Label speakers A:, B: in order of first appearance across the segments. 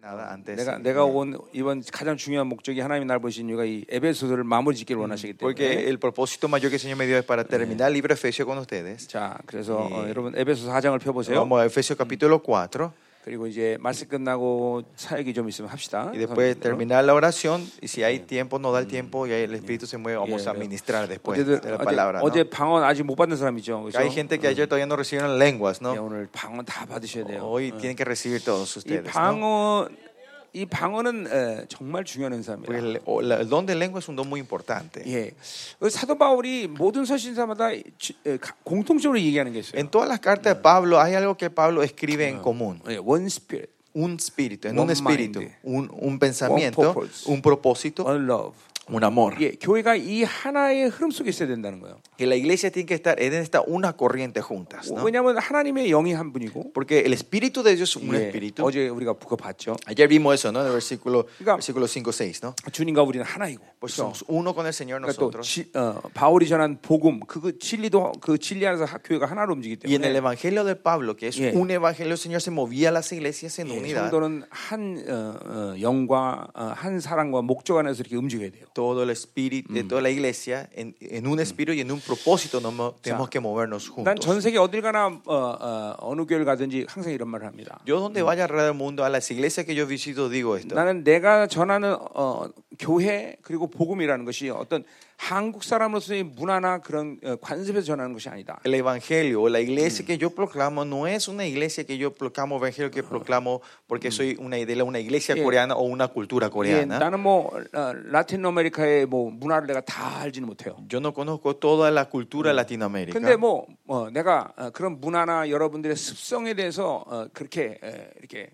A: nada antes.
B: 내가 내가 온 이번 가장 중요한 목적이 하나님이 날 보신 이유가 이 에베소서를 마무리 짓길 원하시기 때문에.
A: Porque el propósito mayor que el Señor me dio es para terminar el libro de Efesios con ustedes.
B: 자, 그래서 어, 여러분 에베소서 4장을 펴 보세요.
A: Vamos a Efesios capítulo 4
B: 그리고 이제 말씀 끝나고 사역이 좀 있으면 합시다. 어,
A: y después de terminar la oración y si hay tiempo, nos da
B: Mm.
A: el tiempo y ahí el Espíritu se mueve, vamos a ministrar después
B: 어제들
A: de la palabra.
B: 어제,
A: ¿no?
B: 어제 방언 아직 못 받는 사람이죠. 그죠?
A: Hay gente que ayer todavía no recibieron lenguas,
B: 예,
A: ¿no?
B: 오늘 방언 다 받으셔야 돼요.
A: Hoy tienen que recibir todos
B: 이
A: ustedes. ¿no?
B: 방언 이 방언은 에, 정말 중요한
A: Porque
B: 은사입니다.
A: Pues el, o la- el don de lengua es un don muy importante.
B: 예, 그 사도 바울이 모든 서신사마다 이- 지- 에, 가- 공통적으로 얘기하는 게 있어요.
A: En todas las cartas
B: Mm.
A: de Pablo hay algo que Pablo escribe en común.
B: 예, 원 스피릿,
A: Un espíritu, en
B: Mm. One
A: un espíritu,
B: mind.
A: un, un pensamiento,
B: purpose.
A: un propósito,
B: 원 러브.
A: un amor.
B: 예, 교회가 이 하나의 흐름 속에 있어야 된다는 거예요.
A: Que la iglesia tiene que estar en esta una corriente juntas. ¿no?
B: 왜냐하면 하나님의 영이 한 분이고
A: Porque el espíritu de Dios es un
B: 예,
A: espíritu.
B: 어제 우리가 그거 봤죠.
A: Ayer vimos eso, ¿no? En el versículo,
B: Diga-
A: versículo 5, 6, ¿no?
B: 주님과 우리는 하나이고.
A: Pues somos uno con el Señor
B: 그러니까 또
A: nosotros.
B: 지, 어, 바울이 전한 복음 그 진리도 그 진리 안에서 학- 교회가 하나로 움직이기
A: Y en el
B: 때문에
A: evangelio de Pablo, que es
B: Yeah.
A: un evangelio, el Señor se movía a las iglesias en
B: 예,
A: unidad.
B: 성도는 한 어, 어, 영과 어, 한 사랑과 목적 안에서 이렇게 움직여야 돼요.
A: Todo el espíritu de toda la iglesia, en, en un espíritu y en un propósito, nos mo- tenemos que movernos
B: 난 전
A: juntos.
B: 세계 어딜 가나 어, 어, 어느 교회를 가든지 항상 이런 말을 합니다.
A: Yo, donde vaya alrededor del mundo, a las iglesias que yo visito, digo esto.
B: 나는 내가 전하는 어, 교회 그리고 복음이라는 것이 어떤 한국 사람으로서의 문화나 그런 어, 관습에서 전하는 것이 아니다.
A: El evangelio o la iglesia que yo proclamo no es una iglesia que yo proclamo, evangelio que proclamo porque soy una idea, una iglesia
B: Yeah.
A: coreana o una cultura
B: 예,
A: coreana.
B: 나는 뭐 어, 라틴 아메리카의 뭐 문화를 내가 다 알지는 못해요.
A: Yo no conozco toda la cultura latinoamérica.
B: 근데 뭐 어, 내가 어, 그런 문화나 여러분들의 습성에 대해서 어, 그렇게 에, 이렇게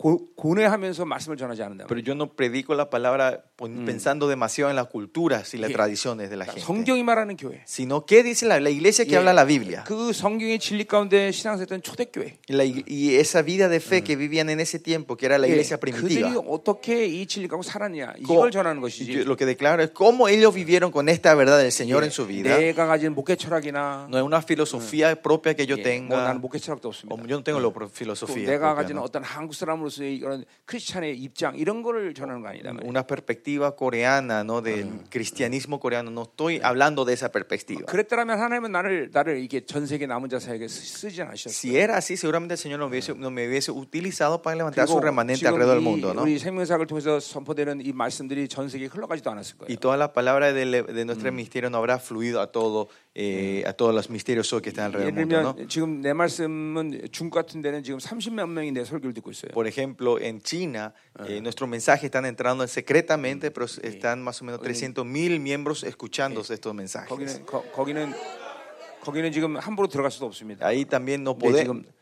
B: 고, 고뇌하면서 말씀을 전하지 않는다.
A: Pero yo no predico la palabra pon- pensando demasiado en las culturas y las
B: Yeah.
A: tradiciones de la gente.
B: 성경이 말하는 교회.
A: Sino, ¿qué dice la, la iglesia que
B: 예,
A: habla la Biblia?
B: 그 성경의 진리 가운데 신앙생활했던 초대교회.
A: Y, la ig- y esa vida de fe que vivían en ese tiempo, que era la
B: 예,
A: iglesia primitiva.
B: 그들이 어떻게 이 진리 가운데 살았냐
A: Co-
B: 이걸 전하는 것이지.
A: yo lo que declaro es cómo ellos vivieron con esta verdad del Señor en su vida.
B: 예, 내가 가진 목회 철학이나
A: No es una filosofía propia que yo
B: 예, 뭐
A: tenga.
B: 나는 목회 철학도
A: o
B: 없습니다.
A: Yo no tengo la pro-
B: 또
A: filosofía.
B: 내가
A: propia,
B: 가진
A: ¿no?
B: 어떤 한국 사람으로서의 이런 크리스찬의 입장 이런 거를 전하는 거 아니다. 말이에요.
A: Una perspectiva coreana, ¿no? Del cristianismo coreano. No estoy hablando de esa perspectiva.
B: 그랬더라면 하나님은 나를 나를 이게 전 세계 남은 자사에게 쓰- 쓰지 않으셨어요.
A: Si era así, seguramente el Señor no, hubiese- no me hubiese utilizado para levantar su remanente
B: 지금
A: alrededor del
B: 이
A: mundo, ¿no?
B: 우리 생명사학을 통해서 선포되는 이 말씀들이 전 세계에 흘러가지도 않았을 거예요.
A: Y toda la palabra de, le- de nuestro misterio no habrá fluido a, todo, eh, a todos los misterios que están alrededor
B: 예를
A: del mundo, ¿no?
B: 들면 지금 내 말씀은 중국 같은 데는 지금 30몇 명이 내 설교를 듣고 있어요.
A: Por ejemplo, en China, eh, nuestros mensajes están entrando secretamente, pero están más o menos 300 mil miembros escuchando estos mensajes.
B: 거기는 거, 거기는 거기는 지금 함부로 들어갈 수도 없습니다.
A: Ahí también no
B: 근데
A: podemos.
B: 지금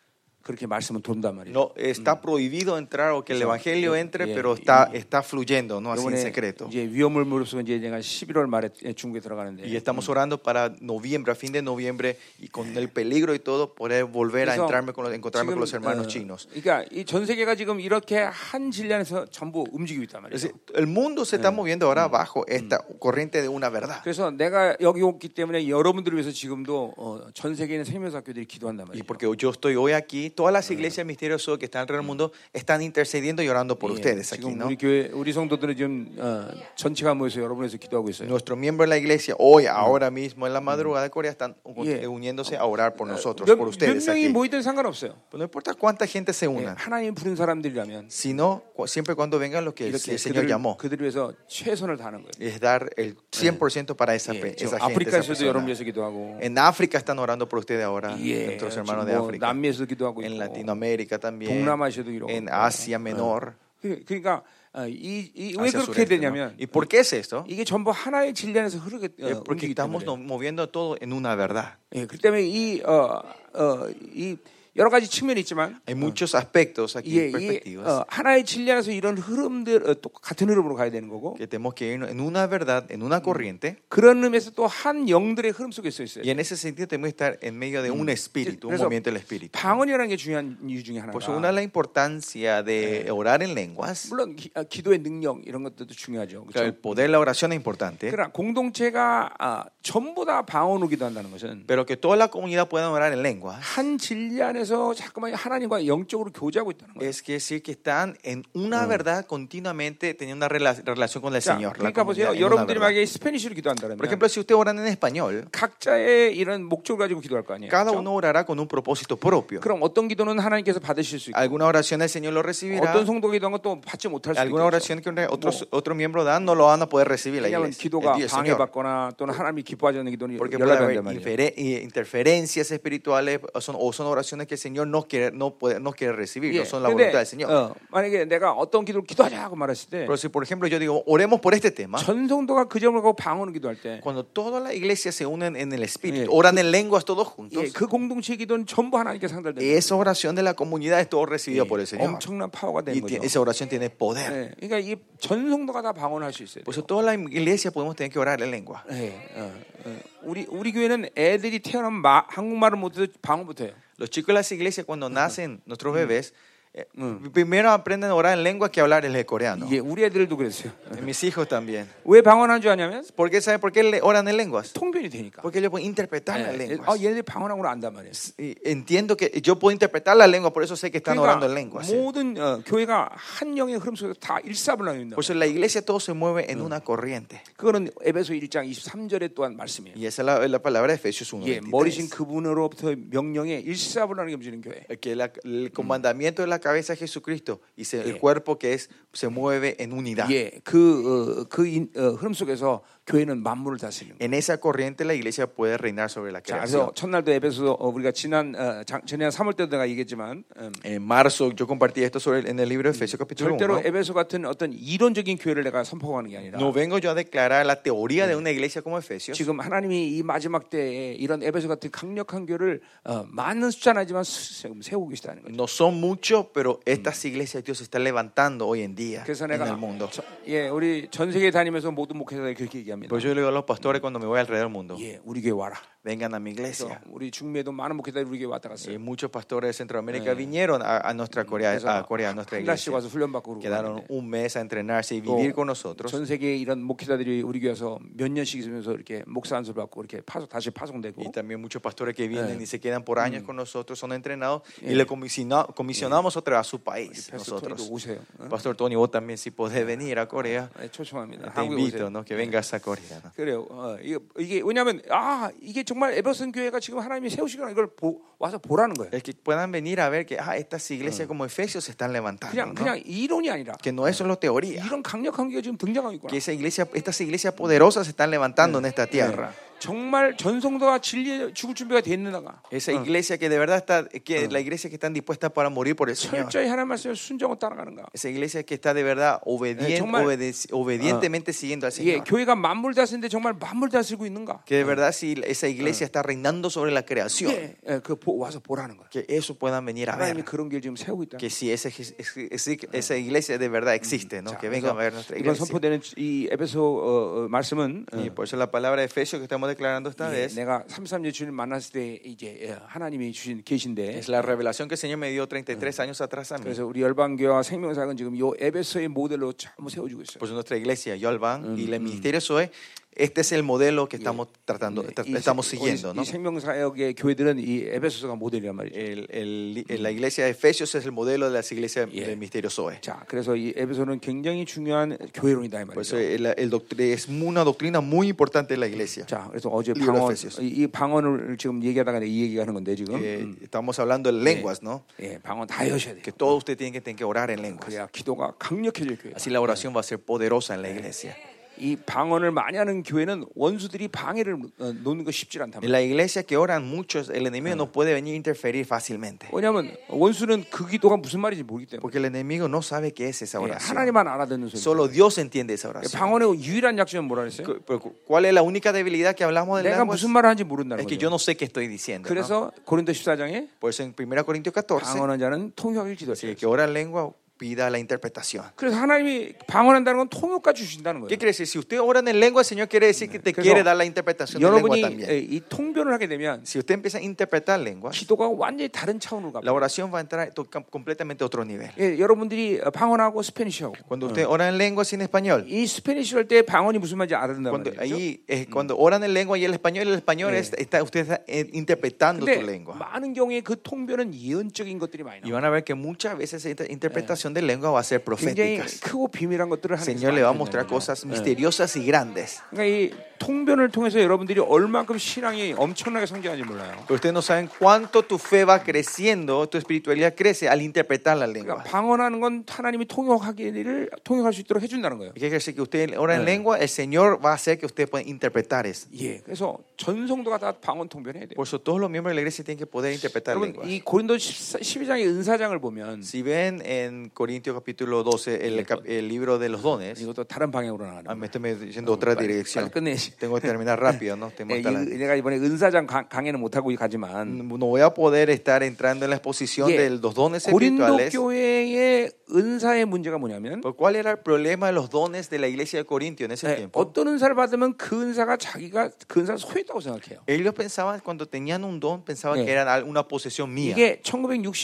B: 그렇게 말씀은 돈단 말이에요.
A: No, está prohibido entrar o que el evangelio entre,
B: mm, Bien.
A: pero está, está fluyendo, ¿no? Así en
B: 이번에
A: secreto.
B: 이제 위험을 무릅쓰고 이제 내가 11월 말에 중국에 들어가는데
A: Y estamos orando para noviembre, a fin de noviembre, y con el peligro y todo, poder volver a
B: 그래서
A: entrarme con los- encontrarme con los hermanos
B: 어,
A: chinos.
B: 그러니까 이 전 세계가 지금 이렇게 한 진리 안에서 전부 움직이고 있단
A: Es
B: 말이에요.
A: decir, el mundo se
B: eh,
A: está moviendo
B: mm,
A: ahora bajo esta corriente de una verdad.
B: 그래서 내가 여기 왔기 때문에 여러분들을 위해서 지금도 어, 전 세계에 있는 생명사학교들이 기도한단
A: Y
B: 말이에요.
A: porque yo estoy hoy aquí, todas las iglesias misteriosas que están alrededor
B: Mm.
A: del mundo están intercediendo y orando por
B: 예,
A: ustedes aquí,
B: 지금
A: ¿no?
B: 우리 교회 우리 성도들은 지금 어, 전체가 모여서 여러분에서 기도하고 있어요.
A: Nuestros miembros de la iglesia hoy, ahora mismo, en la madrugada de Corea, están
B: Yeah.
A: uniéndose a orar por nosotros,
B: 몇,
A: por
B: 몇
A: ustedes
B: 명이
A: aquí. Pues
B: 모이든 상관없어요.
A: No importa cuánta gente se
B: 예,
A: una,
B: 하나님 부른 사람들이라면
A: sino cu- siempre y cuando vengan los que el,
B: 이렇게
A: el Señor llamó.
B: 그들을, 그들을 위해서 최선을 다하는 거예요.
A: Es dar el 100% para esa, pe-
B: 예, 지금
A: esa gente. esa
B: 아프리카에서도
A: persona.
B: 여러분 위해서 기도하고
A: En África están orando por ustedes ahora,
B: 예,
A: nuestros
B: 지금
A: hermanos de
B: 뭐
A: África.
B: 남미에서도 기도하고
A: En
B: 있고
A: Latinoamérica también,
B: 동남아시아도 이러고
A: en
B: 있고.
A: Asia Menor.
B: 그- 그러니까 어, 이, 이, 왜
A: Asia sureste,
B: 그렇게
A: ¿no?
B: 되냐면
A: ¿Y uh, por qué es esto?
B: 이게 전부 하나의 진리 안에서 흐르게 어,
A: Es porque
B: 움직이기
A: estamos
B: 때문에
A: nos moviendo todo en una verdad.
B: 예, 그렇기 때문에 이, 어, 어, 이 여러 가지 측면이 있지만
A: Hay muchos aspectos aquí,
B: 예, 이
A: perspectivas,
B: 어, 하나의 진리 안에서 이런 흐름들 어, 똑같은 흐름으로 가야 되는 거고
A: que tenemos que ir en una verdad, en una corriente,
B: 그런 의미에서 또 한 영들의 흐름 속에 있어 있어요.
A: y en ese sentido tenemos que estar en medio de un espíritu, un
B: 그래서
A: movimiento del espíritu.
B: 방언이라는 게 중요한 이유 중에
A: Por eso una
B: 하나가
A: de la importancia de orar en lenguas,
B: 물론 기, 아, 기도의 능력 이런 것들도 중요하죠.
A: que el
B: 그렇죠?
A: poder de la oración es importante,
B: 그러나 공동체가 아, 전부 다 방언으로 기도한다는 것은
A: pero que toda la comunidad pueda orar en lenguas.
B: 한 진리 안에서 자꾸만 하나님과 영적으로 교제하고 있다는 거예요.
A: Es que decir que están en una verdad continuamente teniendo una rela- relación con el 네,
B: 자,
A: Señor. la
B: 그러니까
A: comunidad, en
B: 보세요.
A: una
B: 여러분들이
A: verdad.
B: 만약에 스페니쉬로 기도한다면
A: Por ejemplo, si ustedes oran en español,
B: 각자의 이런 목적을 가지고 기도할 거 아니에요.
A: cada
B: 그렇죠?
A: uno orará con un propósito propio.
B: 그럼 어떤 기도는 하나님께서 받으실 수 있고
A: Alguna oración el Señor lo recibirá.
B: 어떤 성도 기도한 것도 받지 못할 수
A: Alguna
B: 있고
A: oración que otros, otro miembro da no lo van a poder recibir la
B: 왜냐하면
A: iglesia.
B: 기도가
A: el Dios, Señor.
B: 방해받거나 또는 하나님이 기뻐하지 않는 기도는
A: Porque
B: 연락이
A: puede
B: 안
A: haber
B: 된단 말이에요.
A: infere- eh, interferencias espirituales o son, o son oraciones que el Señor no quiere, no puede, no quiere recibir,
B: 예,
A: no son la
B: 근데,
A: voluntad del Señor.
B: 어, 만약에 내가 어떤 기도를 기도하자고 말했을 때
A: Pero si, por ejemplo, yo digo, oremos por este tema,
B: 전성도가 그 점을 갖고 방언을 기도할 때
A: cuando toda la iglesia se unen en el Espíritu,
B: 예,
A: oran en lenguas todos juntos,
B: 예, 그 공동체 기도는 전부 하나님께 상달된다. 예.
A: esa oración de la comunidad es todo recibida por el Señor.
B: 엄청난 파워가
A: Y
B: 되는
A: ti-
B: 거죠.
A: esa oración tiene poder.
B: 예, 그러니까 이 전성도가 다 방언할 수 있어요.
A: Por eso toda la iglesia podemos tener que orar en lengua.
B: 예, 어, 어. 우리 우리 교회는 애들이 태어나면 마- 한국말을 못해서 방언부터 해요.
A: Los chicos de las iglesias cuando nacen nuestros bebés, eh, primero aprenden a orar en lengua que hablar el coreano.
B: 예, 우리 애들도 그랬어요.
A: Y Mis hijos también.
B: 왜 방언한 줄 아냐면
A: ¿Por qué, ¿Sabe por qué le- oran en lenguas?
B: 통변이 되니까.
A: Porque ellos pueden interpretar las
B: 예,
A: lenguas.
B: 아, 얘네들 방언하고는 안단 말이에요.
A: Y entiendo que yo puedo interpretar la lengua, por eso sé que están orando en lenguas. ¿sí?
B: 그러니까 모든 어, 교회가 한 영의 흐름 속에서 다 일사불란입니다.
A: Por eso en la iglesia todo se mueve en una corriente.
B: 그거는 에베소 1장 23절에 또한 말씀이에요.
A: Y esa es la, es la palabra de Efesios
B: 예,
A: 1.
B: 머리신 그분으로부터 명령에 일사불란하게 움직이는 교회.
A: eh, que la- el comandamiento de la cabeza es Jesucristo y se- el
B: Yeah.
A: cuerpo que es se mueve en unidad.
B: 예, 그그 어, 흐름 속에서 교회는 만물을 다스리는. 거예요.
A: En esa corriente la iglesia puede reinar sobre la
B: 자, 그래서
A: creación.
B: 첫날도 에베소 어, 우리가 지난 어, 장, 전에 3월 때도 내가 얘기했지만 음,
A: En marzo yo compartí esto sobre el- en el libro de Efesios capítulo
B: 절대로
A: 1.
B: 에베소 같은 어떤 이론적인 교회를 내가 선포하는 게 아니라
A: eh, No vengo yo a declarar la teoría de una iglesia como Efesios.
B: 지금 하나님이 이 마지막 때에 이런 에베소 같은 강력한 교를 어, 많은 숫자는 아니지만 수- 지금 세우고 계시다는 거죠.
A: No son muchos, pero estas iglesias Dios está levantando hoy en día
B: 그래서
A: en
B: 내가
A: el mundo.
B: 저- 예, 우리 전 세계 다니면서 모든 목회자들 그렇게 얘기합니다.
A: Pues yo le digo a los pastores cuando me voy alrededor del mundo,
B: 예, 우리 교회 와라.
A: vengan a mi
B: 그래서
A: iglesia.
B: 우리 중미에도 많은 목회자들이 우리 교회 왔다
A: Y
B: 갔어요.
A: muchos pastores de Centroamérica vinieron a, a nuestra Corea,
B: 그래서
A: a Corea, a nuestra
B: 한 달씩
A: iglesia.
B: 와서 훈련 받고
A: Quedaron
B: 그러고
A: un mes a entrenarse y
B: 또
A: vivir con nosotros.
B: 전 세계 이런 목회자들이 우리 교회에서 몇 년씩 있으면서 이렇게 목사 안수를 받고 이렇게 파송 다시 파송되고
A: Y también muchos pastores que vienen y se quedan por años con nosotros, son entrenados y le comisina- comisionamos otra a su país.
B: 패스터
A: Nosotros.
B: 토리도 오세요. 어?
A: Pastor Tony, vos también si podés venir a Corea,
B: 예, 초청합니다.
A: te
B: 한국에 오세요.
A: invito ¿no? que vengas a Corea. ¿no?
B: 그래요. 어, 이게, 이게 왜냐하면 아 이게 정말 에버슨 교회가 지금 하나님이 세우시거나 이걸 보- 와서 보라는 거예요.
A: Es que puedan venir a ver que ah, estas iglesias como Efesios se están levantando.
B: 그냥
A: ¿no?
B: 그냥 이론이 아니라
A: Que no es solo teoría.
B: 이런 강력한 교회가 지금 등장하고
A: Que
B: 있구나.
A: esa iglesia, estas iglesias poderosas se están levantando en esta tierra.
B: 정말 전성도와 진리에 죽을 준비가 돼 있는가?
A: Esa iglesia que de verdad está, que la iglesia que están dispuestas para morir por el Señor.
B: 철저히 하나님 말씀에 순종을 따라가는가?
A: Esa iglesia que está de verdad obedien-
B: Eh, 정말-
A: obedec- obedientemente siguiendo al
B: 예,
A: Señor.
B: 교회가 만물 다스리는데 정말 만물 다스리고 있는가?
A: Que de verdad si esa iglesia está reinando sobre la creación,
B: 예, 예, 그 보- 와서 보라는 거예요.
A: que eso puedan venir a
B: 하나님이
A: ver.
B: 그런 교회 지금 세우고 있다.
A: Que si esa, es- es- es- esa iglesia de verdad existe, ¿no?
B: 자,
A: que vengan a ver
B: 그래서
A: nuestra
B: 이번
A: iglesia.
B: 선포되는 이 에베소 어, 어, 말씀은 어,
A: Y por eso la palabra de Efesios que estamos declarando esta
B: 예,
A: vez
B: 내가 33년 주님 만났을 때 이제 예, 하나님이 주신 계신데
A: es la revelación que el Señor me dio 33 años atrás a mí.
B: 그래서 우리 열방교와 생명사학은 지금 요 에베소의 모델로 전부 세워주고 있어요.
A: Por eso nuestra iglesia, Yolban y el ministerio Zoe, este es el modelo que estamos tratando, tra-
B: 네, 이,
A: estamos
B: 세-
A: siguiendo,
B: 이
A: ¿no?
B: 생명사역의 교회들은 이 에베소서가 모델이란 말이죠.
A: El- el- el- la iglesia de Efesios es el modelo de las iglesias
B: Yeah.
A: del ministerio Zoe.
B: 자, 그래서 이 에베소는 굉장히 중요한 교회론이다 이
A: Por eso
B: 말이죠.
A: el- el doctri- es una doctrina muy importante de la iglesia.
B: 자, 그래서 어제
A: Libro
B: 방언
A: Efesios.
B: 이, 이 방언을 지금 얘기하다가 내가 이 얘기하는 건데 지금
A: Eh,
B: 음.
A: estamos hablando en lenguas, ¿no?
B: 예, 방언 다 여셔야
A: Que
B: 돼요.
A: todos ustedes tienen que, tienen que orar en lenguas.
B: 그래야 기도가 강력해질 교회.
A: Así la oración va a ser poderosa en la iglesia.
B: 이 방언을 많이 하는 교회는 원수들이 방해를 어, 놓는 거 쉽지 않단
A: En
B: 말이에요.
A: la iglesia que oran muchos, el enemigo no puede venir a interferir fácilmente.
B: 왜냐하면 원수는 그 기도가 무슨 말인지 모르기 때문에
A: Porque el enemigo no sabe qué es esa
B: 예,
A: oración.
B: 하나님만 알아듣는 소리. 예,
A: Solo Dios entiende esa oración.
B: 방언의 유일한 약점은 뭐라 그랬어요?
A: Cu- pero cu- ¿Cuál es la única debilidad que hablamos de
B: 내가
A: lenguas?
B: 무슨 말을 하는지 모른다는
A: Es que yo
B: 거예요.
A: no sé qué estoy diciendo. ¿no?
B: 어? 그래서 고린도 14장에 Ah,
A: Por eso en 1 Corintios 14,
B: 방언한 자는 통역을 기도했어요.
A: el que ora en lengua pida la interpretación.
B: 그래서 하나님이 방언한다는 건 통역까지 주신다는
A: ¿Qué
B: 거예요.
A: quiere decir? Si usted ora en el lengua, el Señor quiere decir que te
B: 그래서
A: quiere dar la interpretación de lengua
B: 여러분이
A: también.
B: 에, 이 통변을 하게 되면
A: Si usted empieza a interpretar lengua,
B: 기도가 완전히 다른 차원으로
A: la
B: 갑니다.
A: oración va a entrar to- com- completamente a otro nivel.
B: 예, 여러분들이 방언하고 스페니쉬하고
A: Cuando usted ora en lengua sin español,
B: 이 스페니쉬 할 때 방언이 무슨 말인지 알아듣는다
A: cuando,
B: 말이죠.
A: ahí, eh, cuando oran en lengua y el español, el español es- está, usted está eh, interpretando tu
B: 근데
A: lengua.
B: 많은 경우에 그 통변은 예언적인 것들이 많이
A: Y
B: 나와요.
A: van a ver que muchas veces esa inter- interpretación de lengua va a ser
B: 굉장히
A: proféticas.
B: 크고 비밀한 것들을
A: El
B: 하는
A: Señor le va a mostrar cosas misteriosas y grandes.
B: 그러니까 이 통변을 통해서 여러분들이 얼만큼 신앙이 엄청나게 성장하는지 몰라요.
A: Pero ustedes no saben cuánto tu fe va creciendo, tu espiritualidad crece al interpretar la lengua.
B: 그러니까 방언하는 건 하나님이 통역하기를 통역할 수 있도록 해준다는 거예요.
A: ¿Qué quiere decir? Que usted ora en lengua, el Señor va a hacer que usted pueda interpretar eso.
B: 예, 그래서 전 성도가 다 방언 통변해야 돼요.
A: Por eso todos los miembros de la iglesia tienen que poder interpretar
B: 여러분
A: lenguas.
B: 이 고린도 12장의 은사장을 보면
A: Si ven en Corintios capítulo 12 el, cap- el libro de los dones,
B: 이것도 다른 방향으로
A: ah,
B: 나가는
A: me estoy yendo otra
B: 빨리-
A: dirección.
B: 빨리 끝내시.
A: Tengo que terminar rápido, ¿no? Tengo
B: 예, 이,
A: hasta la-
B: 내가 이번에 은사장 강, 강의는 못하고 가지만
A: No voy a poder estar entrando en la exposición
B: 예,
A: de los dones
B: 고린도
A: espirituales.
B: 교회의 은사의 문제가 뭐냐면
A: Pero ¿Cuál era el problema de los dones de la iglesia de Corintio en ese
B: 예,
A: tiempo?
B: 어떤 은사를 받으면 그 은사가 자기가 그 은사를 소유했다고 생각해요.
A: Ellos pensaban, cuando tenían un don, pensaban
B: 예.
A: que era una posesión mía.
B: 이게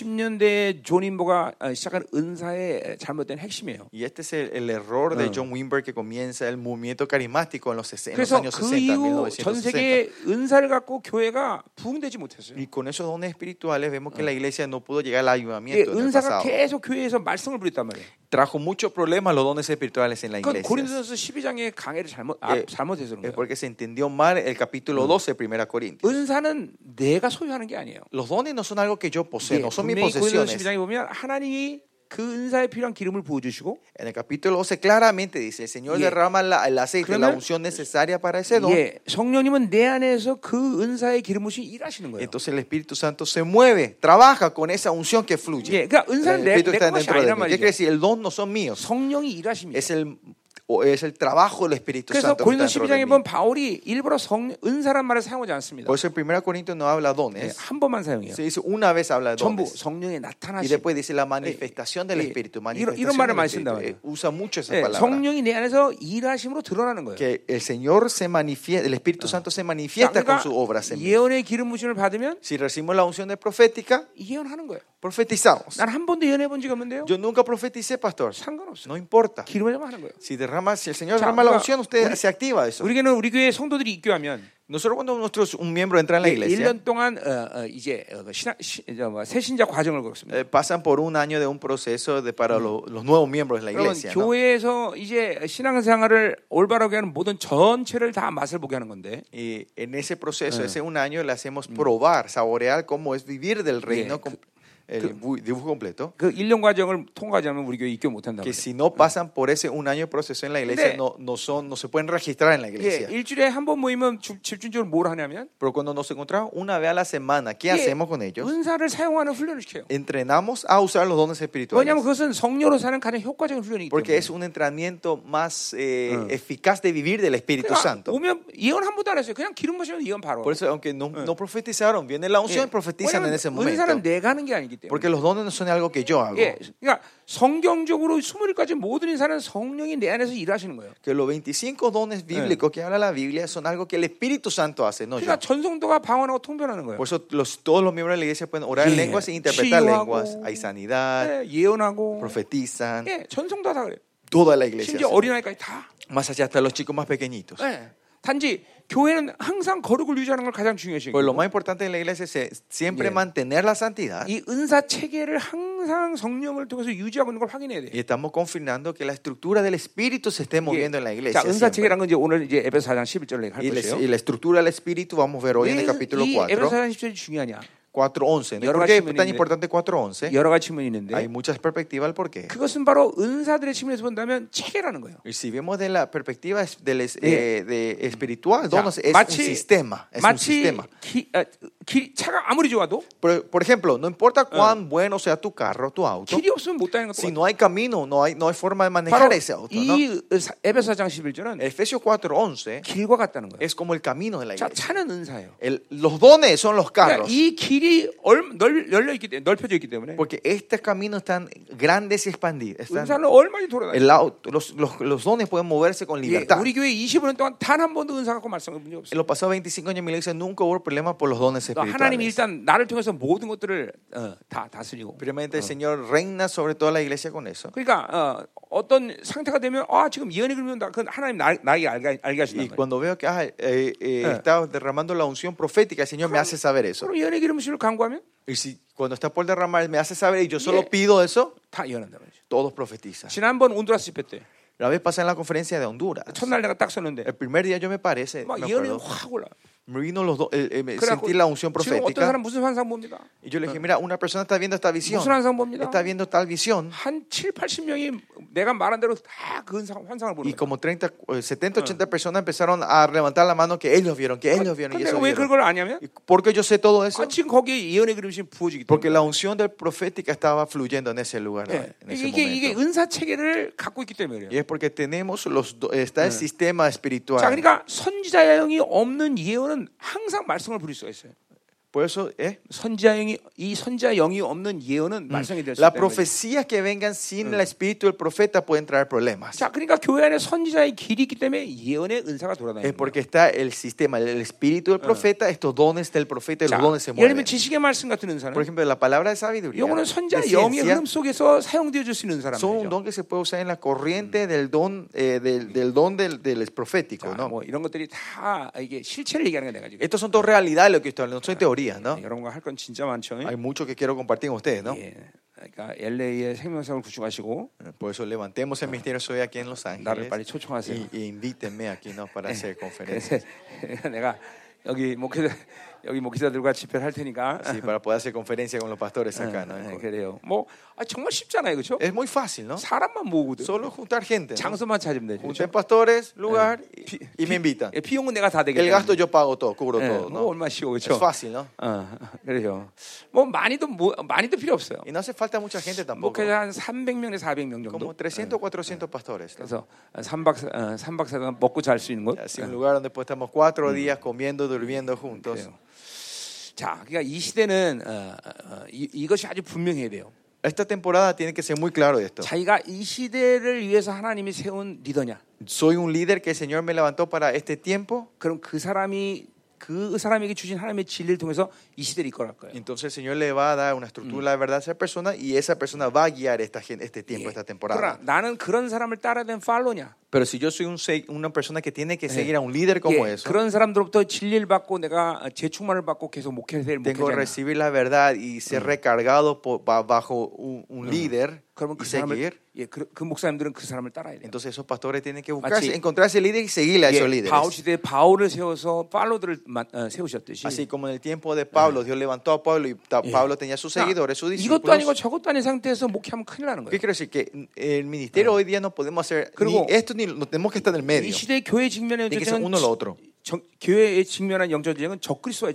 B: 1960년대 존 임보가 어, 시작한 은사의 잘못된 핵심이에요.
A: Y este es el, el error de John Wimber que comienza el movimiento carismático en los, sesen- en los
B: 그래서
A: años
B: 그
A: 60,
B: 이후 전
A: 1960.
B: 세계 은사를 갖고 교회가 부흥되지 못했어요.
A: Y con esos dones espirituales vemos que la iglesia no pudo llegar al
B: 예,
A: avivamiento en el
B: 은사가
A: pasado.
B: 계속 교회에서 말썽을 부렸단 말이에요.
A: Trajo muchos problemas los dones espirituales en la
B: 그건
A: iglesia.
B: 고린도서 12장의 강해를 잘못 아,
A: 예.
B: 잘못해서
A: Es
B: 그런 네, 거예요.
A: porque se entendió mal el capítulo 12, Primera Corintios.
B: 은사는 내가 소유하는 게 아니에요.
A: Los dones no son algo que yo poseo,
B: 예,
A: no son mis
B: 분명히 고린도서
A: posesiones.
B: 12장에 보면 하나님이 그 은사에 필요한 기름을 부어 주시고
A: En el capítulo 12 claramente dice, el Señor
B: Yeah.
A: derrama la- el aceite, la
B: 그러면-
A: unción necesaria para ese don.
B: 예, 성령님은 내 안에서 그 은사의 기름 부으시 일하시는 거예요.
A: Entonces el Espíritu Santo se mueve, trabaja con esa unción que
B: Yeah,
A: fluye.
B: 그러니까 은사는
A: El
B: 내-
A: Espíritu
B: 내
A: está
B: 것이
A: dentro de
B: 아니란
A: mí. ¿Qué quiere
B: 말이죠.
A: decir? El don no son míos,
B: 성령이 일하심이에요.
A: es el, o es el trabajo del Espíritu
B: 그래서
A: Santo. que está
B: 고린도
A: dentro de
B: 12장에
A: mí.
B: 보면 바울이 일부러 성, 은사란 말을 사용하지 않습니다.
A: Por eso el 1 Corintios no habla
B: 예,
A: dones,
B: 한 번만 사용해요.
A: se dice una vez habla de
B: 전부
A: dones.
B: 성령의
A: Y
B: 나타나심.
A: después dice la manifestación del
B: 예,
A: Espíritu.
B: 이런-
A: manifestación
B: 이런 말을
A: del
B: 많이
A: Espíritu.
B: 쓴단 말이에요.
A: 예, Usa mucho esa
B: 예,
A: palabra.
B: 성령이 내 안에서 일하심으로 드러나는 거예요.
A: Que el Señor se manifiesta, el Espíritu Santo se
B: 자,
A: manifiesta con
B: 그러니까
A: su obra. en mí.
B: 예언의 기름 부심을 받으면
A: Si recibimos la unción de profética,
B: 예언하는 거예요.
A: profetizamos.
B: 난 한 번도 예언해 본 적이 없는데요.
A: Yo nunca profeticé, pastor.
B: 상관없어.
A: No importa.
B: 기름을 좀 하는 거예요.
A: Si derrama, si el Señor
B: 자,
A: derrama la
B: 그러니까
A: unción, usted
B: 우리-
A: se activa eso.
B: 우리에게는 우리 교회 성도들이 입교하면 예,
A: Nosotros cuando nuestros- un miembro entra
B: Eh,
A: en la iglesia,
B: 1년 동안 어, 어, 이제 어, 그 신학 시, 저, 뭐, 새신자 과정을 걸었습니다.
A: eh, pasan por un año de un proceso de, para lo- los nuevos miembros de la
B: 여러분
A: iglesia. ¿no?
B: 교회에서 이제 신앙생활을 올바르게 하는 모든 전체를 다 맛을 보게 하는 건데
A: Y en ese proceso, ese un año, le hacemos probar, saborear cómo es vivir del reino, com- el bu- dibujo completo.
B: 그 1년 과정을 통과하지 않으면 우리 교회 입교 못 한다.
A: Que si no pasan por ese un año de proceso en la iglesia,
B: 근데-
A: no, no, son, no se pueden registrar en la
B: 예,
A: iglesia.
B: 일주일에 한 번 모이면 주- 집중적으로 뭘 하냐면
A: Pero cuando nos encontramos una vez a la semana, ¿qué
B: 예,
A: hacemos con ellos?
B: 은사를 사용하는 훈련을 시켜요.
A: Entrenamos a usar los dones espirituales.
B: 왜냐하면 그것은 성녀로 사는 가장 효과적인 훈련이기
A: Porque
B: 때문에.
A: es un entrenamiento más eh, eficaz de vivir del Espíritu
B: 그러니까
A: Santo.
B: 오면 예언 한 번도 안 했어요. 그냥 기름 부시면 예언 바로. 예.
A: Por eso, 아unque no, no profetizaron, viene la unción y profetizan en ese
B: 은사는
A: momento.
B: 내가 하는 게 아니기 때문에.
A: Porque los dones no son algo que yo hago.
B: 예, 그러니까 성경적으로 20일까지 모든 인사는 성령이 내 안에서 일하시는 거예요.
A: Que los 25
B: Eh.
A: dones bíblicos que habla la Biblia son algo que el Espíritu Santo hace, no yo.
B: 그러니까 전성도가 방언하고 통변하는 거예요.
A: Por eso los, todos los miembros de la iglesia pueden orar en
B: Yeah.
A: lenguas e interpretar
B: Chihuahua. Eh.
A: lenguas. Hay sanidad,
B: 예, 예언하고
A: profetizan,
B: 예, 전성도가 다 그래요.
A: toda la iglesia.
B: 심지어
A: hace.
B: 어린아이까지 다.
A: Más allá hasta los chicos más pequeñitos.
B: 예. 단지 교회는 항상 거룩을 유지하는 걸 가장 중요시
A: Pues lo
B: 여기고
A: más importante de la iglesia es eh, siempre
B: Yeah.
A: mantener la santidad.
B: 이 은사 체계를 항상 성령을 통해서 유지하고 있는 걸 확인해야 돼요.
A: Y estamos confirmando que la estructura del espíritu se esté
B: 예.
A: moviendo en la iglesia.
B: 자, 은사
A: siempre.
B: 체계라는 건 이제 오늘 이제 에베소 4장 11절로 할
A: Y, les-
B: 것이에요.
A: y la estructura del espíritu vamos a ver hoy en el capítulo
B: 이 에베소
A: 4,
B: 4장 11절이 중요하냐?
A: 4.11. ¿no?
B: 여러
A: ¿Por qué
B: 가지
A: es tan
B: 질문인데-
A: importante 4.11?
B: 여러 가지 질문이
A: Hay
B: 있는데
A: muchas perspectivas al por qué.
B: 그것은 바로 은사들의 측면에서 본다면 체계라는 거예요.
A: Y si vemos de la perspectiva es- del es-
B: 예.
A: eh, de espiritual,
B: 자,
A: donos, es
B: 마치-
A: un sistema. Es un
B: 마치
A: sistema.
B: 기, 아, 길- 차가 아무리 좋아도
A: Por, por ejemplo, no importa cuán bueno sea tu carro, tu auto,
B: 길이 없으면 못 다니는
A: si
B: 것도
A: no hay camino, no hay, no hay forma de
B: 바로
A: manejar ese auto. ¿no?
B: 이 사- 에베소 4장 11절은
A: Efesios 4.11
B: 길과 같다는 거예요.
A: es como el camino de la
B: 자,
A: iglesia.
B: 차는 은사예요.
A: El- los dones son los
B: 그러니까
A: carros.
B: 이 길이 길이 얼, 넓, 열려 있기 때문에 넓혀져 있기 때문에
A: Porque estos caminos están grandes y expandidos. están-
B: 은사는 얼마나 돌아다니.
A: el au- los, los- los dones pueden moverse con libertad.
B: 예, 우리 교회 25년 동안 단 한 번도 은사 갖고 말씀한 분이
A: En
B: 없어요.
A: los pasados 25 años, mi iglesia nunca hubo problema por los dones
B: 그러니까 하나님이
A: espirituales.
B: 일단 나를 통해서 모든 것들을 어, 다 다스리고.
A: Primeramente, el Señor reina sobre toda la iglesia con eso.
B: 그러니까 어, 어떤 상태가 되면 아 지금 예언이 그러면다. 그건 하나님 나, 나에게 알게,
A: Y
B: 알게 하신다.
A: cuando veo que ah, eh, eh, está derramando la unción profética, el Señor me hace saber eso.
B: 서로 예언의 기름을 강구하면
A: Y si cuando está por derramar, me hace saber y yo solo pido eso,
B: 다 예언한다 말이죠.
A: todos profetizan.
B: 지난번 온두라스 집회 때
A: La vez pasada en la conferencia de Honduras,
B: 첫날 내가 딱 섰는데
A: el primer día yo me parece,
B: 막
A: me
B: 예언이 예,
A: acuerdo,
B: 확 올라.
A: me vino los do- el- el- me
B: 그래갖고
A: sentí la unción
B: 지금 어떤
A: profética
B: 사람 무슨 환상 봅니까?
A: y yo le dije, mira, una persona está viendo esta visión,
B: 무슨 환상 봅니다.
A: está viendo tal visión
B: 한 7, 80명이 내가 말한 대로 다그 환상을 보는
A: y
B: 거예요.
A: como 30, eh, 70, 80 personas empezaron a levantar la mano que ellos vieron, que ellos vieron
B: 근데
A: y
B: 내가
A: eso
B: 왜
A: vieron.
B: 그걸 아냐면
A: ¿Y ¿Por qué yo sé todo eso?
B: 아, 지금 거기에 예언의 그림이 부어지기 때문에
A: Porque la unción del profética estaba fluyendo en ese lugar, ¿no?
B: 예.
A: en ese
B: 이게, 이게
A: momento.
B: 은사 체계를 갖고 있기 때문에
A: Y Mm.
B: 그래요.
A: es porque tenemos los do- está el sistema
B: 자,
A: espiritual.
B: 그러니까 선지자의 영이 없는 예언은 항상 말씀을 부릴 수가 있어요.
A: Por eso, ¿eh?
B: 선지자 영이 이 선지자 영이 없는 예언은 말씀이 될 수
A: Las
B: 있다. 는
A: profecías que vengan sin el espíritu del profeta pueden traer problemas.
B: 자, 그러니까 교회 안에 선지자의 길이 있기 때문에 예언의 은사가
A: Es
B: 돌아다니는 거예요.
A: porque está el sistema, el espíritu del profeta, estos dones del profeta Mm. y
B: 자,
A: los dones se
B: 예를 들면
A: mueven.
B: 지식의 말씀 같은
A: Por
B: 은사는
A: ejemplo, la palabra de sabiduría
B: 영어는
A: de
B: 선지자 영의
A: ciencia,
B: 흐름 속에서 사용되어 줄 수 있는 사람
A: son un
B: 말이죠.
A: don que se puede usar en la corriente del don eh, del, del don del, del profético,
B: 자,
A: ¿no?
B: 뭐 이런 것들이 다 이게 실체를 얘기하는 거 내가 지금
A: Estos son dos realidades lo que estoy hablando, no son teorías, ¿no?
B: 여러분과 할 건 진짜 많죠.
A: Hay mucho que quiero compartir con ustedes, ¿no?
B: 예. 그러니까 LA의 생명상을 구축하시고
A: Por eso levantemos el misterio soy aquí en Los
B: 나를 빨리
A: Ángeles
B: 초청하세요.
A: y, y invítenme aquí, ¿no? Para hacer conferencias,
B: 그래서 내가 여기 목회자 여기 목회자들과 집회를 할 테니까
A: sí, para poder hacer conferencias con los pastores acá, ¿no?
B: 네, 그래요. 뭐 아, 정말 쉽잖아요, 그렇죠?
A: Es muy fácil, ¿no?
B: 사람만 모으거든.
A: Solo juntar gente. ¿no?
B: 장소만 찾으면 되죠. 그렇죠?
A: Junten pastores, lugar y-
B: 비-
A: y me invitan.
B: 예, 비용은 내가
A: Ah.
B: 다
A: El
B: 되겠다.
A: gasto yo pago todo, cubro todo,
B: 뭐
A: ¿no?
B: 얼마 쉬워,
A: Es
B: 그렇죠?
A: fácil, ¿no?
B: 어, 그래요. 뭐 많이도 뭐, 많이도 필요 없어요.
A: Y no hace falta mucha gente tampoco.
B: 목회자 뭐 한 300명에 400명 정도. 예,
A: Como 300 400 pastores. ¿no?
B: 그래서 3박 어, 3박 4일 먹고 잘 수 있는 곳.
A: Así un lugar donde pues estamos cuatro días comiendo, durmiendo juntos.
B: 그래요. 자, 그러니까 이 시대는 어, 어, 어, 이, 이것이 아주 분명해야 돼요.
A: Esta temporada tiene que ser muy claro esto.
B: 자기가 이 시대를 위해서 하나님이 세운 리더냐?
A: Soy un líder que el Señor me levantó para este tiempo.
B: 그럼 그 사람이 그 사람에게 주신 하나님의 진리를 통해서 이 시대를 이끌어갈 거예요.
A: Entonces el Señor le va a dar una estructura de verdad a esa persona y esa persona va a guiar esta gen- este tiempo, esta
B: 예. 그러나
A: temporada.
B: 나는 그런 사람을 따라야 되는 팔로냐?
A: Pero si yo soy un se- una persona que tiene que seguir a un líder como
B: 예,
A: eso,
B: 그런 사람들로부터 진리를 받고 내가 어, 재충만을 받고 계속
A: tengo
B: 목회될
A: que
B: 목회자냐?
A: recibir la verdad y ser recargado por- ba- bajo un, un líder
B: 그러면
A: y
B: 그 사람을
A: seguir.
B: 예, 그, 그 목사님들은 그 사람을 따라야 돼요.
A: Entonces esos pastores tienen que
B: Así.
A: buscarse, encontrarse el líder y seguirle a esos
B: 예, 바울
A: líderes.
B: 시대에 바울을 세워서 팔로들을 마- 어, 세우셨듯이
A: Así como en el tiempo de Pablo, Dios levantó a Pablo y ta- Pablo tenía sus
B: 그러니까
A: seguidores, sus
B: 이것도 아니고
A: discípulos.
B: 저것도 아닌 상태에서 목회하면 큰일 나는
A: ¿Qué
B: 거예요.
A: quiero decir? Que mm, el ministerio hoy día no podemos hacer ni
B: 그리고
A: esto ni lo- tenemos que estar en el
B: 이
A: medio.
B: 시대 교회 직면의
A: Tiene que ser
B: 전쟁은
A: uno o lo otro.
B: 정- 교회에 직면한 영적 전쟁은 적그리스도의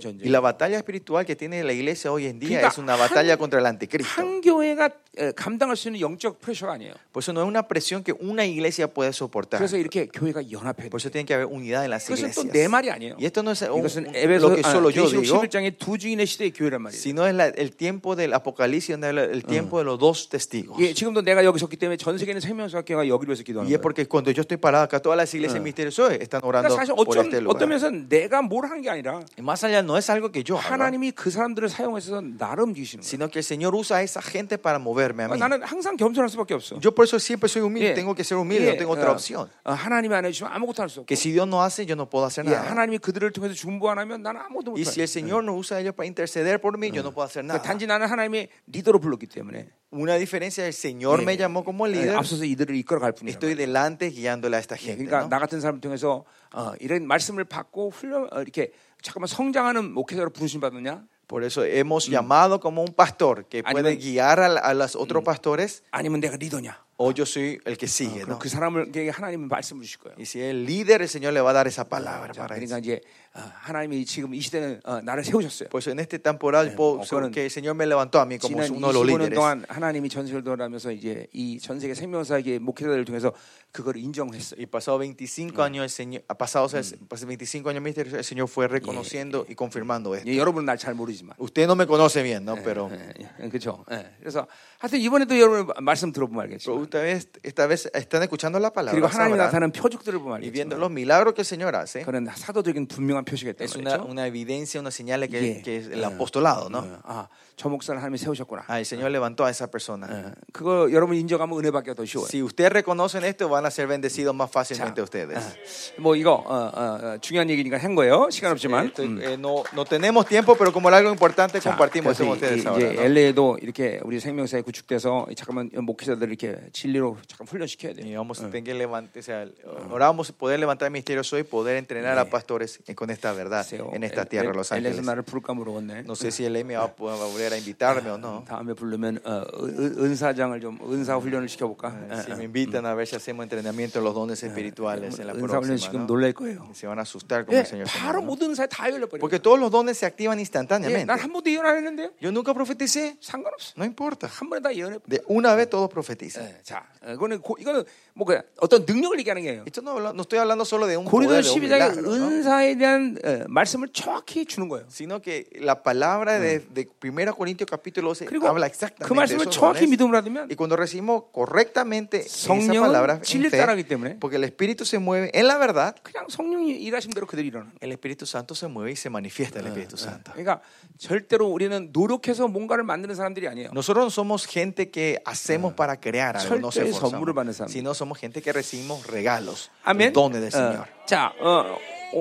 A: Y
B: 전쟁.
A: la batalla espiritual que tiene la iglesia hoy en día
B: Kika,
A: es una batalla
B: han-
A: contra el anticristo.
B: 한 교회가 에, 감당할 수 있는 영적 프레셔가 아니에요.
A: Por eso no es una presión que una iglesia puede soportar.
B: 그래서 이렇게 교회가 연합해야 돼.
A: Por eso tiene que haber unidad en las
B: 그것은 또
A: iglesias.
B: 내 말이 아니에요.
A: Y esto no es un-
B: 이것은
A: un-
B: 에베소
A: lo que
B: 아,
A: solo yo
B: 계시록
A: digo,
B: 11장의 두 증인의 시대의 교회란 말이에요.
A: sino es la- el tiempo del apocalipsis, donde habla el tiempo de los dos testigos.
B: 예, 지금도 내가 여기 섰기 때문에 전 세계는 생명수학 교회가 여기로 해서 기도하는
A: Y es
B: 거예요.
A: porque cuando yo estoy parado acá, todas las iglesias del misterio Zoe están orando
B: 그러니까 사실
A: por
B: 어쩜,
A: este
B: 어떤
A: lugar.
B: 면에서 내가 뭘 하는 게 아니라
A: Y más allá no es algo que yo haga,
B: 하나님이 그 사람들을 사용해서 나를 움직이시는 거예요.
A: sino que el Señor usa a esa gente para moverme a mí.
B: 나는 항상 겸손할 수밖에 없어.
A: Yo por eso siempre soy humilde,
B: 예.
A: tengo que ser humilde,
B: 예,
A: no tengo otra
B: 어,
A: opción.
B: 어, 하나님이 안 해주시면 아무것도 할 수 없고.
A: Que si Dios no hace, yo no puedo hacer
B: 예,
A: nada.
B: 하나님이 그들을 통해서 중보 안 하면 나는 아무것도
A: Y
B: 못
A: si
B: 해.
A: el Señor no usa a ellos para interceder por mí, yo no puedo hacer nada.
B: 단지 나는 하나님의 리더로 불렀기 때문에
A: Una diferencia, el Señor me llamó como
B: 예,
A: líder,
B: 앞서서 이들을 이끌어갈 뿐이에요.
A: estoy delante guiándole a esta gente.
B: 그러니까
A: ¿no?
B: 나 같은 사람 을 통해서 어, 이런 말씀을 받고 훈련 어, 이렇게 잠깐만 성장하는 목회자로 부르심 받느냐?
A: Por eso hemos llamado como un pastor que puede
B: Anima-
A: guiar a, la- a los otros pastores
B: 아니면 내가 리더냐?
A: o yo soy el que sigue.
B: 그럼
A: Mm. ¿no?
B: 그 사람에게 하나님 말씀을 주실 거예요.
A: Y si es líder, el Señor le va a dar esa palabra
B: 자,
A: para él.
B: 그러니까 이제 어, 하나님이 지금 이 시대는 어, 나를 세우셨어요.
A: Pues en este temporal puedo-
B: o fueron-
A: que el Señor me levantó a mí como
B: 지난
A: uno de los
B: 25년
A: líderes.
B: 동안 하나님이 전세를 돌아면서 이제 이 전 세계 생명사계 목회자들을 통해서 그걸 인정했어요.
A: Y pasado 25 años, el Señor, ah, pasados el- pas- 25 años, ministerio, el Señor fue reconociendo y confirmando esto.
B: 예, 여러분은 날 잘 모르지만
A: Usted no me conoce bien, ¿no? Pero,
B: 그렇죠. 그래서 하여튼 이번에도 여러분 말씀 들어보면
A: pero
B: 알겠죠.
A: esta, vez, esta vez están escuchando la
B: 그리고
A: palabra
B: 하나님
A: sabrán,
B: 나타나는 표적들을 보면
A: y viendo
B: 알겠죠.
A: los milagros que el Señor hace.
B: 그런 사도적인 분명한 표시가 있다
A: Es una,
B: 말이죠.
A: una evidencia, una señal de
B: Yeah. Ah.
A: que, que es el apostolado, ¿no?
B: 아, 저 목사를 하나님이 세우셨구나.
A: Ah, el Señor levantó a esa persona.
B: 예, 그거 여러분 인정하면 은혜받기가 더 쉬워요.
A: Si ustedes reconocen esto, van a ser bendecidos más fácilmente ustedes.
B: Ah. 뭐 이거 어, 어, 어, 중요한 얘기니까 한 거예요. 시간 없지만. 음.
A: Esto, eh, no, no tenemos tiempo, pero como era algo importante,
B: 자,
A: compartimos esto con
B: 그래서 이- 이-
A: ustedes ahora.
B: 이제
A: ¿no?
B: LA에도 이렇게 우리 생명사에 구축돼서 잠깐만 목회자들 이렇게 진리로 잠깐 훈련시켜야 돼요.
A: Y vamos a tener que levantar, o sea, oramos poder levantar misterios hoy, poder entrenar a pastores eh, con esta verdad
B: 글쎄요.
A: en esta tierra, Los
B: 예. 엘레-
A: Ángeles.
B: 엘레에서 나를 부를까 물어봤네.
A: No sé si él me va a poder volver a invitarme o no.
B: 다음에 부르면 어, 은- 은사장을 좀 은사 훈련을 네, 시켜볼까? 예,
A: Si me invitan a ver si hacemos entrenamiento en los dones espirituales en la
B: 뭐 은사 훈련
A: próxima. ¿no?
B: 시키면 놀랄 거예요.
A: Se van a asustar como
B: 예,
A: el Señor. se
B: 바로
A: llama, ¿no?
B: 모든 사에 다 열려버려.
A: Porque todos los dones se activan
B: 예,
A: instantáneamente.
B: 난한 번도 예언 안 했는데요.
A: Yo nunca profeticé,
B: 상관없어.
A: no importa.
B: 한 번에 다 예언해.
A: De una vez todos profetizan.
B: 예, 자, 어, 이거는 고, 이거는 뭐 그냥 어떤 능력을 얘기하는 거예요.
A: Esto no, habla- no estoy hablando solo de un
B: 고린도
A: poder, de un
B: 12장의
A: milagro, ¿no?
B: 은사에 대한 어, 말씀을 정확히 주는 거예요.
A: sino que la palabra de, de 1 Corintios capítulo 12
B: Mm. 그리고
A: habla
B: 그
A: exactamente de
B: 말씀을
A: esos
B: 정확히
A: dones.
B: 믿음으로 하면
A: Y cuando recibimos correctamente esa
B: 성령은
A: palabra, en
B: 진리를 따르기 때문에.
A: fe, porque el Espíritu se mueve en la verdad,
B: 그냥 성령이 일하신 대로 그대로 일어나는 거예요.
A: el Espíritu Santo se mueve y se manifiesta el
B: Ah,
A: Espíritu Santo.
B: 그러니까 절대로 우리는 노력해서 뭔가를 만드는 사람들이 아니에요.
A: Nosotros no somos gente que
B: Ah.
A: hacemos para crear algo, no se
B: Solteros,
A: esforzamos,
B: hombres van a saber.
A: sino somos gente que recibimos regalos,
B: 아멘.
A: dones del Señor.
B: 어, 자, 어,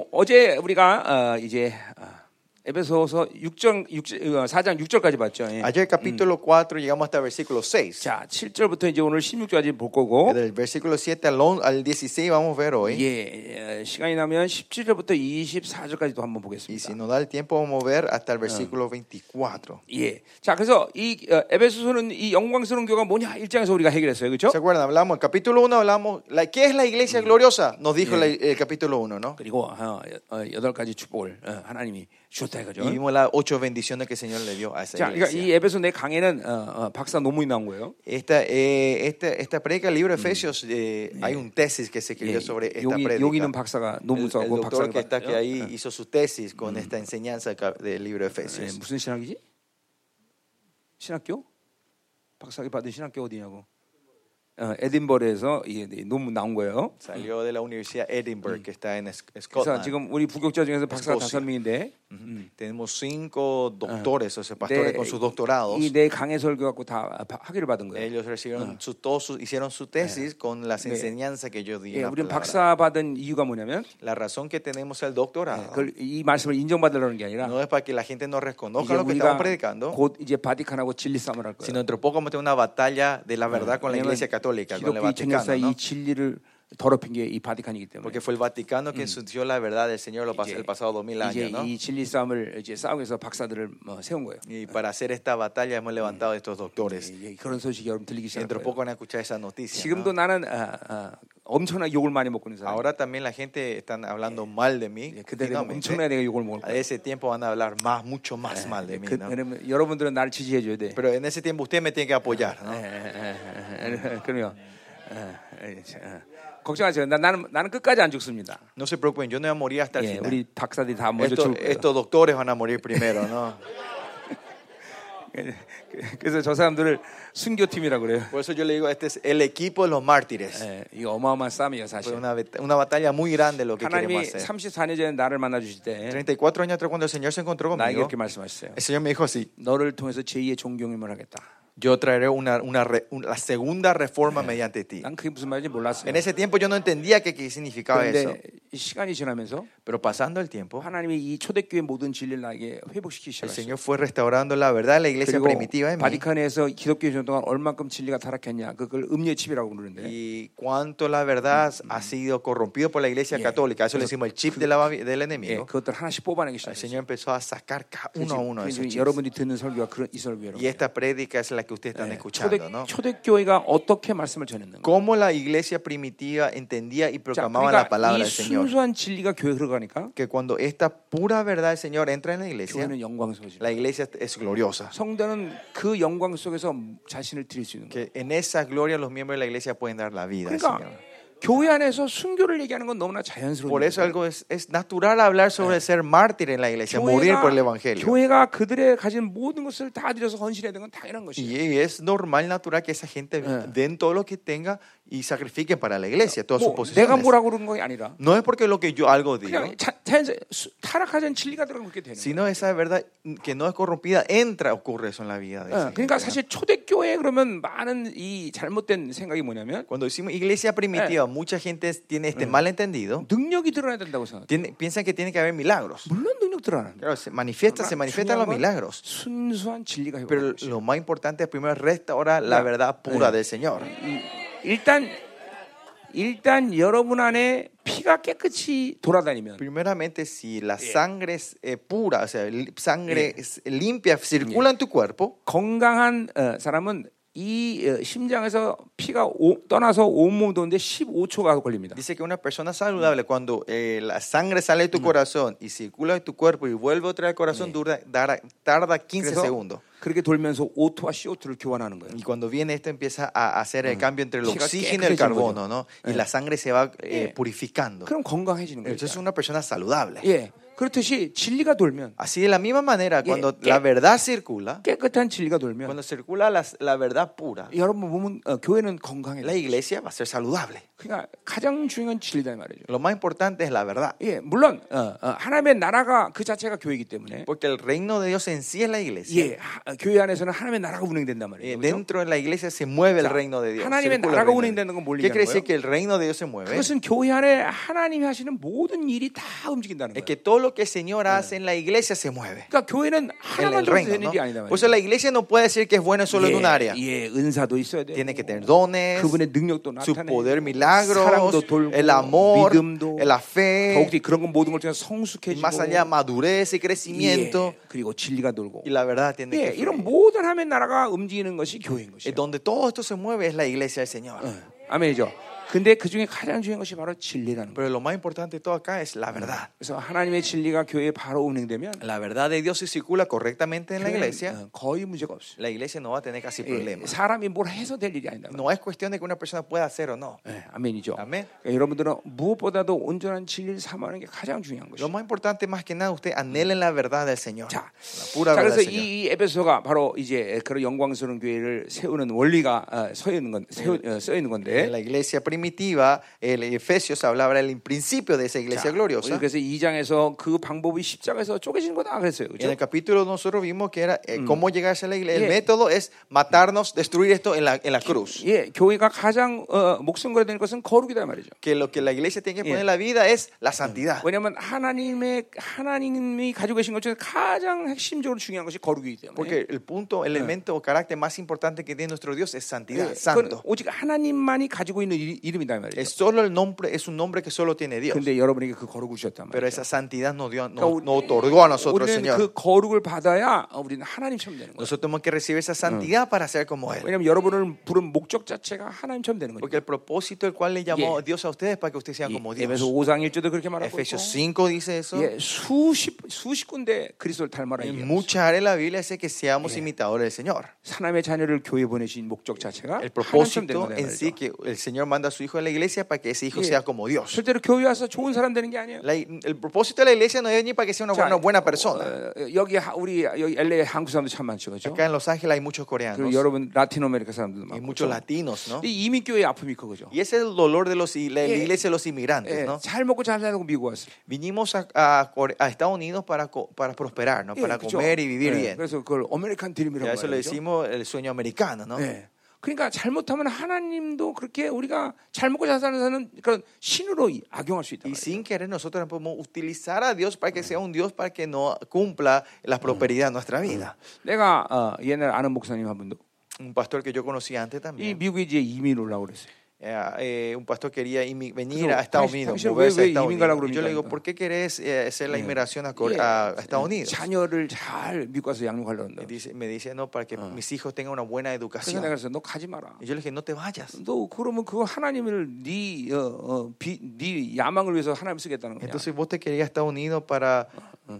B: 어, 제 우리가 어, 이제 어, 에베소서 6장 6, 어, 4장 6절까지 봤죠. 예.
A: Ayer
B: Mm.
A: capítulo 4 llegamos hasta el versículo 6.
B: 자, 7절부터 이제 오늘 16절까지 볼 거고
A: Del versículo 7 al, on- al 16 vamos a ver hoy.
B: 예, 예, 시간이 나면 17절부터 24절까지도 한번
A: Y si
B: 보겠습니다.
A: nos da el tiempo vamos a ver hasta el versículo 24.
B: 예. 자, 그래서 이 어, 에베소서는 이 영광스러운 교가 뭐냐? 일장에서 우리가 해결했어요. 그렇죠?
A: ¿Se acuerdan? Hablamos, en capítulo 1 hablamos, la, ¿qué es la iglesia gloriosa? Nos dijo la- el capítulo 1, ¿no?
B: 그리고 어, 어, 여덟 가지 축복을 어, 하나님이 주셨다 이거죠.
A: Y vimos las ocho bendiciones que el Señor le dio a esa
B: 자, 그러니까
A: iglesia.
B: 이 에베소 내 강의는 어, 어, 박사 논문이 나온 거예요.
A: Esta, eh, esta, esta prédica, el libro de Efesios, eh, hay un tesis que se
B: 예,
A: escribió sobre esta
B: 여기,
A: prédica.
B: 여기는 박사가
A: El,
B: 논문
A: el
B: 써고 박사가
A: doctor que está
B: 받았죠.
A: que ahí hizo su tesis con esta enseñanza acá del libro de
B: 예,
A: Efesios.
B: 무슨 신학이지? 신학교? 박사학위 받은 신학교 어디냐고? 어, 에딘버러에서 이, 이 논문 나온 거예요.
A: Salió de la Universidad Edinburgh, que está en Esc-
B: 그래서 아, 음,
A: Scotland.
B: 지금 우리 부격자 중에서 박사가
A: 에스코시아.
B: 다섯 명인데
A: Ujú. Tenemos cinco doctores, o sea, pastores con sus doctorados.
B: 이 내 강의 설교 갖고 다 아, 바- 학위를 받은 거예요.
A: Ellos recibieron su, todos sus- hicieron su tesis con las enseñanzas que yo di. en
B: 예,
A: la
B: 우리는
A: palabra.
B: 박사 받은 이유가 뭐냐면 예,
A: La razón que tenemos el doctorado
B: 그걸 이 말씀을 인정받으려는 게 아니라
A: no es para que la gente nos
B: 이제
A: reconozca lo que
B: 우리가
A: estamos predicando,
B: 곧 이제 바티칸하고 진리 싸움을 할 거예요.
A: sino entre poco vamos a tener una batalla de la verdad con la
B: 왜냐면
A: Iglesia Católica, con el
B: 기독교
A: Vaticano,
B: 천역사의
A: ¿no?
B: 이 진리를 더럽힌 게 이 바티칸이기 때문에
A: Porque fue el Vaticano que surgió la verdad del Señor lo pas- el pasado 2000
B: 이제
A: años, ¿no?
B: 이 진리 싸움을 이제 싸우기 위해서 박사들을 뭐 세운 거예요.
A: Y para hacer esta batalla hemos levantado estos doctores.
B: 예, 그런 소식이 여러분 들리기
A: Dentro de
B: 시작해요.
A: poco van a escuchar esa noticia. ¿no?
B: 지금도 나는 아, 아, 엄청난 욕을 많이 먹고 있는 사람.
A: Ahora ¿eh? también la gente están hablando mal de mí.
B: 예, 그때 내가
A: continuamente.
B: 엄청나게 내가 욕을 먹을
A: A
B: 거야.
A: ese tiempo van a hablar más, mucho más mal de mí.
B: 그,
A: ¿no?
B: 그러면 여러분들은 나를 지지해 줘야 돼.
A: Pero en ese tiempo usted me tiene que apoyar. ¿no?
B: 예, 예, 예, 예. 그러면 예, 예, 자, 걱정하지 마세요. 나- 나는 나는 끝까지 안 죽습니다.
A: No se preocupen, yo no voy a morir hasta el
B: 예,
A: final.
B: 우리 박사들이 다 먼저
A: Estos,
B: 죽을 거예요.
A: estos doctores van a morir primero, ¿no?
B: 그래서 저 사람들을 순교팀이라고 그래요.
A: Por eso yo le digo, este es el equipo de los mártires.
B: 예, 이 어마어마한 싸움이에요,
A: Fue
B: 사실.
A: una, bet- una batalla muy grande lo que
B: 하나님이
A: queremos hacer.
B: 34년 전에 나를 만나 주실 때
A: 34 años atrás cuando el Señor se encontró
B: 나에게
A: conmigo,
B: 이렇게 말씀하셨어요.
A: el Señor me dijo así,
B: 너를 통해서 제2의 종교임을 하겠다.
A: yo traeré una, una re- un- la segunda reforma mediante ti.
B: 난 그게 무슨 말인지 몰랐어요.
A: En ese tiempo yo no entendía qué, qué significaba eso.
B: 그런데 시간이 지나면서
A: Pero pasando el tiempo,
B: 하나님이 이 초대교회 모든 진리를 나에게 회복시키기
A: el
B: 시작했어요.
A: Señor fue restaurando la verdad, la iglesia
B: 그리고
A: primitiva en mí.
B: 바티칸에서 기독교 전전 동안 얼만큼 진리가 타락했냐 그걸 음녀의 칩이라고 부르는데
A: Y cuánto la verdad ha sido corrompida por la iglesia
B: Yeah.
A: católica. Eso le decimos el chip de la babi- del
B: 예,
A: enemigo.
B: 그것들 하나씩 뽑아내기
A: El
B: 시작했어요.
A: Señor empezó a sacar ca- uno a uno de
B: 그래서
A: esos chips.
B: 여러분이 듣는 설교가 그런 이 설교예요.
A: Y esta prédica es la que ustedes están
B: 예,
A: escuchando, ¿no?
B: 초대, 초대교회가 어떻게 말씀을 전했는가?
A: Cómo la iglesia primitiva entendía y
B: 자,
A: proclamaba la
B: 그러니까
A: palabra
B: 이
A: del Señor.
B: 순수한 진리가 교회 들어가니까
A: Que cuando esta pura verdad del Señor entra en la iglesia,
B: 교회는 영광스러워지죠.
A: la iglesia es gloriosa.
B: 성도는 그 영광 속에서 자신을 드릴 수 있는 거예요.
A: Que en esa gloria los miembros de la iglesia pueden dar la vida al
B: 그러니까
A: Señor.
B: 교회 안에서 순교를 얘기하는 건 너무나 자연스러운
A: Por
B: 일이에요.
A: eso algo es, es natural hablar sobre ser mártir en la iglesia, morir por el evangelio.
B: 교회가 그들의 가진 모든 것을 다 드려서 헌신해야 되는 건 당연한 것이에요.
A: Y es normal, natural que esa gente
B: Eh.
A: den todo lo que tenga y sacrifiquen para la iglesia, todas sus
B: 뭐 내가
A: posiciones.
B: 뭐라고 그런 건 아니라
A: No es porque lo que yo algo digo,
B: 음, 그냥 자, 자연스- 수- 타락하자는 진리가 들어가면 그렇게 되는 거예요.
A: sino esa verdad que no es corrompida entra, ocurre eso en la vida de esa
B: 예, 그러니까
A: gente, ¿no?
B: 사실 초대교회에 그러면 많은 이 잘못된 생각이 뭐냐면
A: Cuando decimos iglesia primitiva, mucha gente tiene este malentendido,
B: 능력이 드러나야 된다고 생각해요.
A: tiene- piensan que tiene que haber milagros.
B: 물론 능력 드러나는
A: Claro, se manifiesta,
B: Ah,
A: se manifiestan los milagros,
B: 순수한 진리가
A: pero
B: 회복되는 것이에요.
A: lo más importante es primero restaurar la verdad pura del Señor.
B: 일단 일단 여러분 안에 피가 깨끗이 돌아다니면
A: Primeramente, si la sangre es eh, pura, o sea, li- sangre es eh, limpia, circula en tu cuerpo,
B: 건강한 어, 사람은 이 어, 심장에서 피가 오- 떠나서 온몸 도는데 15초가 걸립니다.
A: dice que una persona saludable, cuando eh, la sangre sale de tu corazón y circula de tu cuerpo y vuelve otra vez al corazón, dura- dara- tarda 15 segundos.
B: 그렇게 돌면서 O2와 CO2를 교환하는 거예요.
A: Y cuando viene esto empieza a hacer el cambio entre el
B: Chica,
A: oxígeno
B: ¿qué
A: y el
B: es eso,
A: carbono, ¿no? Y la sangre se va eh,
B: Eh.
A: purificando.
B: 그럼 건강해지는 거예요.
A: Entonces es una persona saludable.
B: 예, 그렇듯이 진리가 돌면
A: Así de la misma manera,
B: Yeah.
A: cuando
B: ¿Qué?
A: la verdad circula,
B: 깨끗한 진리가 돌면
A: cuando circula la, la verdad pura,
B: 여러분 몸은 어, 교회는
A: la
B: 건강해요.
A: iglesia va a ser saludable.
B: 그러니까 가장 중요한 진리다 이 말이죠.
A: Lo más importante es la verdad,
B: 예, 물론 어, 어, 하나님의 나라가 그 자체가 교회이기 때문에
A: porque el reino de Dios en sí es la iglesia.
B: 예, 하- 어, 교회 안에서는 하나님의 나라가 운행된단
A: Eh,
B: 말이에요. 그렇죠?
A: dentro de la iglesia se mueve el
B: 자,
A: reino de Dios.
B: 하나님의
A: circula el
B: 나라가
A: reino de
B: 운행되는
A: Dios.
B: 건 몰리는
A: ¿Qué quiere decir
B: 거예요?
A: que el reino de Dios se mueve?
B: 그것은 교회 안에 하나님이 하시는 모든 일이 다 움직인다는
A: Es
B: 거예요.
A: que todo lo que el Señor hace en la iglesia se mueve.
B: 그러니까 교회는
A: en
B: 하나만
A: el
B: 정도
A: reino.
B: 되는 일이 아니다
A: ¿no?
B: 말이에요.
A: Por eso la iglesia no puede decir que es bueno solo en un área.
B: 예, 은사도 있어야 돼.
A: Tiene que tener dones,
B: 그분의 능력도
A: su
B: 나타내고
A: poder, milagros,
B: 사랑도 돌고
A: el amor,
B: 믿음도
A: la
B: 더욱
A: fe,
B: 더 그런 건 모든 걸 통해
A: y
B: 성숙해지고
A: más allá madurez y crecimiento.
B: 예, 그리고 진리가 돌고
A: Y la verdad tiene
B: 예,
A: que
B: 이런
A: fluir.
B: 모든 하나님의 나라가 움직이는 것이 교회인
A: Eh,
B: 것이에요.
A: Donde todo esto se mueve es la iglesia del Señor.
B: 예. 아멘이죠. 근데 그 중에 가장 중요한 것이 바로 진리라는 거예요.
A: Pero lo más importante de todo acá es la verdad.
B: 그래서 하나님의 진리가 교회에 바로 운행되면
A: La verdad de Dios si circula correctamente en la
B: 교회는,
A: iglesia,
B: 어, 거의 문제가 없어요.
A: la iglesia no va a tener casi
B: 예,
A: problemas.
B: 사람이 뭘 해서 될 일이 아니다.
A: Eh, No es cuestión de que una persona pueda hacer o no.
B: 예, 아멘이죠.
A: 아멘.
B: 그러니까 여러분들은 무엇보다도 온전한 진리를 삼하는 게 가장 중요한
A: Lo
B: 것이죠.
A: más importante más que nada, usted anhelen la verdad del Señor. La
B: 자,
A: pura
B: 자,
A: verdad
B: 그래서
A: del Señor.
B: 이, 이 에베소가 바로 이제 그런 영광스러운 교회를 세우는 원리가 어, 서 있는 건, 세우, 어, 써 있는
A: En
B: 건데.
A: la iglesia primitiva, el Efesios hablaba del principio de esa iglesia
B: 자,
A: gloriosa.
B: 그래서 2장에서 그 방법이 십자가에서 쪼개진 거다 그랬어요.
A: En
B: 그렇죠?
A: el capítulo nosotros vimos que era eh, cómo llegarse a la iglesia.
B: Yeah.
A: El método es matarnos, destruir esto en la, en la cruz.
B: 예, 교회가 가장 어, 목숨 걸어야 되는 것은 거룩이다 말이죠.
A: Que lo que la iglesia tiene que poner
B: Yeah.
A: en la vida es la santidad.
B: 왜냐하면 하나님의 하나님이 가지고 계신 것 중에 가장 핵심적으로 중요한 것이 거룩이기 때문에.
A: Porque el punto, elemento o carácter más importante que tiene nuestro Dios es
B: 예,
A: santidad,
B: 그건
A: santo.
B: 오직 하나님만이 가지고 있는 이- 이름이다 말이죠.
A: Es solo el nombre, es un nombre que solo tiene Dios.
B: 근데 여러분에게 그 거룩을 주셨단
A: Pero
B: 말이죠.
A: esa santidad nos, dio,
B: 그러니까
A: no, no otorgó a nosotros el
B: 우리는
A: Señor.
B: 그 거룩을 받아야 우리는 하나님처럼 되는 거예요.
A: Nosotros tenemos que recibir
B: Ah.
A: esa santidad para ser como Él.
B: 왜냐하면 여러분을 부른 목적 자체가 하나님처럼 되는
A: Porque
B: 거예요.
A: el propósito el cual le llamó
B: Yeah.
A: Dios a ustedes es para que ustedes sean como
B: 예,
A: Dios.
B: 에베소 5장 1절도 그렇게 말하고 있고
A: Efesios 5 dice eso.
B: 예, 수십 수십 군데 그리스도를 닮아라
A: En
B: 얘기해요.
A: muchas áreas de la Biblia dice que seamos imitadores del Señor.
B: 하나님의 자녀를 교회 보내신 목적 자체가
A: El
B: 하나님처럼 되는
A: propósito
B: 거다
A: en sí
B: 말이죠.
A: que el Señor manda a su hijo a la iglesia para que ese hijo sea
B: Yeah.
A: como Dios.
B: 실제로 교회 와서 좋은 사람 되는 게 아니에요.
A: La- el propósito de la iglesia no es ni para que sea una
B: 자,
A: buena, buena persona.
B: 어, 여기 하- 우리 여기 LA 한국 사람도 참 많죠, 그렇죠?
A: Acá en Los Ángeles hay muchos
B: 그리고
A: coreanos
B: 여러분 라틴 아메리카 사람들도
A: y
B: 많고.
A: muchos latinos, ¿no?
B: 이 이민 교회 아픔이 있고 그죠?
A: Y ese es el dolor de los, i- la, la
B: Yeah.
A: iglesia de los inmigrantes,
B: 예,
A: ¿no?
B: 잘 먹고 잘 살고 미국 왔어요.
A: Vinimos a, a Core- a Estados Unidos para, co- para prosperar, ¿no?
B: 예,
A: Para
B: 그죠?
A: comer y vivir
B: 예,
A: bien.
B: 그래서 그걸 아메리칸 드림이라고
A: Y a eso le
B: 말하죠.
A: decimos el sueño americano, ¿no?
B: 예. 그러니까 잘못하면 하나님도 그렇게 우리가 잘 먹고 잘 사는 사는 그런 신으로 이- 악용할 수 있다.
A: Y sin querer nosotros podemos utilizar a Dios para que sea un Dios para que no cumpla la prosperidad de nuestra vida.
B: 내가 어, 옛날 아는 목사님 한 분도
A: Un pastor que yo conocí antes
B: 이
A: también,
B: 미국에 이제 이민 오려고 그랬어요.
A: eh, eh, un pastor quería imi- venir
B: Pero,
A: a Estados
B: 당신-
A: Unidos,
B: 당신은
A: moverse
B: 왜-
A: a
B: 왜
A: Estados
B: 이민 가려고
A: Unidos. Y yo le digo,
B: 그러니까?
A: ¿por qué querés eh, hacer la inmigración a, Core-
B: 예,
A: a Estados Unidos?
B: 자녀를 잘 미국 가서 양육하려고
A: Me
B: 한다.
A: dice, me dice, no, para que mis hijos tengan una buena
B: 그래서 내가
A: educación.
B: 그래서 너 가지 마라.
A: Y yo le dije, no te vayas.
B: 너 그러면 그거 하나님을 네, 어, 어, 비, 네 야망을 위해서 하나님 쓰겠다는 거야.
A: Entonces vos te querías a Estados Unidos para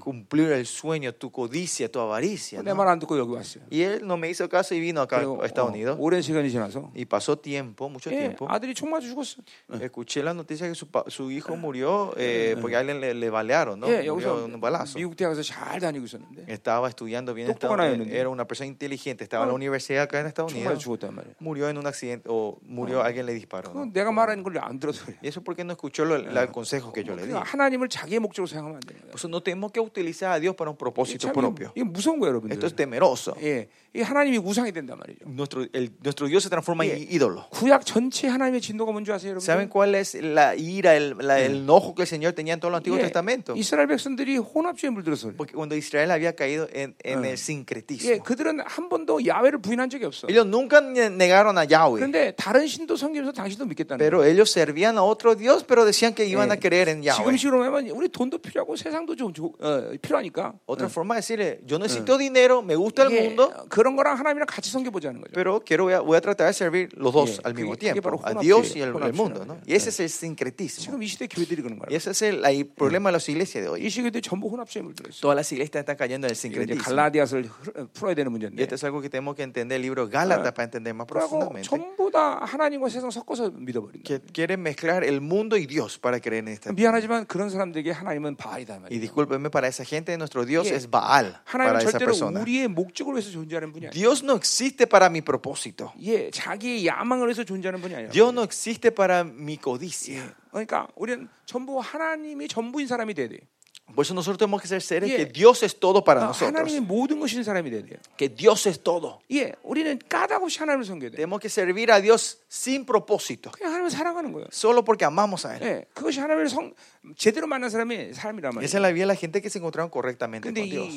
A: cumplir el sueño, tu codicia, tu avaricia.
B: 내
A: ¿no?
B: 말 안 듣고 여기 왔어요.
A: Y él no me hizo caso y vino acá
B: 그리고,
A: a Estados
B: 어,
A: Unidos.
B: 오랜 시간이 지나서
A: Y pasó tiempo, mucho
B: 예,
A: tiempo.
B: 아들이 총 맞아 죽었어.
A: Escuché la noticia que su, pa- su hijo murió eh, porque a él le, le balearon, ¿no?
B: 예,
A: Murió
B: 여기서
A: de un balazo.
B: 미국 대학에서 잘 다니고 있었는데
A: Estaba estudiando bien en
B: 똑똑한
A: Estados Unidos.
B: 아이였는데.
A: Era una persona inteligente. Estaba en la
B: 어,
A: universidad acá en Estados
B: 총 맞아
A: Unidos.
B: 죽었단 말이야.
A: Murió en un accidente o murió, alguien le disparó. Ah.
B: 그건
A: ¿no?
B: 내가 말하는 걸 안 어, 들어서 그래.
A: Y eso porque no escuchó lo- la- el consejo que yo le di.
B: 그러니까 하나님을 자기의 목적으로 생각하면 안 돼요.
A: Por eso no tenemos que utilizar a Dios para un propósito propio.
B: 이게 무서운 거예요, 여러분들.
A: Esto es temeroso.
B: 예, 이 하나님이 우상이 된단 말이죠.
A: Nuestro, el- nuestro Dios se transforma en ídolo.
B: 구약 전체 하나님의 진노가 뭔지 아세요,
A: ¿Saben
B: 여러분?
A: cuál es la ira, el, la- el enojo que el Señor tenía en todo el Antiguo Testamento?
B: 예. 이스라엘 백성들이 혼합주의에 물들어서 그래.
A: Porque cuando Israel había caído en, en el
B: 예,
A: sincretismo,
B: 그들은 한 번도 야훼를 부인한 적이 없어.
A: ellos nunca ne- negaron a Yahweh,
B: 그런데 다른 신도 섬기면서 당신도 믿겠다는 예.
A: pero ellos servían a otro Dios, pero decían que iban a creer en Yahweh.
B: 지금식으로 하면 우리 돈도 필요하고 세상도 좀 조- 어, 필요하니까.
A: Otra forma de decirle, yo necesito dinero, me gusta el
B: 예,
A: mundo,
B: 그런 거랑 하나님이랑 같이 섬겨보자는 거죠.
A: pero quiero, voy, a, voy a tratar de servir los dos
B: Yeah,
A: al
B: que-
A: mismo
B: que para
A: tiempo, a
B: Jonás
A: Dios
B: sí,
A: y al
B: Jonás
A: al
B: sí,
A: mundo. ¿no?
B: Jonás.
A: Y ese es el sincretismo.
B: 지금 이 시대 교회들이
A: Y
B: 그런 거예요.
A: ese es el, ahí problema de las iglesias de
B: 이
A: hoy.
B: 시대 교회 전부 혼합주의에 물들었어.
A: Todas las iglesias están cayendo en el
B: 이거 이제
A: sincretismo.
B: 갈라디아서를 흐- 어, 풀어야 되는
A: Y
B: 문제인데.
A: esto es algo que tenemos que entender el libro Gálatas para entender más
B: 그러고
A: profundamente.
B: 전부 다 하나님과 세상 섞어서 믿어버린다.
A: Que quieren mezclar el mundo y Dios para creer en esta
B: 미안하지만 그런 사람들에게 하나님은 바알이다
A: Y
B: 말이에요.
A: discúlpenme, para esa gente nuestro Dios
B: Yeah.
A: es Baal,
B: 하나님은
A: para esa
B: 절대로
A: persona.
B: 우리의 목적을 위해서 존재하는 분이 아니에요.
A: Dios no existe para mi propósito.
B: 예, 자기의 야망을 위해서 존재하는 분이 아니에요.
A: Dios no existe para mi codicia.
B: 그러니까 우리는 전부 하나님이 전부인 사람이 돼야 돼요.
A: Por eso nosotros tenemos que ser seres
B: Yeah. Ah,
A: que Dios es todo para
B: 그러니까
A: nosotros.
B: 하나님이 모든 것인 사람이 돼야 돼요.
A: Que Dios es todo.
B: 예, 우리는 까닭 없이 하나님을 섬겨야 돼요.
A: Tenemos que servir a Dios sin propósito,
B: 그냥 하나님을 사랑하는 거예요.
A: solo porque amamos a Él.
B: 예, 그것이 하나님을 성, 제대로 만난 사람이 사람이란 말이에요.
A: Esa es la vida de la gente que se encontraron correctamente con
B: 근데 이,
A: Dios.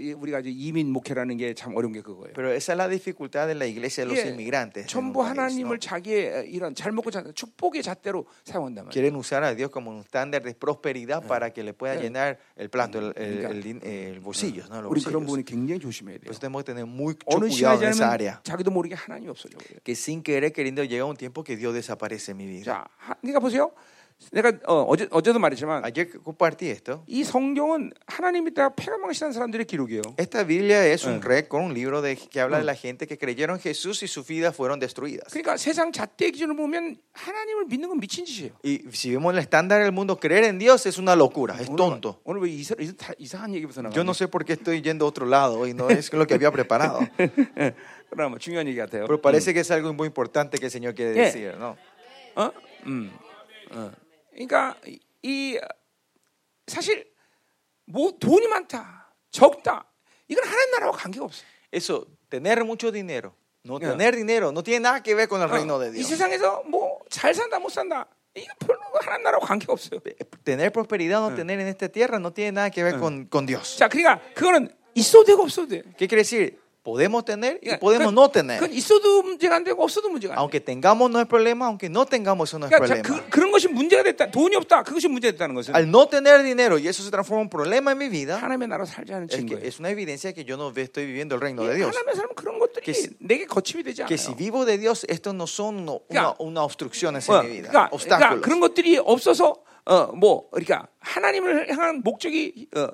B: 이- 이- 우리가 이제 이민 목회라는 게 참 어려운 게 그거예요.
A: Pero esa es la dificultad de la iglesia de los
B: Yeah.
A: inmigrantes. en un
B: 전부
A: país, ¿no?
B: 하나님을 자기의 이런 잘 먹고 잘 축복의 잣대로 사용한단 말이에요.
A: Quieren usar a Dios como un estándar de prosperidad para que le pueda llenar el plato, el, el- el din- eh, el bolsillo, ¿no? Los
B: 우리 그런
A: bolsillos.
B: 부분이 굉장히 조심해야 돼요.
A: Por eso tenemos que tener mucho
B: 어느
A: cuidado en esa
B: 시간이 지나면
A: área.
B: 자기도 모르게 하나님이 없어져 버려요.
A: Que sin querer queriendo llega un tiempo que Dios desaparece en mi vida.
B: 자, 하- 그러니까 보세요. 내가 어, 어제 어제도 말했지만
A: Ayer compartí esto.
B: 이 성경은 하나님이 다 패가망신한 사람들의 기록이에요.
A: Esta Biblia es un récord, un libro de, que habla de la gente que creyeron en Jesús y sus vidas fueron destruidas.
B: 그러니까 세상 잣대 기준으로 보면 하나님을 믿는 건 미친 짓이에요.
A: Y si vemos el estándar del mundo, creer en Dios es una locura, es tonto.
B: 오늘 왜 이사, 이사, 어. 이상한 얘기부터 나가?
A: Yo no sé por qué estoy yendo a otro lado hoy, no es lo que había preparado.
B: 그러나 뭐 중요한 얘기 같아요.
A: Pero parece que es algo muy importante que el Señor quiere
B: Yeah.
A: decir, ¿no?
B: 어? 음. 어. 그러니까 이- 이 사실 뭐 돈이 많다, 적다 이건 하나님 나라와 관계가 없어.
A: Eso, tener mucho dinero, no
B: Yeah.
A: tener dinero, no tiene nada que ver con el reino
B: 어,
A: de
B: 이
A: Dios.
B: 세상에서 뭐 잘 산다 못 산다 이거 별로 하나님 나라와 관계가 없어요.
A: Tener prosperidad o no tener en esta tierra no tiene nada que ver con, con Dios.
B: 자, 그러니까 그거는 있어도 되고 없어도 돼.
A: ¿Qué quiere decir? Podemos tener y
B: 그러니까
A: podemos
B: 그건-
A: no tener.
B: 그건 있어도 문제가 안 되고 없어도 문제가 안 돼.
A: Aunque tengamos no es problema, aunque no tengamos eso no es
B: 그러니까 자,
A: problema.
B: 그, 그런 것이 문제가 됐다. 돈이 없다. 그것이 문제가 됐다는 것은
A: Al no tener dinero y eso se transforma en un problema en mi vida,
B: 하나님의 나라 살자는
A: es, que
B: 증거예요.
A: es una evidencia que yo no ve- estoy viviendo el reino de Dios.
B: 하나님의 사람은 그런 것들이
A: Que si-
B: 내게 거침이 되지 않아요. 어,
A: Que si vivo de Dios, estos no son no- una,
B: 그러니까-
A: una obstrucción hacia
B: 어,
A: mi vida,
B: 그러니까, 그러니까
A: obstáculos.
B: 그런 것들이 없어서 어 뭐 그러니까 하나님을 향한 목적이 어,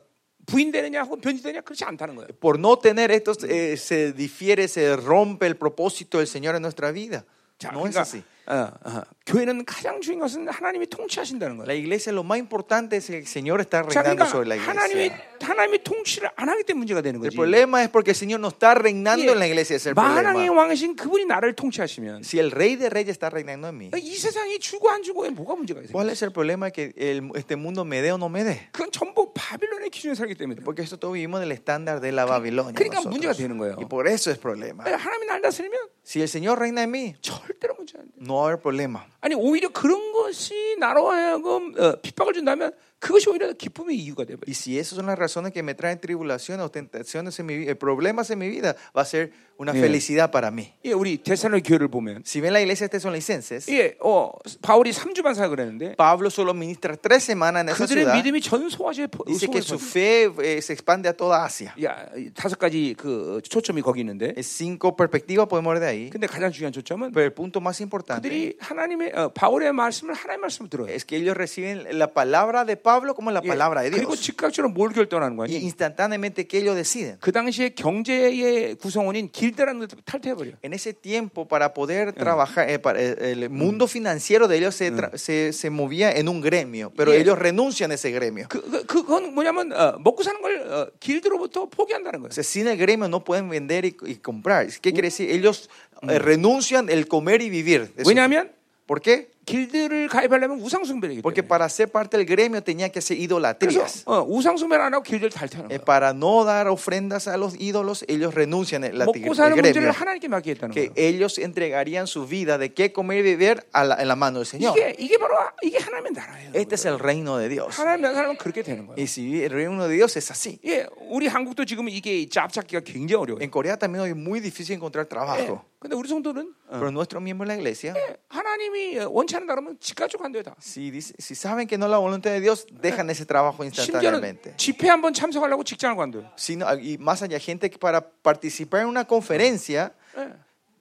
B: 부인되느냐 혹은 변질되느냐 그렇지 않다는 거예요.
A: Por no tener esto eh, se difiere, se rompe el propósito del Señor en nuestra vida.
B: 자,
A: No es
B: 그러니까
A: así.
B: 어, 어, 교회는 가장 중요한 것은 하나님이 통치하신다는
A: La
B: 거예요.
A: iglesia, lo más importante es que el Señor está
B: 자,
A: reinando
B: 그러니까
A: sobre la
B: 하나님이
A: iglesia.
B: 하나님이 통치를 안 하기 때문에 문제가 되는
A: El
B: 거지. 예.
A: problema es porque el Señor no está reinando en la iglesia, es el
B: 만왕의
A: problema.
B: 왕이신 그분이 나를 통치하시면
A: Si el Rey de Reyes está reinando en mí,
B: 이 세상이 주고 안 주고에 뭐가 문제가 있어요?
A: ¿cuál es el problema que el- este mundo me dé o no me dé?
B: 그건 전부 바빌론의 기준에 살기 때문에
A: Porque esto todo vivimos en el estándar de la Babilonia.
B: 그러니까
A: nosotros.
B: 문제가 되는 거예요.
A: Y por eso es problema.
B: 하나님이 날 다스리면
A: Si el Señor reina en mí,
B: 절대로 문제 안 돼.
A: no va a haber problema.
B: 아니 오히려 그런 것이 나로 하여금 어, 핍박을 준다면 그것이 오히려 기쁨의 이유가 돼 버려.
A: Y si esas son las razones que me traen tribulaciones o tentaciones en mi vida, problemas en mi vida, va a ser una
B: Bien.
A: felicidad para mí.
B: 예, 우리 대산의 교회를 보면
A: Si ven la iglesia de Tesalonicenses,
B: 예, 어, 바울이 3주만 살라 그랬는데
A: Pablo solo ministra tres semanas en esa
B: 그들의
A: ciudad.
B: 네, 믿음이 전 소아시아에 퍼-
A: Dice que
B: 소아시아에
A: su fe eh, se expande a toda Asia.
B: 퍼- 야, 이 다섯 가지 그 초점이 거기 있는데
A: Es cinco perspectivas podemos ver de ahí.
B: 근데 가장 중요한 초점은
A: Pero el punto más importante
B: 그들이 하나님의 어, 바울의 말씀을 하나님의 말씀을 들어요.
A: es que ellos reciben la palabra de Pablo como la
B: 예,
A: palabra de
B: 그리고
A: Dios.
B: 즉각적으로 뭘 결단하는 거니?
A: Y
B: 아
A: instantáneamente que ellos deciden.
B: 그 당시에 경제의 구성원인 길다라는 것도 탈퇴해버려.
A: En ese tiempo, para poder trabajar, eh, Mm. para- eh, el mundo financiero de ellos se, tra- se, se movía en un gremio, pero
B: Yeah.
A: ellos renuncian a ese gremio.
B: 그, 그, 그건 뭐냐면 어, 먹고 사는 걸 어, 길드로부터 포기한다는
A: O
B: 거예요.
A: sea, sin el gremio no pueden vender y, y comprar. ¿Qué quiere decir? Ellos eh, renuncian el comer y vivir.
B: 네,
A: de su-
B: 왜냐하면
A: ¿Por qué?
B: 길드를 가입하려면 우상숭배이기
A: Porque
B: 때문에.
A: para ser parte del gremio tenía que hacer idolatrías.
B: 그래서 어, 우상숭배를 안 하고 길드를 탈퇴하는
A: Eh,
B: 거예요.
A: para no dar ofrendas a los ídolos, ellos renuncian el, la tigre-
B: 먹고 사는
A: el
B: 문제를
A: gremio.
B: 하나님께 맡기겠다는
A: Que
B: 거예요.
A: ellos entregarían su vida de qué comer y beber a la- en la mano del Señor.
B: 이게 이게 바로 아- 이게 네. 하나님의 나라예요.
A: Este es el reino de Dios.
B: 하나님의 사람은 그렇게 되는 거예요.
A: Y si el reino de Dios es así.
B: 예, 우리 한국도 지금 이게 잡잡기가 굉장히 어려워요.
A: En Corea también hoy es muy difícil encontrar
B: 예,
A: trabajo.
B: 근데 우리 성도는 어,
A: Pero nuestros miembros de la iglesia,
B: 예, 하나님이 원치 않는다 그러면 집가족 한대요 다.
A: si, dice- si saben que no es la voluntad de Dios, dejan ese trabajo
B: 심지어는
A: instantáneamente.
B: 집회 한번 참석하려고 직장을 관둬요.
A: Sino, y más allá, gente que para participar en una conferencia,
B: 예.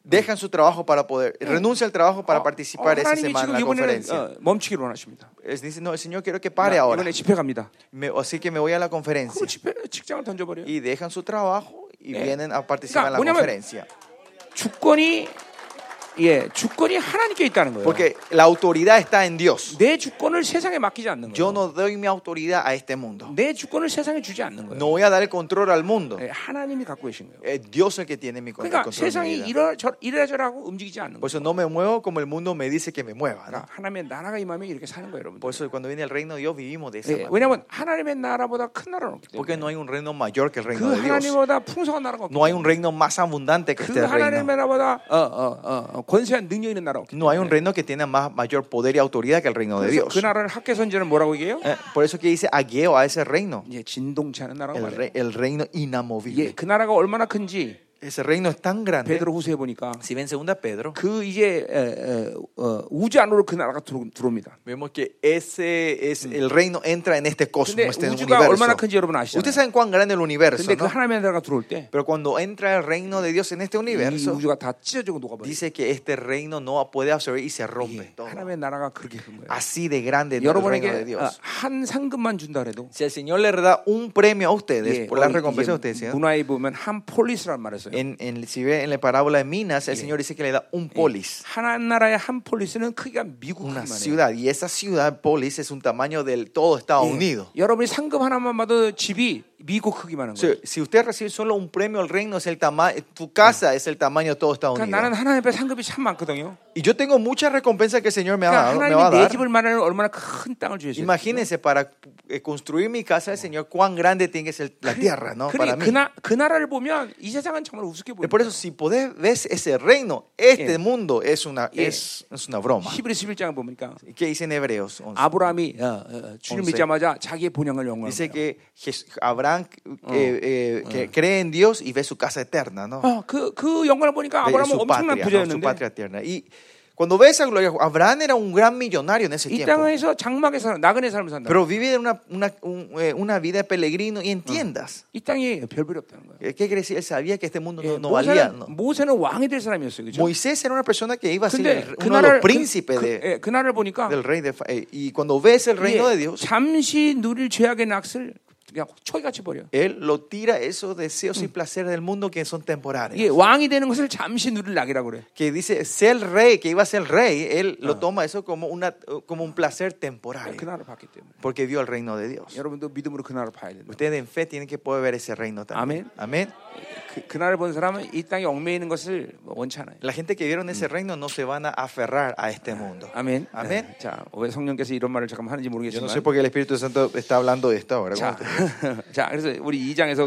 A: dejan su trabajo para poder, renuncia al trabajo para
B: 어,
A: participar
B: 어,
A: esa
B: 하나님이
A: semana en
B: 지금
A: la
B: 이번에는
A: conferencia.
B: 어, 멈추기로 원하십니다.
A: Es- dice, no, Señor, quiero que pare ahora.
B: 이번에 집회 갑니다.
A: Me- así que me voy a la
B: 그럼
A: conferencia.
B: 집회 직장을 던져버려요.
A: Y dejan su trabajo y
B: Eh.
A: vienen a participar en la
B: Claro, bueno,
A: conferencia.
B: 주권이 예, 주권이 하나님께 있다는 거예요.
A: Porque la autoridad está en Dios.
B: 내 주권을 세상에 맡기지 않는 거예요.
A: Yo no doy mi autoridad a este mundo.
B: 내 주권을 세상에 주지 않는 거예요.
A: No voy a dar el control al mundo.
B: 예, 하나님이 갖고 계신 거예요.
A: Es Dios el que tiene mi con- el
B: 그러니까
A: control. de mi
B: 세상이
A: vida.
B: 이러 저 이래저러하고 움직이지 않는
A: Por
B: 거예요.
A: eso no me 무evo como el mundo me dice que me mueva. ¿no?
B: 그러니까 하나님의 나라가 임하면 이렇게 사는 거예요, 여러분.
A: Por eso cuando viene el reino de Dios vivimos de esa
B: 예,
A: manera.
B: 왜냐하면 하나님의 나라보다 큰 나라는 없기 때문에.
A: Porque no hay un reino mayor que el
B: 그
A: reino de Dios.
B: 하나님보다 풍성한 나라가 없고
A: No hay un reino más abundante que
B: 그
A: este reino.
B: 하나님의 나라보다 어, 어, 어, 어, 권세한 능력 있는 나라 없기
A: No hay un reino que tenga más, mayor poder y autoridad que el reino de
B: 그래서
A: Dios.
B: 그 나라를 학계 선지자는 뭐라고 얘기해요?
A: Eh, por eso que dice agueo a ese reino,
B: 이제 진동치 않은 나라고
A: el,
B: 말해요.
A: re- el reino
B: 예,
A: inamovible.
B: 그 나라가 얼마나 큰지
A: Ese reino es tan grande.
B: 베드로 후서에 보니까
A: Si ven segunda Pedro,
B: 그 이제 에, 에, 어, 우주 안으로 그 나라가 들어, 들어옵니다.
A: vemos que ese es el reino entra en este cosmos,
B: 근데
A: este
B: 우주가 얼마나
A: universo.
B: 큰지 여러분 아시잖아요.
A: Ustedes saben cuán grande es el universo,
B: 근데 그
A: ¿no?
B: 하나님의 나라가 들어올 때 이
A: Pero cuando entra el reino de Dios en este universo,
B: 우주가 다 찢어지고 녹아버려.
A: dice que este reino no puede absorber y se rompe todo.
B: 하나님의 나라가 그렇게 큰 거예요.
A: Así de grande es el reino de
B: 여러분에게 어,
A: Dios.
B: 한 상금만 준다 해도
A: Si el Señor le da un premio a ustedes
B: 예,
A: por la
B: 어,
A: recompensa de
B: 이게
A: ustedes, ¿sí?
B: 문화에 보면 한 폴리스란 말을 써요.
A: en, en- si ve en la parábola de Minas, el Señor dice que le da un polis.
B: 하나 나라의 한 폴리스는 크기가 미국
A: una
B: 크기만 해요. 예.
A: ciudad y esa ciudad polis es un tamaño del todo Estados Unidos.
B: 여러분이 상금 하나만 받아도 집이 미국 크기만 한
A: O sea,
B: 거예요.
A: si usted recibe solo un premio al reino, es el tama- eh, tu casa es el tamaño de todo Estados
B: 그러니까
A: Unidos.
B: 나는 하나님 앞에 상급이 참 많거든요.
A: Y yo tengo muchas recompensas que el Señor me, ha dado-
B: 그러니까
A: me va a
B: 하나님이 내
A: dar.
B: 집을 마련하는 얼마나 큰 땅을 주셨어요.
A: Imagínense, para eh, construir mi casa, el Señor, cuán grande tiene que ser la tierra, ¿no? Para
B: 그러니
A: mí.
B: 그, 나, 그 나라를 보면 이 세상은 정말 우습게 보여요.
A: Por eso, si podés ver ese reino, este
B: Yeah.
A: mundo es una,
B: Yeah.
A: es, es una broma.
B: 히브리서 11장을 보니까
A: ¿Qué dice en Hebreos 11?
B: Ah, 아브라함이 어, 어, 주를
A: 온세.
B: 믿자마자 자기의 본향을
A: Dice
B: 영원합니다.
A: que Jes- Abraham eh, eh, que cree en Dios y ve su casa eterna, ¿no?
B: 아, 그, 그 영광을 보니까
A: de
B: 아브라함은
A: su
B: 엄청난
A: patria, ¿no? su
B: 부자였는데
A: patria tierna. Y cuando ve esa gloria, Abraham era un gran millonario en ese
B: 이
A: tiempo,
B: 땅에서 장막에 사는 나그네 삶을 산다.
A: pero vive una, una, un, eh, una vida de peregrino y en tiendas.
B: 이 땅이 별별이 없다는 거예요.
A: Eh, ¿Qué quiere decir? Él sabía que este mundo no,
B: 예,
A: no valía.
B: 모세는,
A: ¿no?
B: 모세는 왕이 될 사람이었어요. 그죠?
A: Moisés era una persona que iba a ser
B: 근데
A: el-
B: 그
A: uno de
B: 나라를
A: los
B: 그,
A: príncipes
B: 그,
A: de-
B: 예, 그 나라를 보니까
A: del rey de, Fa- eh, y eh. cuando ves el reino
B: 예,
A: de Dios,
B: 잠시 누릴 죄악의 낯을 그냥 초기같이 버려.
A: él lo tira esos deseos y placeres del mundo que son
B: 예,
A: temporarios.
B: 왕이 되는 것을 잠시 누릴 낙이라고 그래.
A: Que dice ser rey, que iba a ser rey, él lo toma eso como, una, como un placer
B: 그
A: temporario,
B: 나라를 봤기 때문에.
A: porque vio el reino de Dios.
B: 여러분도 믿음으로 그 나라를 봐야 된다.
A: Ustedes en fe tienen que poder ver ese reino también. Amén.
B: 그, 그 나라를 본 사람은 이 땅에 얽매이는 것을 뭐 원치 않아요.
A: La gente que vieron ese reino no se van a aferrar a este mundo.
B: 아멘.
A: 아멘.
B: 네. 자, 왜 성령께서 이런 말을 잠깐 하는지
A: Yo no
B: 모르겠지만.
A: sé por qué el Espíritu Santo está hablando de esto ahora.
B: 자, 자, 그래서 우리 2장에서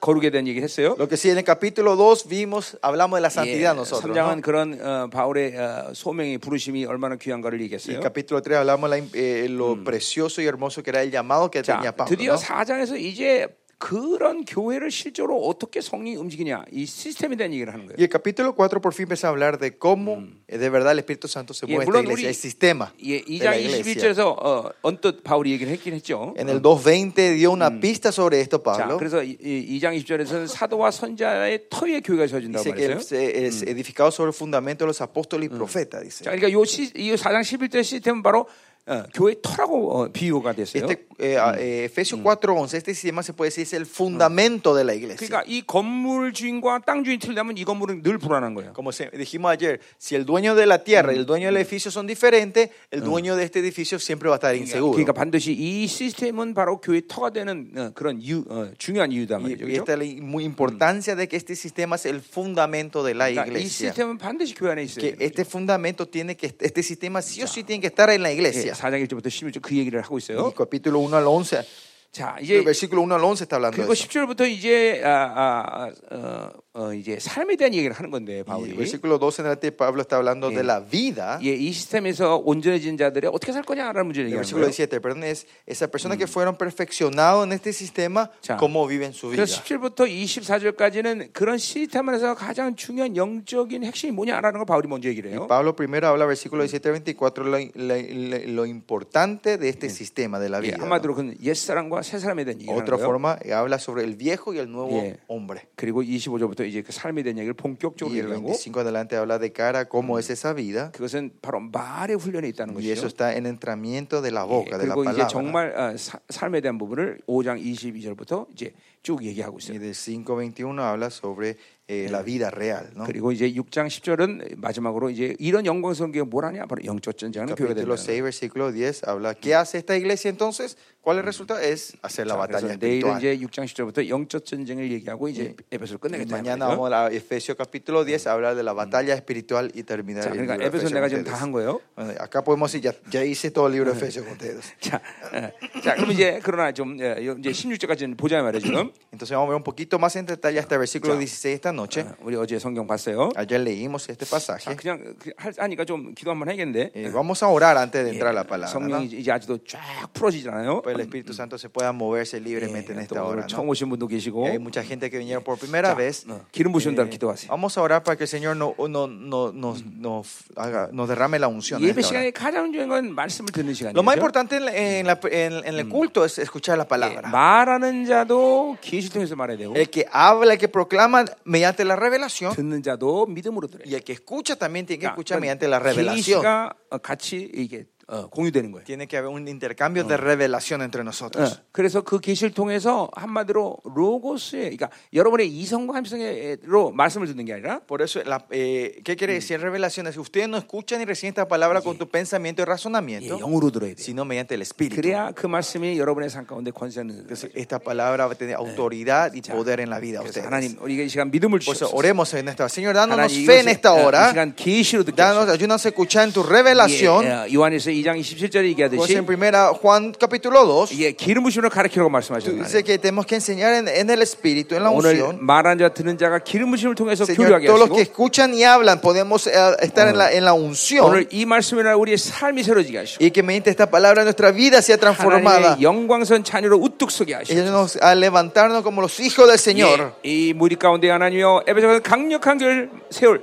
B: 거룩에 대한 얘기 했어요.
A: Lo que sí, en el capítulo 2 vimos, hablamos de la santidad nosotros.
B: 3장은
A: ¿no?
B: 그런 어, 바울의 어, 소명이 부르심이 얼마나 귀한가를
A: Y
B: 얘기했어요.
A: capítulo 3 hablamos la im- eh, lo precioso y hermoso que era el llamado que
B: 자,
A: tenía Pablo.
B: 드디어
A: ¿no?
B: 4장에서 이제 그런 교회를 실제로 어떻게 성령이 움직이냐 이 시스템에 대한 얘기를 하는
A: Y
B: 거예요.
A: el capítulo 4 por fin empieza a hablar de cómo eh, de verdad el Espíritu Santo se
B: Y
A: mueve en esta
B: 예, 물론
A: iglesia,
B: 우리-
A: el sistema
B: 예,
A: de la
B: 2장
A: iglesia.
B: 21절에서 어, 언뜻 바울이 얘기를 했긴 했죠.
A: En el 2.20 dio una pista sobre esto
B: 자,
A: Pablo.
B: 그래서 이, 이 2장 20절에서는 사도와 선자의 터위에 교회가 세워진다고
A: Dice que
B: 말했어요.
A: él se- es edificado sobre el fundamento de los apóstoles y profetas, dice.
B: 자, 그러니까 요 시, 이 4장 11절 시스템은 바로 어, 교회 터라고 어, 비유가 됐어요.
A: Este, eh, a- eh, Efesios 4.11, este sistema se puede decir es el fundamento de la iglesia.
B: 그러니까 이 건물 주인과 땅 주인 틀리면 이 건물은 늘 불안한 거예요.
A: Como se- dijimos ayer, si el dueño de la tierra y el dueño del edificio son diferentes, el dueño de este edificio siempre va a estar
B: 그러니까
A: inseguro.
B: 반드시 이 시스템은 바로 교회 터가 되는 어, 그런 이유, 어, 중요한 이유다 말이죠. 그렇죠?
A: Y, y
B: 그죠?
A: esta es la i- muy importancia de que este sistema es el fundamento de la
B: 그러니까 이
A: iglesia.
B: 시스템은 반드시 교회 안에 있어야
A: Que
B: 돼요.
A: este fundamento tiene que, este sistema sí o sí tiene que estar en la
B: 예,
A: iglesia.
B: 4장 1절부터 16절 그 얘기를 하고
A: Y
B: 있어요.
A: capítulo 1 al 11,
B: 자, 이제
A: el versículo 1 al 11 está hablando
B: 그리고
A: de eso.
B: 10절부터 이제 아, 아, 아, 어, 어, 이제 삶에 대한 얘기를 하는 건데
A: Y el
B: 바울이
A: versículo 12 en adelante Pablo está hablando de la vida.
B: 예, 이 시스템에서 온전해진 자들이 어떻게 살 거냐라는 문제를
A: El
B: 얘기하는
A: versículo
B: 거예요.
A: 17, perdón, es esas personas que fueron perfeccionados en este sistema,
B: Ya.
A: cómo viven su vida.
B: 그래서 17부터 24절까지는 그런 시스템 안에서 가장 중요한 영적인 핵심이 뭐냐라는 걸 바울이 먼저 얘기를 해요.
A: Pablo primero habla, versículo 17 al 24, lo, lo- lo importante de este sistema de la
B: 예,
A: vida. ¿no?
B: 한마디로 그 옛사람과 새사람에 대한 얘기를 하는
A: Otra
B: 거예요.
A: forma, eh, habla sobre el viejo y el nuevo
B: Yeah.
A: hombre.
B: 그리고 25절부터 이제 그 삶에 대한 얘기를 본격적으로
A: Y el
B: 얘기하고
A: 25 adelante habla de cara, cómo es esa vida.
B: 그것은 바로 말의 훈련에 있다는
A: Y eso
B: 것이죠.
A: está en entrenamiento de la
B: 예,
A: boca, de la
B: 음, 그리고 이제
A: palabra. ¿no?
B: 정말 아, 사- 삶에 대한 부분을 5장 22절부터 이제 쭉 얘기하고
A: Y
B: 있어요.
A: del 5.21 habla sobre eh, la vida real. ¿no?
B: 그리고 이제 6장 10절은 마지막으로 이제 이런 영광스러운 교회가 뭐라냐 바로 영적 전쟁하는 교회가 된다.
A: Capítulo 6, versículo 10 habla, ¿qué hace esta iglesia entonces? ¿Cuál es el resultado? Es hacer la batalla
B: 그래서 네 내일은
A: espiritual.
B: 이제 6장 10절부터 영적 전쟁을 얘기하고 이제
A: Y
B: 에베소를 끝내겠다.
A: mañana
B: 말이죠.
A: vamos a Efesios capítulo 10 a hablar de la batalla espiritual y terminar
B: 자,
A: el libro
B: 그러니까
A: de
B: 에베소
A: Efesios
B: 내가
A: con
B: 지금 다 한
A: ustedes.
B: 거예요.
A: Bueno, acá podemos decir, ya, ya hice todo el libro de Efesios con ustedes.
B: 자, 예. 자, 그럼 이제 그러나 좀 예, 요- 이제 16절까지는 보자 말이에요 지금.
A: Entonces vamos a ver un poquito más en detalle hasta el versículo 16 esta noche.
B: 어, 우리 어제 성경 봤어요.
A: Ayer leímos este
B: 자,
A: pasaje.
B: 그냥 그 할- 하니까 좀 기도 한번 해야겠는데. 예.
A: Eh, vamos a orar antes de entrar a la palabra. ¿no?
B: 성령이 이제- 이제 아직도 쫙 풀어지잖아요.
A: Para que el Espíritu Santo se pueda moverse libremente en
B: 예,
A: esta
B: 또
A: hora.
B: 오늘
A: ¿no?
B: 처음 오신 분도
A: Y
B: 계시고.
A: Hay mucha gente que vinieron por primera
B: 자,
A: vez.
B: 어, 기름 부신 대로 기도하세요.
A: Eh, Vamos a orar para que el Señor no, no, no, nos, nos haga- nos derrame la unción. en
B: 예배
A: esta hora.
B: 시간에 가장 중요한 건 말씀을 듣는 시간이죠.
A: Lo más importante en, la- en la- en- en el culto es escuchar la
B: 예,
A: palabra.
B: 말하는 자도 계시를 통해서 말해야 되고
A: El que habla, el que proclama mediante la revelación
B: 듣는 자도 믿음으로 들어요.
A: y el que escucha también tiene que
B: 그러니까
A: escuchar
B: 그건
A: mediante la revelación.
B: 계시가 어, 같이 이게 어, 공유되는 거예요.
A: Tiene que haber un intercambio de revelación entre nosotros.
B: 어, 그래서 그 계시를 통해서 한마디로 로고스의 그러니까 여러분의 이성과 함성으로 말씀을 듣는 게 아니라
A: Por eso, la- eh, ¿qué quiere decir revelación? Es que ustedes no escuchan y reciben esta palabra con tu pensamiento y
B: 예,
A: razonamiento,
B: 영으로 들어야 돼요.
A: sino mediante el Espíritu.
B: 그래야 그 말씀이 여러분의 삶 가운데 권세는
A: Entonces, esta palabra va a tener autoridad y poder en la vida a
B: 그래서
A: ustedes.
B: 하나님 우리가 이 시간 믿음을
A: Por eso,
B: 주셔서
A: oremos en esta hora. Señor, dándonos
B: 하나님 어,
A: fe en esta
B: 이
A: hora.
B: 시간 계시로 듣게
A: Danos, ayúdanos a escuchar en tu revelación.
B: 하소서. 예, 예, 요한에서 2장 27절에
A: Pues
B: 얘기하듯이
A: en primera Juan capítulo 2
B: 예, 기름 부심으로 가르치라고
A: dice
B: 말씀하셨나요?
A: que tenemos que enseñar en, en el espíritu, en la
B: 오늘
A: unción.
B: 말하는 자 듣는 자가 기름 부심을 통해서
A: Señor,
B: 교류하게
A: todos los
B: 하시고
A: que escuchan y hablan podemos eh, estar en la, en la unción
B: 오늘 이 말씀이나 우리의 삶이 새로지게 하시고
A: y que mediante esta palabra nuestra vida sea transformada.
B: 하나님의 영광선 자녀로 우뚝 서게 하시고
A: Ellos nos a levantarnos como los hijos del Señor.
B: 예, 이 무리 가운데 하나님여 에베소서 강력한 교회를 세울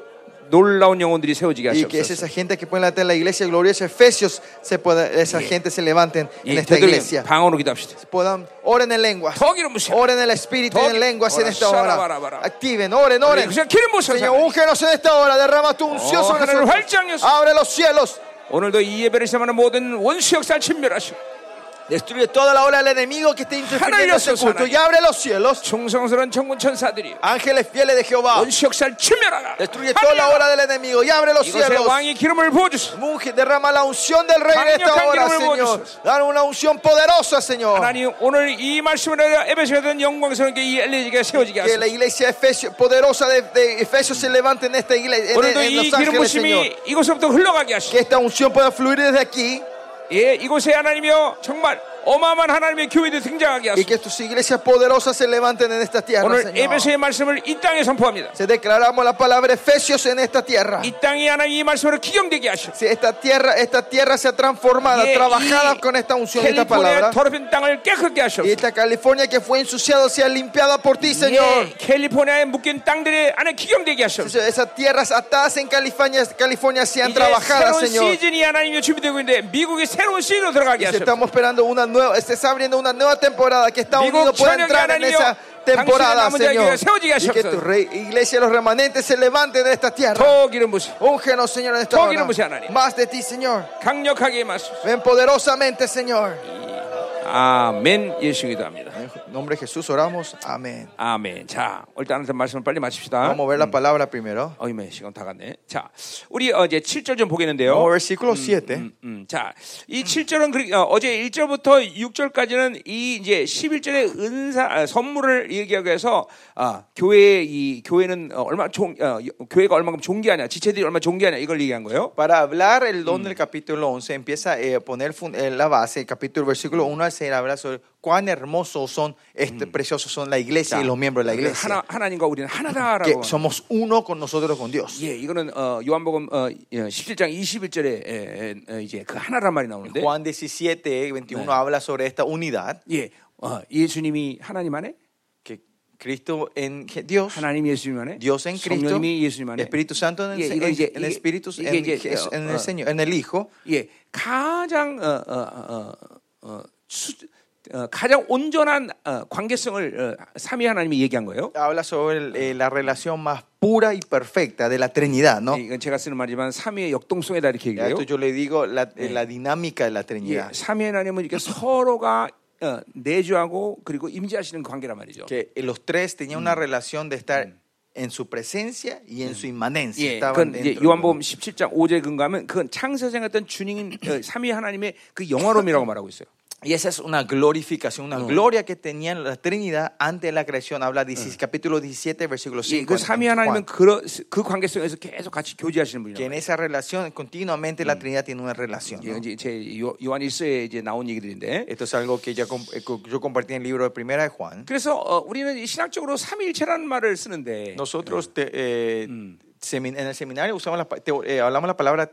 B: 놀라운 영혼들이 세워지게
A: Y que es
B: 하시옵소서
A: esa gente que puede levantar en la iglesia, gloriosa Efesios, se pueda, esa gente se levanten en
B: 예,
A: esta
B: 되돌림
A: iglesia.
B: 방언으로 기도합시다
A: Puedan, oren en lenguas.
B: 더 기름 부심
A: Oren en el espíritu y en lenguas en esta hora. Activen, oren, oren.
B: 그냥 기름 부심
A: Señor, úngenos en esta hora, derrama tu unción
B: Oh,
A: sobre
B: 하늘을
A: nosotros.
B: 활짝 여소.
A: Abre los cielos,
B: 오늘도 이 예배를 시작하는 모든 원수 역사를 진멸하시고
A: destruye toda la obra del enemigo que esté
B: 하늘을
A: interfiriendo en este
B: 여소서,
A: culto.
B: 하나님.
A: Y abre los cielos,
B: 충성스러운 천군 천사들이
A: ángeles fieles de Jehová,
B: 원수 역사를 침멸하라
A: destruye toda la obra del enemigo. Y abre los
B: 이곳에
A: cielos.
B: 왕이 기름을 부어주소서
A: Unge, derrama la unción del rey en esta
B: 강력한
A: hora,
B: 기름을
A: Señor.
B: 부어주소서.
A: Dar una unción poderosa, Señor.
B: 하나님 오늘 이 말씀을 하여 에베소에 대한 영광스러운 게이 엘리지가 세워지게
A: Que
B: 하소서
A: la iglesia Efesio- poderosa de, de Efesios se levante en esta iglesia, en, e-
B: 오늘도
A: en
B: 이
A: Los
B: 기름
A: Ángeles, Señor.
B: 부심이 이곳으로부터 흘러가게 하시고
A: Que esta unción pueda fluir desde aquí.
B: 예, 이곳에 하나님이여 정말 어마어마한 하나님의 교회도 등장하게
A: y
B: 하소서.
A: que tus iglesias poderosas se levanten en esta tierra,
B: 오늘
A: Señor.
B: 에베소의 말씀을 이 땅에 선포합니다.
A: Se declaramos la palabra Efesios en esta tierra.
B: 이 땅이 하나님 이 말씀으로 기경되게 하시오.
A: Si esta tierra, esta tierra sea transformada,
B: 예,
A: trabajada
B: 이
A: con esta unción y esta
B: 캘리포니아
A: palabra.
B: 더럽힌 땅을 깨끗게
A: Y
B: 하시옵소서.
A: esta California que fue ensuciada sea limpiada por ti, Señor.
B: 예, 캘리포니아에 묶인 땅들의 안에 기경되게 하시옵소서.
A: Esas tierras atadas en California, California sean
B: 이제
A: trabajadas,
B: 새로운
A: Señor.
B: 시즌이 하나님의 준비되고 있는데 미국이 새로운 시즌으로 들어가게
A: Se
B: 하시옵소서.
A: estamos esperando una nueva, se está abriendo una nueva temporada que Estados
B: 미국
A: Unidos pueda
B: 천연의
A: entrar en
B: 하나님이여,
A: esa temporada,
B: 당신의 남은 자의
A: Señor.
B: 교회가 세워지게
A: Y que tu
B: 하시옵소서.
A: rey- iglesia de los remanentes se levante de esta tierra.
B: 더 기름 부시
A: Úngenos, Señor, en esta
B: 더
A: hora.
B: 기름 부으세요, 하나님.
A: Más de ti, Señor.
B: 강력하게 임하소서.
A: Ven poderosamente, Señor.
B: 아멘 예수 기도합니다.
A: En el nombre de Jesús oramos. Amén.
B: 아멘. 자, 일단은 말씀을 빨리 마칩시다.
A: Vamos a ver la palabra primero.
B: 어이매 시간 다 갔네. 자, 우리 어제 7절 좀 보겠는데요.
A: Vamos a versículo 7.
B: 음, 음, 자, 이 7절은 그, 어, 어제 1절부터 6절까지는 이 이제 11절의 은사 아, 선물을 얘기하고 해서 아, 교회 이 교회는 어, 얼마 종 어, 교회가 얼마큼 존귀하냐, 지체들이 얼마 나 존귀하냐 이걸 얘기한 거예요.
A: Para hablar el don del capítulo 11, empieza a eh, poner fun- eh, la base, el capítulo, versículo 1 al 6, habla sobre cuán hermosos son, este, preciosos son la iglesia y los miembros de la iglesia.
B: 그 하나 하나님과 우리는 하나다라고.
A: Que somos uno con nosotros, con Dios.
B: 예, 이거는 어, 요한복음 어, 17장 21절에 이제 그 하나란 말이 나오는데
A: Juan 17, 21 habla sobre esta unidad,
B: 예, 어, 예수님이 하나님 안에
A: que Cristo en que Dios,
B: 하나님 예수님 안에
A: Dios en Cristo,
B: 성령님이 예수님 안에
A: Espíritu Santo en
B: 예,
A: el,
B: 이거 이제
A: en el
B: 이게-
A: Espíritu,
B: 이게
A: en,
B: 이제,
A: Jes-
B: 어,
A: en
B: 어.
A: el Señor, en el Hijo.
B: 예, 가장 어, 어, 어, 어, 수, 어, 가장 온전한 어, 관계성을 어, 삼위 하나님이 얘기한 거예요.
A: habla sobre el, eh, la relación más pura y perfecta de la Trinidad, ¿no?
B: 예, 이건 제가 쓰는 말이지만 삼위의 역동성에다 이렇게
A: A
B: 얘기해요.
A: esto yo le digo la, eh, la dinámica de la
B: 예,
A: Trinidad.
B: 삼위 하나님은 이렇게 서로가 어, 내주하고 그리고 임재하시는 관계란 말이죠.
A: Que los tres tenían una relación de estar en su presencia y en su inmanencia.
B: 예,
A: Estaban
B: 그건 이제
A: dentro.
B: 요한복음 17장 5절에 근거하면 그건 창세전에 했던 주님인 어, 삼위 하나님의 그 영화로움이라고 말하고 있어요.
A: Y esa es una glorificación, una gloria que tenía la Trinidad antes de la creación. Habla 16, capítulo 17, versículo
B: 예,
A: 5.
B: 그 삼위 하나님은 그, 그 관계성에서 계속 같이 교제하시는
A: que en
B: 분이에요.
A: esa relación, continuamente la Trinidad tiene una relación.
B: 예,
A: ¿no?
B: 이제 제 요- 요한 1서에 이제 나온 얘기들인데
A: Esto es algo que ya comp- eh, co- yo compartí en el libro de Primera de Juan.
B: 그래서 어, 우리는 신학적으로 삼위일체라는 말을 쓰는데
A: Nosotros te- eh, semin- en el seminario usamos la pa- teo- eh, hablamos la palabra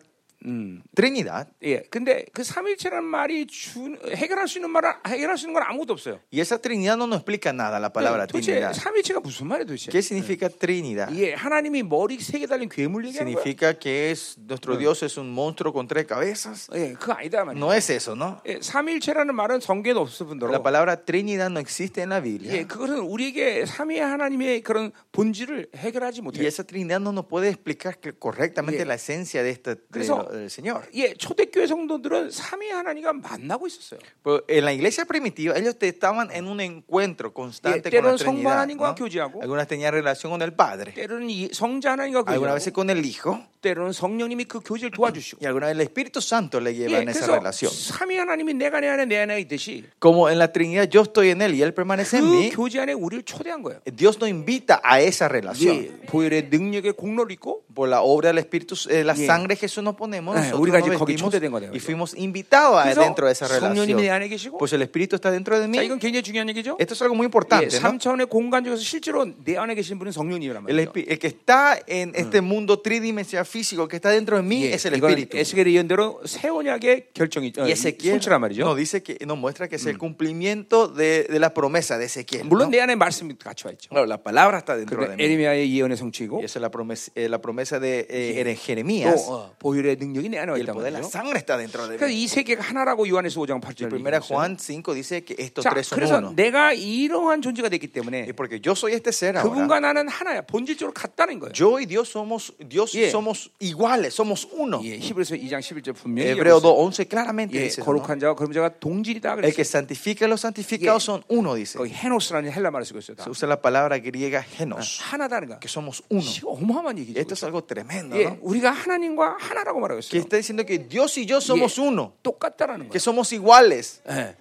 A: Trinidad
B: 예, 근데 그 삼위일체라는 말이 주, 해결할 수 있는 말은 해결할 수 있는 건 아무것도 없어요.
A: y esa Trinidad no nos explica nada la
B: 예,
A: palabra
B: 도대체
A: Trinidad.
B: 삼위일체가 무슨 말이에요, 도대체?
A: ¿Qué significa Trinidad?
B: 예, 하나님이 머리 세 개 달린 괴물 얘기하는 거야?
A: Significa que es nuestro Dios es un monstruo con tres cabezas.
B: 예, 그거 아니다 말이에요.
A: No es eso, ¿no?
B: 예, 삼위일체라는 말은 성경에 없을
A: La
B: 뿐더러
A: palabra Trinidad no existe en la
B: 예,
A: Biblia
B: 그것은 우리에게 삼위 하나님의 그런 본질을 해결하지
A: y
B: 못해요.
A: esa Trinidad no nos puede explicar que- correctamente la esencia de este de
B: Eso-
A: lo- del Señor.
B: 예, 초대교회 성도들은 삼위 하나님과 만나고 있었어요.
A: Pero en la iglesia primitiva ellos te- estaban en un encuentro constante
B: Yeah,
A: con la
B: 때로는 성부
A: Trinidad.
B: 하나님과
A: ¿no?
B: 교제하고,
A: Algunas tenían relación con el Padre,
B: 때로는 이 성자 하나님과
A: algunas
B: 교제하고
A: veces con el Hijo.
B: 때로는 성령님이 그 교제를 도와주시고
A: Y alguna vez el Espíritu Santo le lleva
B: 예,
A: en esa
B: 그래서
A: relación.
B: 삼위 하나님이 내가 내 안에 내 안에 있듯이
A: Como en la Trinidad yo estoy en Él y Él permanece en
B: 그
A: mí,
B: 교제 안에 우리를 초대한 거예요.
A: Dios nos invita a esa relación.
B: 예, 보혈의 능력의 공로를 입고
A: Por la obra del Espíritu, eh, la
B: Yeah.
A: sangre de Jesús nos ponemos,
B: Eh,
A: nosotros
B: 우리가
A: nos
B: 이제 거기
A: vestimos
B: 초대된 거네요,
A: y
B: 그죠?
A: fuimos invitados a-
B: 그래서
A: dentro de esa
B: 성령님이 내
A: relación.
B: 안에 계시고
A: Pues el Espíritu está dentro de
B: 자,
A: mí.
B: 이건 굉장히 중요한 얘기죠.
A: Esto es algo muy
B: 예,
A: importante. ¿no?
B: 삼차원의 공간 중에서 실제로 내 안에 계신 분은 성령님이란
A: El,
B: 말이에요.
A: espi- el que está en este mundo tridimensional físico que está dentro de mí
B: 예,
A: es el
B: 이거는
A: Espíritu.
B: 에스겔의 예언대로 새 언약의 결정이 어,
A: Y Ezequiel
B: 손치란
A: nos
B: 말이죠.
A: dice que nos muestra que es el cumplimiento de, de la promesa de Ezequiel.
B: 물론
A: ¿no?
B: 내 안에 말씀이 같이 와 있죠.
A: Claro, la palabra está dentro de
B: 그리고
A: mí.
B: 에르미야의 예언의 성취고
A: Y esa es la promesa, eh, la promesa de eh, Ere-
B: 또
A: Jeremías.
B: 어, 보혈의 능력이 내 안에 와
A: Y el
B: 있단
A: poder de la
B: 말이죠.
A: sangre está dentro de
B: 그러니까
A: mí.
B: 이 세 개가 하나라고 요한에서 5장
A: Y
B: 8절.
A: primera Juan 5 dice que estos
B: 자,
A: tres son
B: 그러니까 그래서
A: uno.
B: 내가 이러한 존재가 됐기 때문에
A: Y porque yo soy este ser ahora.
B: 그분과 나는 하나야. 본질적으로 같다는 거예요.
A: Yo y Dios somos, Dios
B: Yeah.
A: somos iguales, somos uno.
B: 예, 히브리서 2장 11절 분명히
A: Hebreo
B: 얘기하고
A: 2.11 claramente
B: 있어요. 예,
A: dice eso, ¿no?
B: 거룩한 자와 거룩한 자가 동질이다
A: El que
B: 그랬어요.
A: santifica a los santificados son uno, dice.
B: 거기 헤노스라는 헬라 말을 쓰고 있어요. 다.
A: Se usa la palabra griega genos,
B: 하나다는 거.
A: que somos uno.
B: 이거 어마어마한 얘기죠.
A: Esto es al고 tremendo,
B: 예,
A: ¿no?
B: 우리가 하나님과 하나라고 말하고
A: Que
B: 있어요.
A: está diciendo que Dios y yo somos
B: 예,
A: uno,
B: 똑같다라는
A: que
B: 거예요.
A: somos iguales,
B: 예,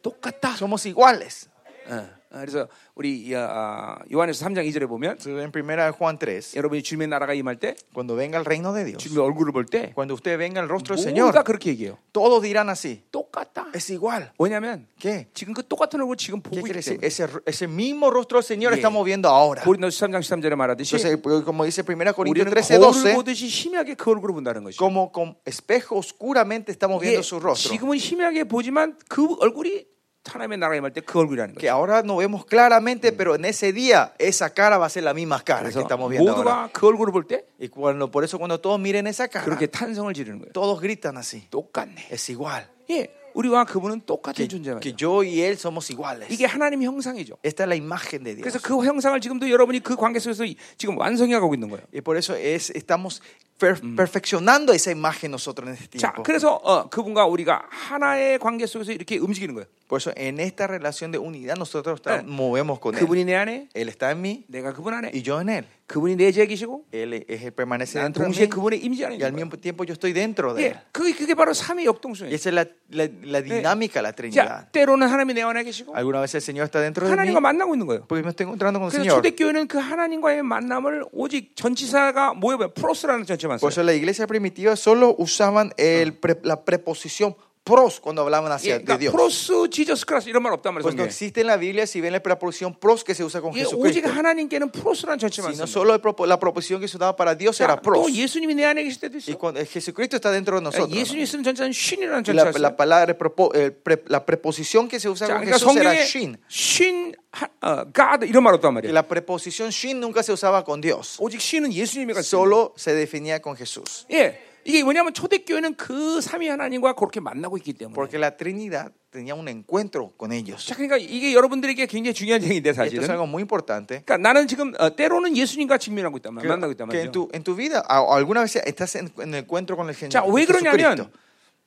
B: 똑같다.
A: somos iguales.
B: 예. 어, 그래서 우리 이, 아, 요한에서 3장 2절에 보면
A: Entonces, en primera de Juan 3,
B: 여러분이 주님의 나라가 임할 때
A: cuando venga el reino de Dios,
B: 주님의 얼굴을 볼 때
A: cuando usted venga el rostro del
B: 모두가
A: Señor,
B: 그렇게 얘기해요.
A: todos dirán así,
B: 똑같다.
A: 그렇죠, es igual.
B: 왜냐하면
A: ¿Qué?
B: 지금 그 똑같은 얼굴 지금
A: ¿Qué
B: 보고
A: quiere
B: 있기
A: decir?
B: 때문에
A: Ese, ese mismo rostro del Señor
B: Yeah.
A: estamos viendo ahora.
B: 고린도서 3장 13절에 말하듯이
A: Entonces, como dice 1 Corintios
B: 우리는
A: 13,
B: 거울을
A: 12,
B: 보듯이 희미하게 그 얼굴을 본다는 것이죠.
A: como con espejo oscuramente estamos
B: 이게
A: viendo su rostro.
B: 지금은 희미하게 보지만 그 얼굴이 하나님의 나라에 임할 때 그 얼굴이라는
A: Que
B: 거죠.
A: ahora no vemos claramente, pero en ese día esa cara va a ser la misma cara que
B: 그래서
A: estamos viendo ahora.
B: 모두가 그 얼굴을 볼 때
A: Y cuando, por eso cuando todos miren esa cara,
B: 그렇게 탄성을 지르는 거예요.
A: todos gritan así.
B: 똑같네.
A: Es igual.
B: 예, 우리와 그분은 똑같은
A: Que,
B: 존재만.
A: que yo y él somos iguales.
B: 이게 하나님의 형상이죠.
A: Esta es la imagen de Dios.
B: 그래서 그 형상을 지금도 여러분이 그 관계 속에서 이- 지금 완성해 가고 있는 거예요.
A: Y por eso es, estamos per- perfeccionando esa imagen nosotros en este
B: 자,
A: tiempo.
B: 그래서 어, 그분과 우리가 하나의 관계 속에서 이렇게 움직이는 거예요.
A: Por eso en esta relación de unidad nosotros estamos-
B: Eh.
A: movemos con él.
B: 그분이 내 안에,
A: Él está en mí
B: 내가 그분 안에,
A: y yo en él.
B: 그분이 내 제기시고,
A: Él es el permanece
B: 나는
A: dentro de
B: 동시에
A: mí
B: 그분의 임재 안에
A: y al
B: 있는 거예요.
A: mismo tiempo yo estoy dentro de él.
B: 예, 그게, 그게 바로 삼위
A: Y
B: 역동성이에요.
A: esa es la, la- la dinámica, la
B: 자,
A: Trinidad.
B: 때로는 하나님이 내 안에 계시고,
A: Alguna vez el Señor está dentro de mí
B: 하나님과 만나고 있는 거예요.
A: porque me estoy encontrando con el
B: 그래서
A: Señor.
B: 초대교회는 그 하나님과의 만남을 오직 전치사가 뭐예요? 프로스라는 전치만
A: Por
B: 써요.
A: eso la iglesia primitiva solo usaban el pre- la preposición pros cuando hablaban hacia
B: 예,
A: de
B: 그러니까
A: Dios.
B: 프로스 지저스 크라스 이런 말 없단 말이에요.
A: Pues no
B: 성경에.
A: existe en la Biblia si ven la preposición pros que se usa con
B: 예, 오직
A: Jesucristo,
B: 하나님께는 프로스라는 전치만
A: sino
B: 써요.
A: solo el propo- la proposición que se daba para Dios
B: 자,
A: era pros.
B: 또 예수님이 내 안에 계실 때도
A: Y
B: 있어.
A: cuando eh, Jesucristo está dentro de nosotros. ¿no?
B: 예수님이 쓰는 전자는 쉰이라는
A: Y La,
B: 전자였어요.
A: la palabra propo- el pre- la preposición que se usa
B: 자,
A: con
B: 그러니까
A: Jesús era
B: 성경에
A: shin.
B: 쉰, 하- 어, God 이런 말 없단
A: Que
B: 말이에요.
A: la preposición shin nunca se usaba con Dios.
B: 오직 쉰은 예수님이 가지고 있는
A: Solo se definía con Jesús.
B: 거예요. 예, 이게 뭐냐면 초대교회는 그 삼위 하나님과 그렇게 만나고 있기 때문에.
A: Porque la Trinidad tenía un encuentro con ellos.
B: 자, 그러니까 이게 여러분들에게 굉장히 중요한 얘기인데
A: Esto
B: 사실은.
A: es algo muy importante.
B: 그러니까 나는 지금 어, 때로는 예수님과 직면하고 있단 말,
A: Que,
B: 만나고 있단
A: que
B: 말이에요.
A: en, tu, en tu vida, a- alguna vez estás en, en el encuentro con el Señor.
B: 자, 왜
A: Jesucristo.
B: 그러냐면 왜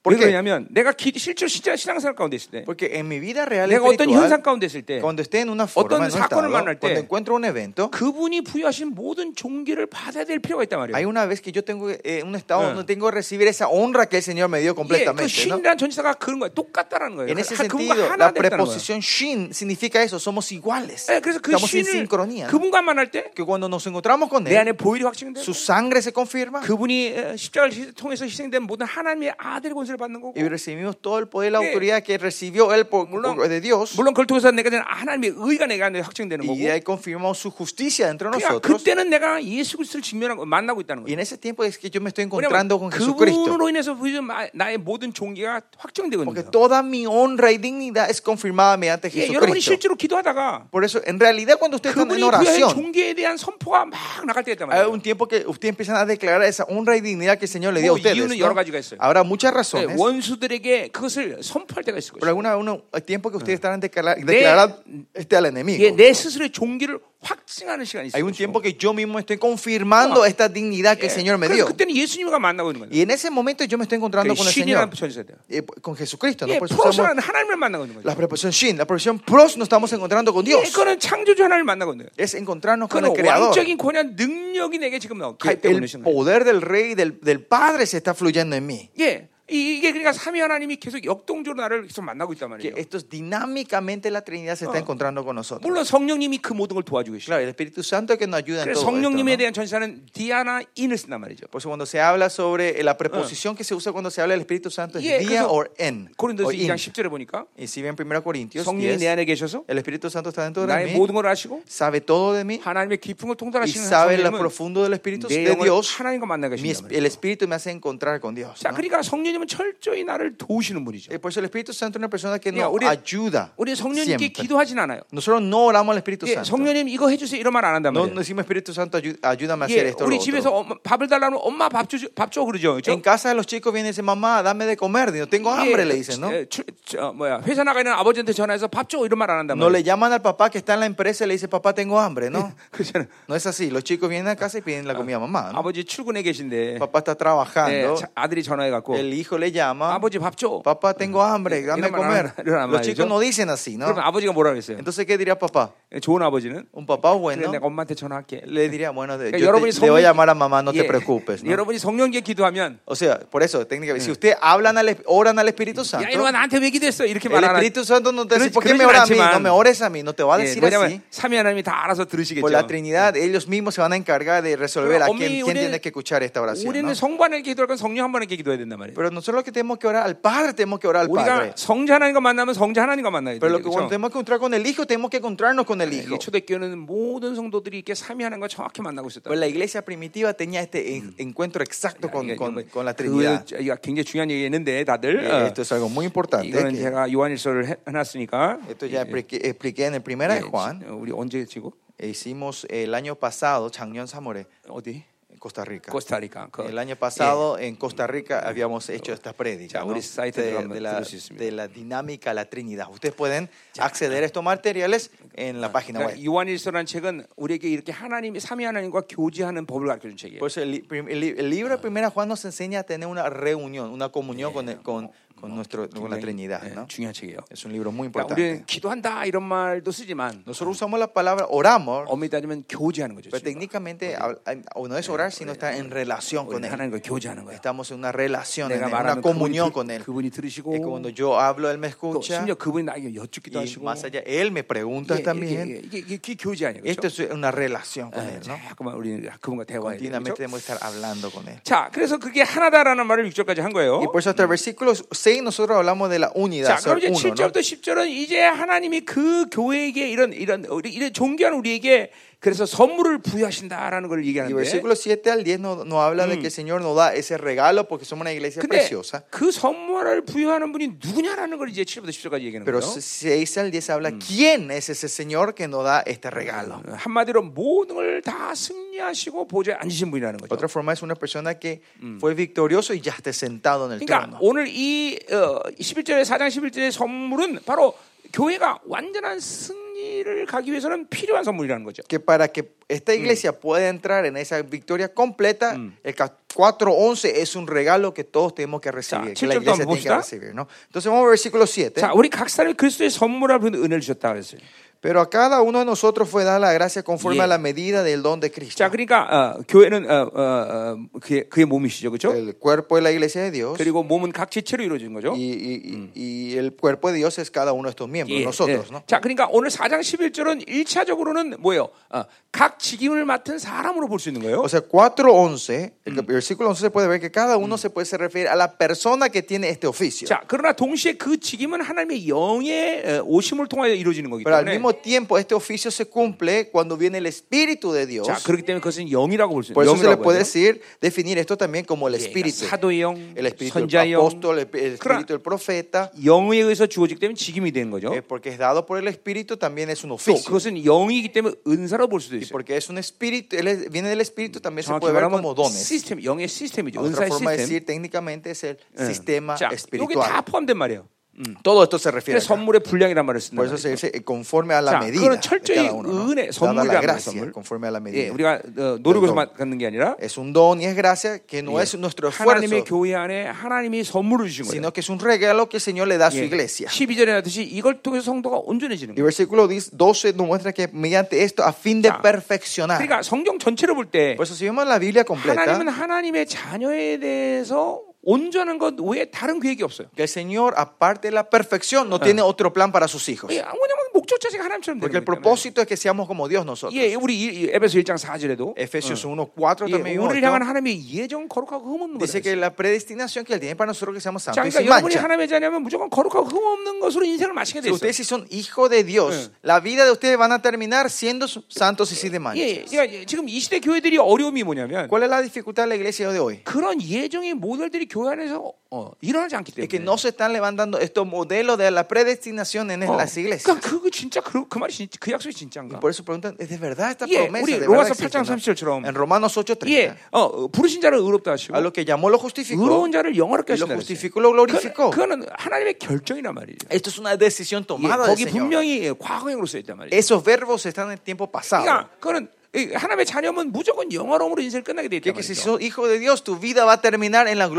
A: ¿Por qué?
B: 그러냐면 내가 기- 실제로 진짜 신앙생활 가운데 있을 때,
A: Porque en mi vida real
B: 내가 어떤
A: espiritual,
B: 현상 가운데 있을 때,
A: cuando esté en una forma,
B: 어떤
A: en un estado,
B: 사건을 만날 때,
A: cuando encuentro un evento,
B: 그분이 부여하신 모든 종기를 받아야 될 필요가 있단
A: hay
B: 말이에요.
A: una vez que yo tengo eh, un estado
B: Eh.
A: donde tengo que recibir esa honra que el Señor me dio
B: 예, 그
A: completamente. ¿no?
B: 신이란 전사가 그런 거예요. 똑같다라는 거예요.
A: En ese
B: 하- 그분과
A: sentido,
B: 하나
A: la
B: 됐다는 거예요.
A: preposición shin significa eso, somos iguales.
B: 예, 그래서 그
A: Estamos en
B: 신을
A: sincronía. ¿no?
B: 그분과 만날 때 내
A: Que cuando nos encontramos con Él,
B: 안에 보일이 확증돼요.
A: su sangre se confirma
B: 그분이 어, 십자가를 시- 통해서 희생된 모든 하나님의 아들 권세를 받는 거고
A: y recibimos todo el poder y la
B: Sí.
A: autoridad que recibió Él por,
B: 물론-
A: por- de Dios.
B: 물론 그걸 통해서 내가 된 하나님의 의가 내가 안에 확증되는 거고
A: Y ahí confirmamos su justicia dentro de
B: 그러니까
A: nosotros.
B: 그때는 내가 예수 그리스도를 직면하고 만나고 있다는
A: Y
B: 거예요.
A: en ese tiempo es que yo me estoy encontrando
B: 왜냐면
A: con Jesucristo.
B: 그분으로 인해서 부여진 마- 나의 모든 종기가 확정되고 있는
A: Porque
B: 거예요.
A: toda mi honra y dignidad es confirmada mediante
B: 예, 여러분이
A: Jesucristo.
B: 실제로 기도하다가
A: Por eso, en realidad, cuando usted está
B: 그분이
A: en
B: 부여한
A: oración,
B: 종기에 대한 선포가 막 나갈 때가 있단
A: Hay
B: 말이에요.
A: un tiempo que ustedes empiezan a declarar esa honra y dignidad que el Señor le dio a
B: 뭐
A: ustedes.
B: 이유는
A: ¿no?
B: 여러 가지가 있어요.
A: Habrá muchas
B: 네,
A: razones.
B: 원수들에게 그것을 선포할 때가 있을
A: Pero
B: 거예요.
A: alguna uno, el tiempo que ustedes estarán declara- declarando este al enemigo.
B: 예, 내 스스로의 종기를 확증하는 아, 시간이
A: Hay
B: 있어요.
A: un tiempo que yo mismo estoy confirmando esta dignidad que el Señor me dio.
B: 그러니까 그때는 예수님과 만나고 있는 거예요. 그
A: Y en ese momento yo me estoy encontrando con el
B: 신이라는
A: Señor.
B: 붙여주셔야 돼요.
A: Eh, Con Jesucristo, ¿no?
B: 예,
A: Por eso usamos
B: 프로스라는 하나님을 만나고 있는
A: la
B: 거예요.
A: preposición shin, la preposición pros nos estamos encontrando con
B: 예,
A: Dios.
B: 그거는 창조주 하나님을 만나고 있는 거예요.
A: Es encontrarnos con el
B: 그는
A: Creador.
B: 왕적인 권한 능력이 내게 지금 나와-
A: Que
B: 가입되고 있는
A: el
B: 거예요.
A: poder del Rey, del, del Padre se está fluyendo en mí.
B: 예, 이- 이게 그러니까 삼위 하나님이 계속 역동적으로 나를 계속 만나고 있단
A: Que
B: 말이에요.
A: esto es dinámicamente la Trinidad se está encontrando con nosotros.
B: 물론 성령님이 그 모든 걸 도와주고 계시죠.
A: Claro, el Espíritu Santo es que nos ayuda en
B: 그래서
A: todo esto,
B: 성령님에
A: ¿no?
B: 대한 전사는 디아나 이너스란 말이죠.
A: Por eso cuando se habla sobre eh, la preposición que se usa cuando se habla del Espíritu Santo es
B: Yeah,
A: día
B: 그래서
A: o en.
B: 고린도서
A: o in.
B: 2장 10절에 보니까
A: Y si bien 1 Corintios
B: 성령이
A: 10,
B: 내 안에 계셔서
A: el Espíritu Santo está dentro de mí,
B: 나의 모든 걸 아시고
A: sabe todo de mí
B: 하나님의 깊은 걸
A: y
B: 통달하시는
A: sabe lo
B: 성령님은
A: profundo del Espíritu
B: 내
A: de
B: 영을
A: Dios.
B: 하나님과 만나게
A: Mi esp-
B: 하신다 말이에요.
A: el Espíritu me hace encontrar con Dios.
B: 자,
A: ¿no?
B: 그러니까 성령님은 철저히 나를 도우시는 분이죠.
A: Eh, Por eso el Espíritu Santo es una persona que
B: 그러니까
A: nos
B: 우리-
A: ayuda
B: 우리 성령님께
A: siempre.
B: 기도하진 않아요.
A: Nosotros no oramos al Espíritu
B: 예,
A: Santo.
B: 성령님 이거 해주세요 이런 말 안 한단
A: No
B: 말이에요.
A: no decimos Espíritu Santo, ayu- ayúdame a hacer
B: 예,
A: esto. o lo
B: 우리
A: otro".
B: 집에서 엄마- 밥을 달라면 엄마 밥 줘, 밥줘 그러죠. 그죠?
A: En casa de los chicos viene y dice, mamá, dame de comer. Digo,
B: 뭐
A: tengo hambre, le dicen, ¿no?
B: 예, 출- 저, 뭐야 회사 나가 있는 아버지한테 전화해서 밥 줘 이런 말 안 한단
A: No
B: 말이에요.
A: le llaman al papá que está en la empresa y le dice, papá, tengo hambre, ¿no?
B: 그렇잖아요.
A: No es así. Los Ah, chicos vienen a casa y piden la comida a mamá. ¿no?
B: 아버지 출근해 계신데
A: Papá está
B: 예,
A: trabajando.
B: 자- 아들이 전화해 갖고
A: El hijo le llama,
B: 아버지 밥 줘.
A: papá, tengo hambre, dame a
B: 이런
A: Eh,
B: 말
A: comer.
B: 안- 이런 말
A: Los
B: 말이죠.
A: chicos no dicen así, ¿no?
B: 그럼 아버지가 뭐라 그랬어요?
A: Entonces, ¿qué diría papá?
B: 좋은 아버지는
A: Un papá
B: 그래,
A: bueno
B: 내가 엄마한테 전화할게.
A: le diría, bueno, yo
B: 그러니까
A: te,
B: 여러분이
A: le voy a
B: 성령-
A: llamar a mamá, no te
B: 예.
A: preocupes. ¿no?
B: 여러분이 성령께 기도하면
A: O sea, por eso, técnicamente, si usted hablan al, esp- oran al Espíritu Santo,
B: 야 이놈아 나한테 왜 기도했어 이렇게
A: el
B: 말하라.
A: Espíritu Santo no te dice,
B: 그러-
A: ¿por qué me
B: 그러진
A: oras a mí?
B: 않지만-
A: No me ores a mí, no te va a
B: 예,
A: decir así.
B: 왜냐면 삼위 하나님이 다 알아서 들으시겠죠.
A: Por la Trinidad, ellos mismos se van a encargar de resolver
B: Pero,
A: a
B: hombre,
A: quién, quién
B: uno-
A: tiene que escuchar esta oración.
B: 우리는
A: ¿no?
B: 성반에게 기도할 건 성령 한 번에게 기도해야 된단 말이에요.
A: Pero nosotros lo que tenemos que orar al Padre, tenemos que orar al Padre.
B: 우리가 성자 하나님과 만나면 성자 하나님과 만나야
A: Pero lo
B: 돼요.
A: que cuando
B: 그렇죠? 예,
A: tenemos que encontrar con el Hijo, tenemos que encontrarnos con el Hijo.
B: 이 초대교회는 모든 성도들이 이렇게 삼위 하나님과 정확히 만나고 있었다.
A: Pues la iglesia primitiva tenía este en- encuentro exacto con,
B: 이거 뭐
A: con, con la
B: 그
A: Trinidad.
B: 이거 굉장히 중요한 얘기했는데 다들
A: Eh,
B: 어,
A: Esto es algo muy importante.
B: 이거는
A: que-
B: 제가 요한일서를 해- 해놨으니까
A: Esto ya expliqué, expliqué en el primera de
B: 예,
A: Juan. E
B: 지- 어, 우리 언제 지고
A: Hicimos el año pasado, Changyon Samore,
B: 어디
A: en Costa Rica.
B: 코스타리카 그-
A: El año pasado en Costa Rica habíamos hecho esta prédica
B: Ya,
A: ¿no?
B: 우리 사이트에
A: de,
B: 들어가면
A: de la,
B: 들을 수 있습니다.
A: de la dinámica de la Trinidad. Ustedes pueden acceder a estos materiales en la página
B: 그러니까
A: web.
B: 요한일서라는 책은 우리에게 이렇게 하나님이 삼위 하나님과 교제하는 법을 가르쳐준 책이에요.
A: Por eso el, li- prim- el li- el libro de Primera Juan nos enseña a tener una reunión, una comunión con, el- con, con nuestro, con la Trinidad.
B: 예,
A: ¿no?
B: 중요한 책이에요.
A: Es un libro muy
B: 그러니까
A: importante.
B: 우리는 기도한다 이런 말도 쓰지만
A: Nosotros usamos la palabra oramos,
B: 엄밀히 따지면 교제하는 거죠.
A: pero
B: 지금.
A: técnicamente habla- o no es orar, sino estar en relación con
B: 우리는
A: Él.
B: 하나님과 교제하는 거예요.
A: Estamos en una relación, en
B: 내가
A: Él, una
B: 말하면
A: comunión
B: 그분이,
A: con
B: 들,
A: Él.
B: 그분이
A: Es que cuando
B: 들으시고
A: yo hablo, Él me
B: 또
A: escucha.
B: 심지어 그분이 나에게 여쭙기도
A: Y
B: 하시고
A: más allá, Él me pregunta
B: 이게,
A: también.
B: 이게, 이게, 이게, 이게 교제 아니에요?
A: Esto
B: 그렇죠?
A: es una relación con
B: 예,
A: Él, ¿no?
B: 자꾸만 우리는 그분과 대화해야 돼요.
A: Continuamente
B: 그렇죠?
A: tenemos que estar hablando con Él.
B: 자, 그래서 그게 하나다라는 말을 6절까지 한 거예요.
A: Y por eso hasta el versículo 6 nosotros hablamos de la
B: 자,
A: unidad, ser
B: 그럼 이제
A: uno, ¿no?
B: 7절부터 10절은 이제 하나님이 그 교회에게 이런 이런 우리- 이런 존귀한 우리에게 그래서 선물을 부여하신다라는 걸
A: Y
B: 얘기하는데
A: versículo 7 al 10 nos no habla de que el Señor nos da ese regalo porque somos una iglesia
B: 근데
A: preciosa.
B: 그 선물을 부여하는 분이 누구냐라는 걸 이제 7절부터 10절까지 얘기하는
A: Pero
B: 거예요.
A: 6 al 10 habla quién es ese Señor que nos da este regalo.
B: 어, 한마디로 모든 걸 다 승리하시고 보좌에 앉으신 분이라는 거죠.
A: Otra forma es una persona que fue victorioso y ya está sentado en el
B: 그러니까
A: trono.
B: 오늘 이 어, 11절의 4장 11절의 선물은 바로 교회가 완전한 승리를 가기 위해서는 필요한 선물이라는 거죠.
A: que para que esta iglesia pueda entrar en esa victoria completa, el ca- 4.11 es un regalo que todos tenemos que recibir,
B: 자,
A: que la
B: 7절도
A: iglesia
B: 한번
A: tiene que
B: 봅시다.
A: recibir. ¿no? Entonces vamos al versículo 7.
B: 자, 우리 각 사람이 그리스도의 선물을 받은 은혜를 주셨다 그랬어요.
A: Pero a cada uno de nosotros fue dada la gracia conforme
B: Yeah.
A: a la medida del don de Cristo.
B: 자, 그러니까 어, 교회는 어, 어, 어, 그의, 그의 몸이시죠, 그렇죠?
A: El cuerpo de la iglesia de Dios y,
B: 그리고 몸은 각 지체로 이루어진 거죠.
A: y- y- y el cuerpo de Dios es cada uno de estos miembros,
B: 예,
A: nosotros.
B: 예.
A: ¿no?
B: 자, 그러니까 오늘 4장 11절은 1차적으로는 뭐예요? 어, 각 직임을 맡은 사람으로 볼 수 있는 거예요.
A: O sea, 4.11, el cap- versículo 11 se puede ver que cada uno se puede se referir a la persona que tiene este oficio.
B: 자, 그러나 동시에 그 직임은 하나님의 영의 어, 오심을 통하여 이루어지는 거기
A: Pero al
B: 때문에
A: mismo tiempo, este oficio se cumple cuando viene el Espíritu de Dios.
B: 자, 그렇기 때문에 그것은 영이라고 볼 수 있는
A: Por eso se le
B: 영이라고
A: puede
B: 해야 돼요.
A: decir, definir esto también como el
B: 예,
A: espíritu.
B: 그러니까 사도의 영,
A: El espíritu
B: 선자의
A: del
B: 영.
A: apóstol, el, el
B: 그러나
A: espíritu del profeta,
B: 영에 의해서 주어지기 때문에 직임이 되는 거죠.
A: eh, porque es dado por el espíritu, también es un
B: 또
A: oficio.
B: 그것은 영이기 때문에 은사로 볼 수도
A: Y
B: 있어요.
A: porque es un espíritu, él es- viene del espíritu, también se
B: 정확히
A: puede ver
B: 말하면
A: como dones.
B: 시스템, 영의 시스템이죠.
A: Otra
B: 은사의
A: forma de
B: 시스템.
A: decir técnicamente es el
B: 예.
A: sistema
B: 자, 여기 다
A: espiritual.
B: 포함된 말이에요. 음.
A: Todo esto se refiere.
B: 그래서
A: acá.
B: 선물의 분량이란 말을 쓴다.
A: Por eso se dice eh, conforme a la
B: 자,
A: medida. De
B: 그거는 철저히
A: cada uno, ¿no? Dada la
B: 은혜, 선물이란
A: gracia,
B: 말이에요, 선물.
A: conforme a la
B: 예,
A: medida.
B: 우리가 어, 노력해서
A: 그래서-
B: 갖는 게 아니라 예,
A: Es un don y es gracia que no es nuestro esfuerzo,
B: 하나님의 교회 안에 하나님이 선물을 주신 거예요.
A: sino que es un regalo que el Señor le da a su
B: 예.
A: iglesia.
B: 12절에 나듯이 이걸 통해서 성도가
A: Y
B: 온전해지는 거예요.
A: versículo 10 12 nos muestra que mediante esto, a fin de
B: Ya.
A: perfeccionar.
B: 그러니까 성경 전체를 볼 때
A: Por eso, si vemos la Biblia
B: 하나님은
A: completa,
B: 하나님의 자녀에 대해서 온전한 것 외에 다른 계획이 없어요.
A: que el Señor, aparte de la perfección, no tiene otro plan para sus hijos.
B: 예, 왜냐면 목적 자체가 하나님처럼
A: Porque el
B: 되는 거예요.
A: propósito es que seamos como Dios nosotros.
B: 예, 우리 이- 이 에베소 1장 4절에도
A: Efesios 1, 4 también.
B: 오늘 향한
A: 8,
B: 하나님의 예정 거룩하고 흠 없는
A: Dice
B: 거예요.
A: que la predestinación que Él tiene para nosotros que seamos
B: 자,
A: santos y sin
B: 그러니까 여러분이
A: mancha.
B: 하나님의 자녀면 무조건 거룩하고 흠 없는 것으로 인생을 마치게
A: Si
B: 돼 있어요.
A: ustedes si son hijos de Dios, la vida de ustedes van a terminar siendo santos y sin
B: 예,
A: mancha.
B: 예, 그러니까 예, 지금 이 시대 교회들이 어려움이 뭐냐면
A: ¿Cuál es la dificultad de la iglesia de hoy?
B: 그런 예정의 모델들이 교회 안에서 어, 일어나지 않기
A: Es que
B: 때문에.
A: no se están levantando estos modelos de la predestinación en
B: 어,
A: las iglesias.
B: 그러니까 그거 진짜 그, 그 말이 진짜 그 약속이 진짜인가?
A: Por eso preguntan, ¿es de verdad esta
B: Yeah,
A: promesa?
B: 우리
A: ¿De verdad
B: 로마서
A: existe,
B: 8장
A: no?
B: 37처럼.
A: En Romanos 8:30.
B: 예, 어, 어, 부르신 자를 의롭다 하시고
A: A lo que llamó lo justificó,
B: 의로운 자를 영화롭게
A: y lo
B: 하신다.
A: justificó, lo glorificó.
B: 그거는 하나님의 결정이란 말이에요.
A: Esto es una decisión
B: 예,
A: tomada del
B: 거기
A: Señor.
B: 분명히 과거형으로 써 있단 말이에요.
A: Esos verbos están en tiempo pasado.
B: 그러니까 그거는 이 하나님의 자녀면 무조건 영화로움으로 인생을 끝나게 돼 있단
A: Que si
B: 말이죠.
A: sos hijo de Dios, tu vida va a terminar en la
B: 예, 근데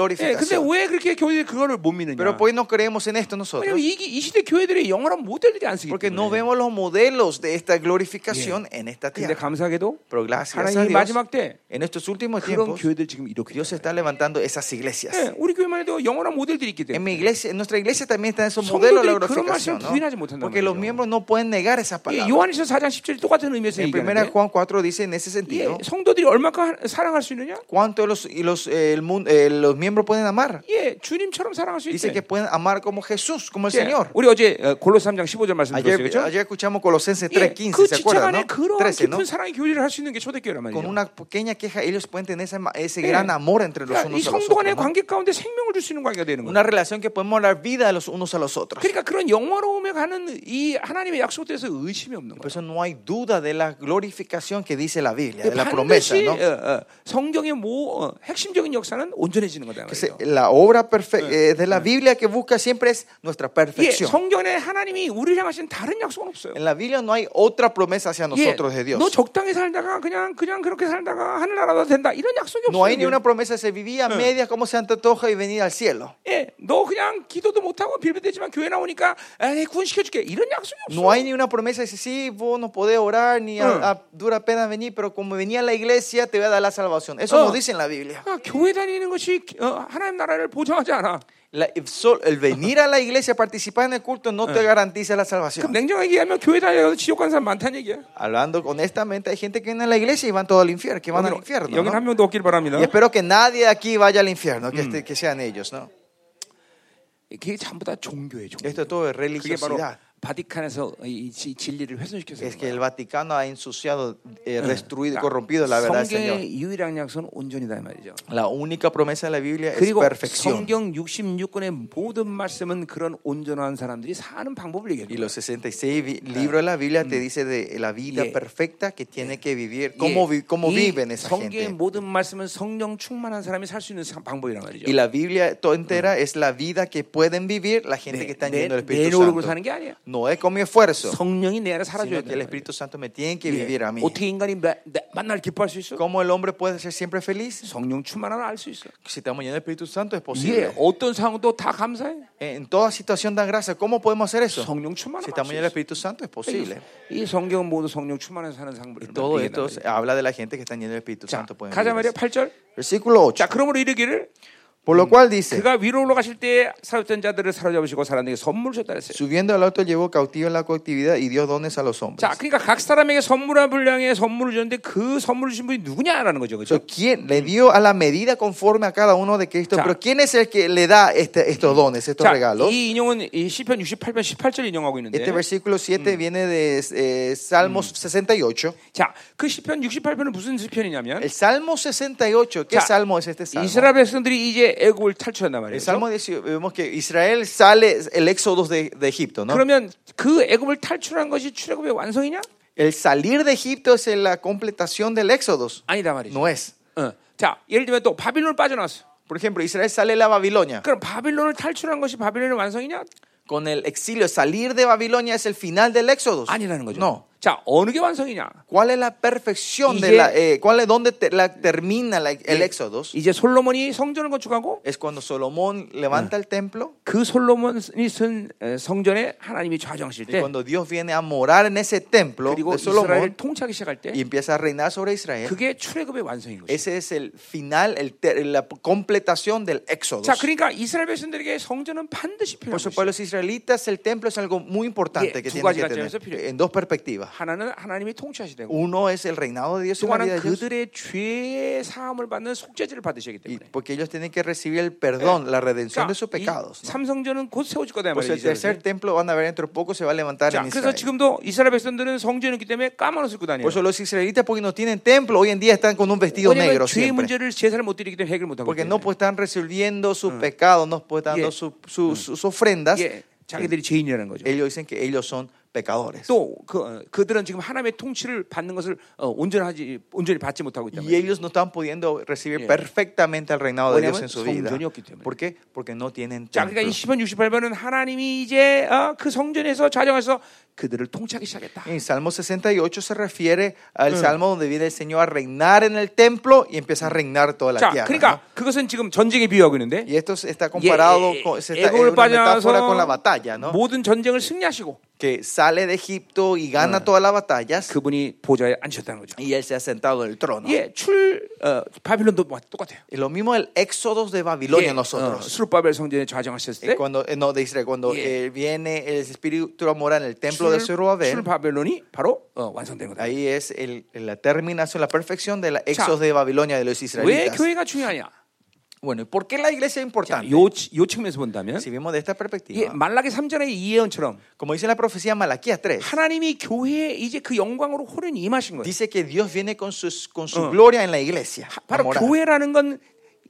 A: glorificación.
B: 왜 그렇게 교회들이 그거를 못 믿느냐?
A: Pero pues no creemos en esto nosotros.
B: 왜냐면 이, 이 시대 교회들이 영화로 모델들이 안 쓰기
A: Porque
B: 때문에.
A: no vemos los modelos de esta glorificación en esta
B: 근데
A: tierra.
B: 감사하게도
A: Pero gracias a
B: 하나님 이
A: Dios,
B: 마지막 때
A: en estos últimos
B: 그런
A: tiempos,
B: 교회들 지금 이렇게
A: Dios está levantando esas iglesias.
B: 예, 우리 교회만 해도 영원한 모델들이 있기
A: En
B: 때문에
A: mi iglesia, en nuestra iglesia también están esos modelos de la
B: 성도들이 그런 말씀을
A: glorificación, ¿no?
B: 부인하지 못한단
A: Porque los
B: 말이죠.
A: miembros no pueden negar esas
B: 예,
A: palabras.
B: 요한에서 4장 10절이 똑같은 의미에서
A: En
B: 얘기하는데
A: 1 Juan 4 dice en ese
B: 예,
A: sentido,
B: 성도들이 얼마큼 하- 사랑할 수 있느냐?
A: ¿cuánto de los, y los, eh, el mun- eh, los miembros pueden amar?
B: 예, 주님처럼 사랑할 수 있대.
A: Dice que pueden amar como Jesús, como el
B: 예,
A: Señor.
B: 우리 어제 어, 골로새 3장 15절 말씀 들었어요.
A: Ayer,
B: 그렇죠?
A: ayer escuchamos Colosenses 3.15,
B: 그
A: ¿se
B: 지체
A: acuerdan?
B: 간에
A: no?
B: 그러한
A: 13, ¿no?
B: 깊은 사랑의 교제를 할 수 있는 게 초대교회란
A: Con
B: 말이에요.
A: una pequeña queja ellos pueden tener ese, ma- ese
B: 예.
A: gran amor entre los
B: 그러니까 이
A: unos a los
B: 성도 간의
A: otros. ¿no?
B: 관계 가운데 생명을 줄 수 있는 관계가 되는 거예요.
A: Una relación que podemos dar vida a los unos a los otros.
B: 그러니까 그런 영화로움에 가는 이 하나님의 약속에 대해서 의심이 없는
A: Por
B: 거예요.
A: eso no hay duda de la glorificación que dice la Biblia, de la promesa,
B: 반드시
A: ¿no?
B: 어, 어, 성경의 모 어, 핵심적인 역사는 온전해지는 거다
A: Que se-
B: 말이에요.
A: la obra perfe- eh, de la Biblia que busca siempre es nuestra
B: 예,
A: perfección.
B: 성경에 하나님이 우리를 향하신 다른 약속은 없어요.
A: En la Biblia no hay otra promesa hacia
B: 예,
A: nosotros de
B: 너
A: Dios.
B: 적당히 살다가 그냥 그냥 그렇게 살다가 하늘나라도 된다 이런 약속이
A: No hay ni
B: 없어요.
A: una promesa, se vivía a medias como se antoja y venir al cielo.
B: 예, 너 그냥 기도도 못 하고 빌빌대지만 교회 나오니까 에이 구원시켜 줄게 이런 약속이
A: No hay
B: 없어.
A: ni una promesa, dice, sí, vos no podés orar ni a, a dura pena venir, pero como venía a la iglesia te voy a dar la salvación. Eso
B: Ah.
A: no dice en la Biblia.
B: 아, 교회 다니는 것이 어, 하나님 나라를 보장하지 않아.
A: La- el, sol- el venir a la iglesia, participar en el culto, no te garantiza la
B: 그럼
A: salvación.
B: 냉정하게 얘기하면 교회 다녀서 지옥 간 사람 많다는 얘기야.
A: Hablando honestamente, hay gente que viene a la iglesia y van todos al infierno, que van al infierno.
B: 여기
A: ¿no?
B: 한 명도 없길 바랍니다.
A: Y espero que nadie aquí vaya al infierno, que, este- que sean ellos, ¿no?
B: 이게 전부 다 종교예요. 종교.
A: Esto todo es
B: 그게 바로
A: religiosidad.
B: 바티칸에서 이, 이 진리를 훼손시켜서
A: Es que el Vaticano ha ensuciado, eh,
B: 그러니까
A: destruido y corrompido la verdad del Señor.
B: 성경의 유일한 약속은 온전이다 이 말이죠.
A: La única promesa de la Biblia es
B: 그리고
A: perfección.
B: 성경 66권의 모든 말씀은 그런 온전한 사람들이 사는 방법을
A: Y
B: 얘기해요.
A: los 66 vi- libros de la Biblia te dice de la vida
B: Yeah.
A: perfecta que tiene que vivir, cómo, vi- cómo
B: 예. 이
A: viven esa
B: 성경의
A: gente.
B: 모든 말씀은 성령 충만한 사람이 살 수 있는 사- 방법이란 말이죠.
A: Y la Biblia toda entera es la vida que pueden vivir la gente que está
B: 내,
A: yendo al
B: 내
A: Espíritu
B: 노력으로
A: Santo.
B: 사는 게 아니야.
A: No es con mi esfuerzo,
B: 성령이 내 안에
A: sino
B: 사라져야
A: que el
B: 돼.
A: Espíritu Santo me tiene
B: eh,
A: que vivir a mí.
B: 예. 어떻게 인간이 마- 나- 만날 기뻐할 수 있어?
A: ¿Cómo el hombre puede ser siempre feliz?
B: 성령 충만한 알수 있어.
A: Si estamos llenos del Espíritu Santo es
B: 예,
A: posible.
B: 어떤 상황도 다 감사해.
A: En toda situación dan gracia. ¿Cómo podemos hacer eso?
B: 성령
A: Si
B: 충만한
A: estamos llenos
B: 알수
A: del
B: 있어.
A: Espíritu Santo es posible.
B: 이 성경은 모두 성령 충만해서 사는 상물을
A: Todo
B: 얘기한단
A: esto
B: 말이에요.
A: habla de la gente que está llenos del Espíritu
B: 자,
A: Santo. pueden
B: 가자
A: vivir
B: 말이야.
A: así.
B: 8절.
A: Versículo 8.
B: 자, 그러므로 이르기를
A: Por lo cual dice,
B: 그가 위로 올라가실 때 사로잡던 자들을 사로잡으시고 사람에게 선물을 줬다 했어요.
A: subiendo al alto llevó cautivo la cautividad y dio dones a los hombres.
B: 자, 그러니까 각 사람에게 선물한 분량의 선물을 줬는데 그 선물을 주신 분이 누구냐라는 거죠. 그렇죠?
A: So, ¿Quién le dio a la medida conforme a cada uno de Cristo?
B: Ya.
A: Pero ¿quién es el que le da este- estos dones, estos
B: 자,
A: regalos?
B: 이 인용은 이 시편 68편 18절 인용하고 있는데
A: Este versículo 7 viene de eh, Salmos 68.
B: 자, 그 시편 68편은 무슨 시편이냐면
A: El Salmo 68, ¿qué
B: Ya.
A: salmo es este salmo?
B: 이스라엘 백성들이 이제 애국을 탈출한단 말이에요.
A: El Salmo 18, vemos que Israel sale el éxodo de, de Egipto, ¿no?
B: 그러면 그 애국을 탈출한 것이 출애굽의 완성이냐?
A: El salir de Egipto es en la completación del éxodo.
B: 아니다 말이죠.
A: No es.
B: 어. 자, 예를 들면 또 바빌론을 빠져나왔어.
A: Por ejemplo, Israel sale de la Babilonia.
B: 그럼 바빌론을 탈출한 것이 바빌론의 완성이냐?
A: Con el exilio, salir de Babilonia es el final del éxodo.
B: 아니라는 거죠.
A: No.
B: 자, 어느 게 완성이냐?
A: ¿Cuál es la perfección de
B: Iye-
A: la, eh, cuál es donde te- la, termina la-
B: 예.
A: el éxodo?
B: 이제 솔로몬이 성전을 건축하고
A: Es cuando Solomón levanta el templo
B: 그 솔로몬이 쓴 에, 성전에 하나님이 좌정하실
A: y
B: 때
A: cuando Dios viene a morar en ese templo
B: 그리고
A: de
B: 이스라엘을
A: Solomón
B: 통치하기 시작할 때
A: y empieza a reinar sobre Israel.
B: 그게 출애굽의 완성인 거죠.
A: Ese es el final, el ter- la completación del éxodo.
B: 자, 그러니까 이스라엘 백성들에게 성전은 반드시
A: Por
B: 필요한
A: eso
B: 거예요.
A: para los israelitas el templo es algo muy importante
B: Ye-
A: que tienen
B: 두
A: que
B: 가지가 있죠.
A: tener en dos perspectivas.
B: 하나는 하나님이 통치하시되고
A: Uno es el reinado de Dios en
B: 또
A: la vida
B: 하나는
A: de ellos,
B: 그들의 죄의 사함을 받는 속죄제를 받으시기
A: y
B: 때문에. 그러니까
A: porque ellos tienen que recibir el perdón, la redención de sus pecados.
B: 이
A: ¿no?
B: 삼성전은 곧 세워질 거다 이
A: Por eso
B: 말이에요.
A: el tercer
B: 이스라엘은.
A: templo van a ver dentro de poco se va a levantar
B: 자,
A: en Israel.
B: 그래서 지금도 이스라엘 백성들은 성전이기 때문에 까만 옷을 입고 다녀요.
A: Por eso los israelitas porque no tienen templo hoy en día están con un vestido
B: 왜냐하면
A: negro
B: 죄의
A: siempre.
B: 문제를 제사를 못 드리기 때문에 해결 못 하고.
A: Porque no pues, están resolviendo sus pecados, no pues, están
B: Ye-
A: dando su- su- sus ofrendas.
B: 예, 자기들이 죄인이라는 거죠.
A: Ellos dicen que ellos son pecadores.
B: 또 그, 그들은 지금 하나님의 통치를 받는 것을 어, 온전하지 온전히 받지 못하고 있다.
A: Y ellos no están pudiendo recibir
B: Yeah.
A: perfectamente el reinado de Dios
B: 왜냐면
A: en su vida.
B: 성전이 없기 때문에.
A: ¿Por qué? Porque no tienen
B: 자, 그러니까 이
A: templo.
B: 시편 68편은 하나님이 이제 어, 그 성전에서 좌정해서 그들을 통치하기 시작했다.
A: En Salmo 68 se refiere
B: Mm.
A: al salmo donde viene el Señor a reinar en el templo y empieza a reinar toda la
B: 자,
A: tierra.
B: 그러니까
A: ¿no?
B: 그것은 지금 전쟁에 비유하고 있는데
A: Y esto se está comparado
B: 예,
A: con, se está, es una
B: 애굽을
A: metáfora
B: 빠져나와서
A: con la batalla, ¿no?
B: 모든 전쟁을 승리하시고
A: Que sale de Egipto y gana
B: Mm.
A: todas las batallas
B: 그분이 보좌에 앉으셨다는 거죠.
A: y él se ha sentado en el trono.
B: 예, 출 어, 바빌론도 뭐 똑같아요.
A: Y lo mismo el éxodo de Babilonia
B: 예, 어,
A: nosotros.
B: 수르바벨 성전에 좌정하셨을
A: Eh,
B: 때
A: cuando, eh, no, de Israel, cuando
B: Ah, Yeah.
A: eh, viene el espíritu a morar en el templo de 아,
B: 출
A: Zorobabel,
B: 바벨론이 바로 어, 완성된 거다.
A: ahí es el- la terminación, la perfección del
B: Cha.
A: éxodo de Babilonia de los
B: 왜
A: israelitas.
B: 교회가 중요하냐?
A: Bueno, ¿y por qué la iglesia es importante?
B: 요, 요 측면에서 본다면
A: Si vemos de esta
B: 예,
A: perspectiva,
B: 말라기 3장의 이 예언처럼
A: como dice la profecía Malaquías 3,
B: 하나님이 교회에 이제 그 영광으로 홀연히 임하신 거예요.
A: dice que Dios viene con, sus, con su gloria en la iglesia. a
B: 바로
A: morar.
B: 교회라는 건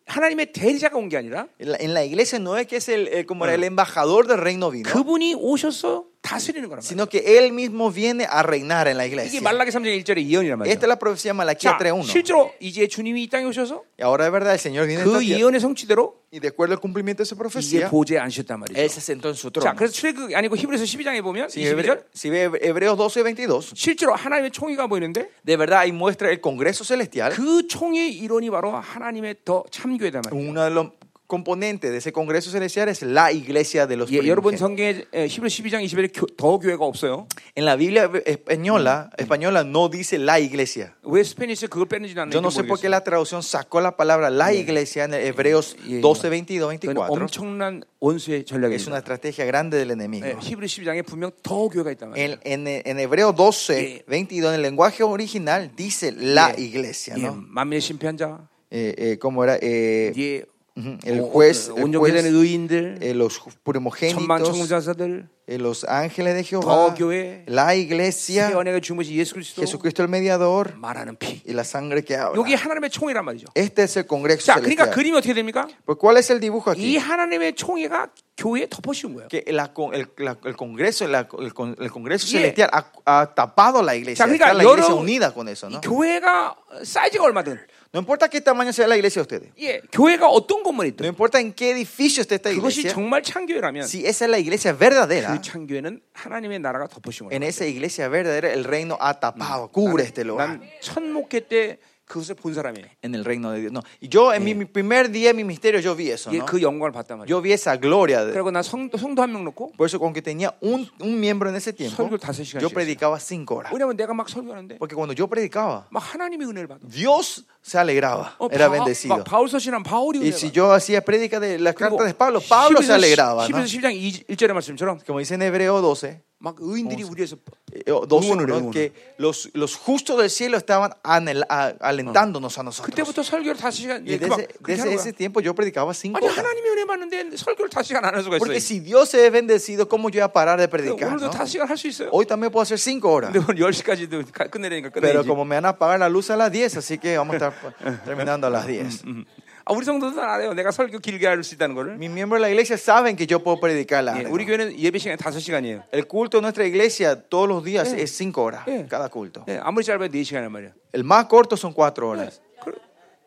B: 하나님의 대리자가 온 게 아니라
A: En la, en la iglesia no es que es el, el- como el embajador del reino vino,
B: 그분이 오셔서 다스리는 거란 말이에요.
A: sino que él mismo viene a reinar en la
B: 이게
A: iglesia.
B: 말라기 3장 1절의 예언이란 예. 말이에요.
A: Esta es la profecía Malaquías
B: 자,
A: 3.1.
B: 실제로 이제 주님이 이 땅에 오셔서
A: Y ahora de verdad el Señor viene en esta
B: 그
A: tierra.
B: 예언의 성취대로
A: y de acuerdo al cumplimiento de esa
B: 이제
A: profecía,
B: 보좌에 앉으셨단
A: él
B: 말이죠.
A: se sentó en su trono.
B: 자, 그래서 출애굽 아니고 히브리서 12장에 보면
A: Si ve,
B: 22절
A: si ve Hebreos 12, 22,
B: 실제로 하나님의 총이가 보이는데
A: de verdad ahí muestra el Congreso Celestial.
B: 그 총의 이론이 바로 하나님의 더 참교회단 말이에요.
A: Uno de los componentes de ese Congreso Celestial es la iglesia de los
B: 예, 여러분
A: primogénitos.
B: 성경에 에, 히브리 12장 21에 교, 더 교회가 없어요.
A: En la Biblia española, española no dice la iglesia.
B: 왜 스페니스 그걸 뺐는지 나는
A: Yo no sé por qué la traducción sacó la palabra la iglesia en Hebreos
B: 예, 예.
A: 12, 22,
B: 그건
A: 24.
B: 엄청난 원수의
A: Es una
B: 전략입니다.
A: estrategia grande del enemigo.
B: 예, 히브리 12장에 분명 더 교회가 있단 말이에요.
A: En, en, en Hebreos 12,
B: 예.
A: 22, en el lenguaje original dice la
B: 예.
A: iglesia,
B: 예,
A: ¿no?
B: 만민의 심판자,
A: eh, eh, ¿cómo era? Eh,
B: 예,
A: ujú, el
B: 오-
A: juez,
B: 어,
A: el
B: 온전케
A: juez,
B: 되는 의인들,
A: eh, los ju-
B: 천만
A: primogénitos,
B: 천군자사들,
A: eh, los ángeles de Jehová,
B: 더 교회,
A: la
B: 세
A: iglesia,
B: 언약의 주무시 예수 그리스도,
A: Jesucristo el mediador
B: 말하는 피.
A: y la sangre que
B: 여기
A: habla.
B: 하나님의 총이란 말이죠.
A: Este es el congreso
B: 자, 예, 그러니까
A: celestial.
B: 그림이 어떻게 됩니까?
A: Pues, ¿Cuál es el dibujo
B: 이
A: aquí?
B: 하나님의 총회가 교회에 덮어씌운 거예요.
A: Que la con- el, la- el congreso, la- el, con- el congreso
B: 예.
A: celestial ha, ha tapado la
B: 자,
A: iglesia,
B: 그러니까
A: está la iglesia
B: 여러-
A: unida con eso, ¿no?
B: 이 교회가 사이즈가 얼마든,
A: No importa qué tamaño sea la iglesia de ustedes,
B: 예, 교회가 어떤 건물이
A: no
B: 있든
A: importa en qué edificio esté esta
B: 네, 뭐 그것이
A: iglesia,
B: 정말 창교회라면
A: si esa es la iglesia verdadera,
B: 그 창교회는 하나님의 나라가 덮어씌운 거예요.
A: En esa iglesia verdadera el reino ha tapado, cubre este lugar.
B: 난 천목회 때 그것을 본 사람이에요.
A: En el reino de Dios. No. Y yo en mi, mi primer día en mi misterio yo vi eso.
B: 예,
A: ¿no?
B: 그 영광을 봤단 말이에요.
A: Yo vi esa gloria. de-
B: 그리고 나 성도, 성도 한 명 놓고
A: por eso con que tenía un, un miembro en ese tiempo,
B: 설교 다섯 시간씩
A: yo predicaba cinco horas.
B: 왜냐면 내가 막 설교하는데
A: Porque cuando yo predicaba,
B: 막 하나님의 은혜를 받아.
A: Dios se alegraba,
B: Oh,
A: era bendecido.
B: 어, 바울 서신한 바울이
A: Y
B: 은혜를
A: si
B: 받아.
A: yo hacía prédica de las
B: 그리고
A: cartas de Pablo, Pablo se
B: 히브리서
A: alegraba.
B: 시-
A: ¿no?
B: 히브리서 10장 1절의 말씀처럼
A: Como dice en Hebreo 12,
B: 막 의인들이 우리 위해서
A: eh, o 12,
B: Uno,
A: ¿no?
B: uno.
A: que los, los justos del cielo estaban anel- a-
B: Ah.
A: alentándonos a nosotros.
B: 그때부터 설교를 다섯 시간
A: Y
B: 예, 그
A: desde,
B: 막 그렇게
A: desde
B: 하는
A: ese
B: 거야.
A: tiempo yo predicaba cinco
B: 아니
A: horas.
B: 하나님의 은혜 받는데 설교를 다섯 시간 안 할 수가 있어요.
A: Porque si Dios se es bendecido, ¿cómo yo voy a parar de predicar? no?
B: 오늘도 다섯 시간 할 수 있어요.
A: Hoy también puedo hacer cinco horas.
B: 근데 오늘 10시까지도 가- 끝내려니까
A: Pero
B: 끝내야지.
A: como me van a apagar la luz a las 10, así que vamos a estar terminando a las 10.
B: 음. 아, 우리 성도들은 알아요. 내가 설교 길게 할 수 있다는 거를.
A: Mis miembros de la iglesia saben que yo puedo predicar la
B: 예, 우리 교회는 예배 시간이 5시간이에요.
A: El culto de nuestra iglesia todos los días es cinco horas,
B: Eh.
A: cada culto.
B: 아무리 짧아도 4시간이란 말이야.
A: El más corto son cuatro horas.
B: 그,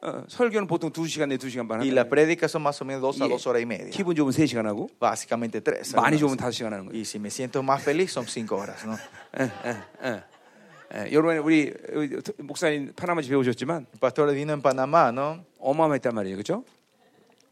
B: 어, 설교는 보통 2시간 내 2시간 반
A: Y
B: 하는
A: las prédicas son más o menos dos a
B: 예,
A: dos horas y media.
B: 기분 좋으면 3시간 하고
A: Básicamente tres.
B: 많이
A: algunas.
B: 좋으면 5시간 하는 거예요.
A: Y si me siento más feliz, son cinco horas. ¿no?
B: 예, 예, 예. 예, 여러분 우리 우리 목사님 파나마에서 배우셨지만
A: El pastor vino en Panamá, ¿no?
B: 어마어마했단 말이에요. 그렇죠?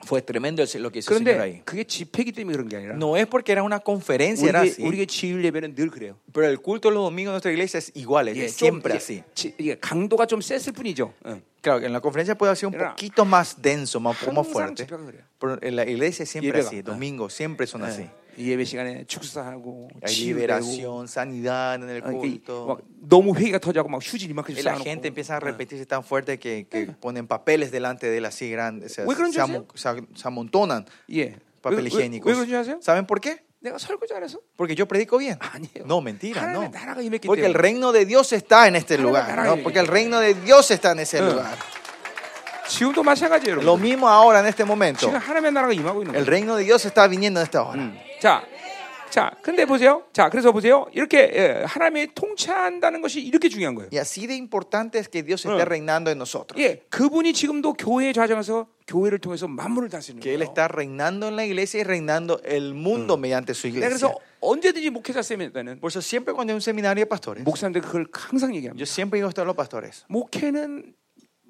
A: Fue tremendo el- lo que hizo el Señor ahí.
B: 그런데 그게 집회기 때문에 그런 게 아니라
A: No es porque era una conferencia, era
B: 우리
A: así.
B: 우리의 지율 예배는 늘 그래요.
A: Pero el culto de los domingos en nuestra iglesia es igual, es
B: 예, 좀
A: siempre
B: 이게
A: así.
B: 지- 이게 강도가 좀 셌을 뿐이죠. 예, 응.
A: Claro, que en la conferencia puede haber sido un
B: Era-
A: poquito más denso, más, un poco más
B: 항상
A: fuerte.
B: 집회가 그래요.
A: Pero en la iglesia siempre
B: Llega.
A: así,
B: Ah.
A: domingos siempre son así.
B: 이 예배 시간에 축사하고
A: Hay
B: 치유되고
A: liberación, sanidad en el
B: 아, 이게 막
A: culto.
B: 너무 회의가 터지고 막 휴지 이만큼
A: Y la gente
B: 쌓아놓고
A: empieza a repetirse tan fuerte que, que ponen papeles delante de él así grandes. Se,
B: ¿왜 그런 줄
A: se amon- se- se amontonan
B: 예. 왜, 왜,
A: papel
B: 왜
A: higiénico.
B: 그런지 아세요?
A: ¿Saben por qué?
B: 내가 설교 잘해서
A: Porque Ah, yo predico bien.
B: 아니에요.
A: No, mentira,
B: 하나님의
A: no.
B: 나라가 임했기
A: Porque el
B: 때문에
A: reino de Dios está en este
B: Haram-
A: lugar,
B: haram-
A: ¿no? Porque el Ah. reino de Dios está en ese
B: Eh.
A: lugar.
B: 지금도 마찬가지예요,
A: Lo
B: 여러분.
A: mismo ahora en este momento.
B: 지금 하나님의 나라가 임하고 있는
A: El
B: 거예요.
A: Mm. reino de Dios está viniendo en esta hora.
B: 자, 자, 근데 보세요. 자, 그래서 보세요. 이렇게 예, 하나님이 통치한다는 것이 이렇게 중요한 거예요.
A: Y así de importante es que Dios esté
B: Mm.
A: reinando en nosotros.
B: 예, 그분이 지금도 교회의 좌정에서 교회를 통해서 만물을 다스리는
A: Que Él
B: 거예요.
A: está reinando en la iglesia y reinando el mundo mediante su
B: 내가
A: iglesia.
B: 네, 그래서 언제든지 목회자 쌤이다는
A: Mm. Por eso siempre cuando hay un seminario de pastores,
B: 목사님들 그걸 항상 얘기합니다.
A: yo siempre digo esto a los pastores.
B: 목회는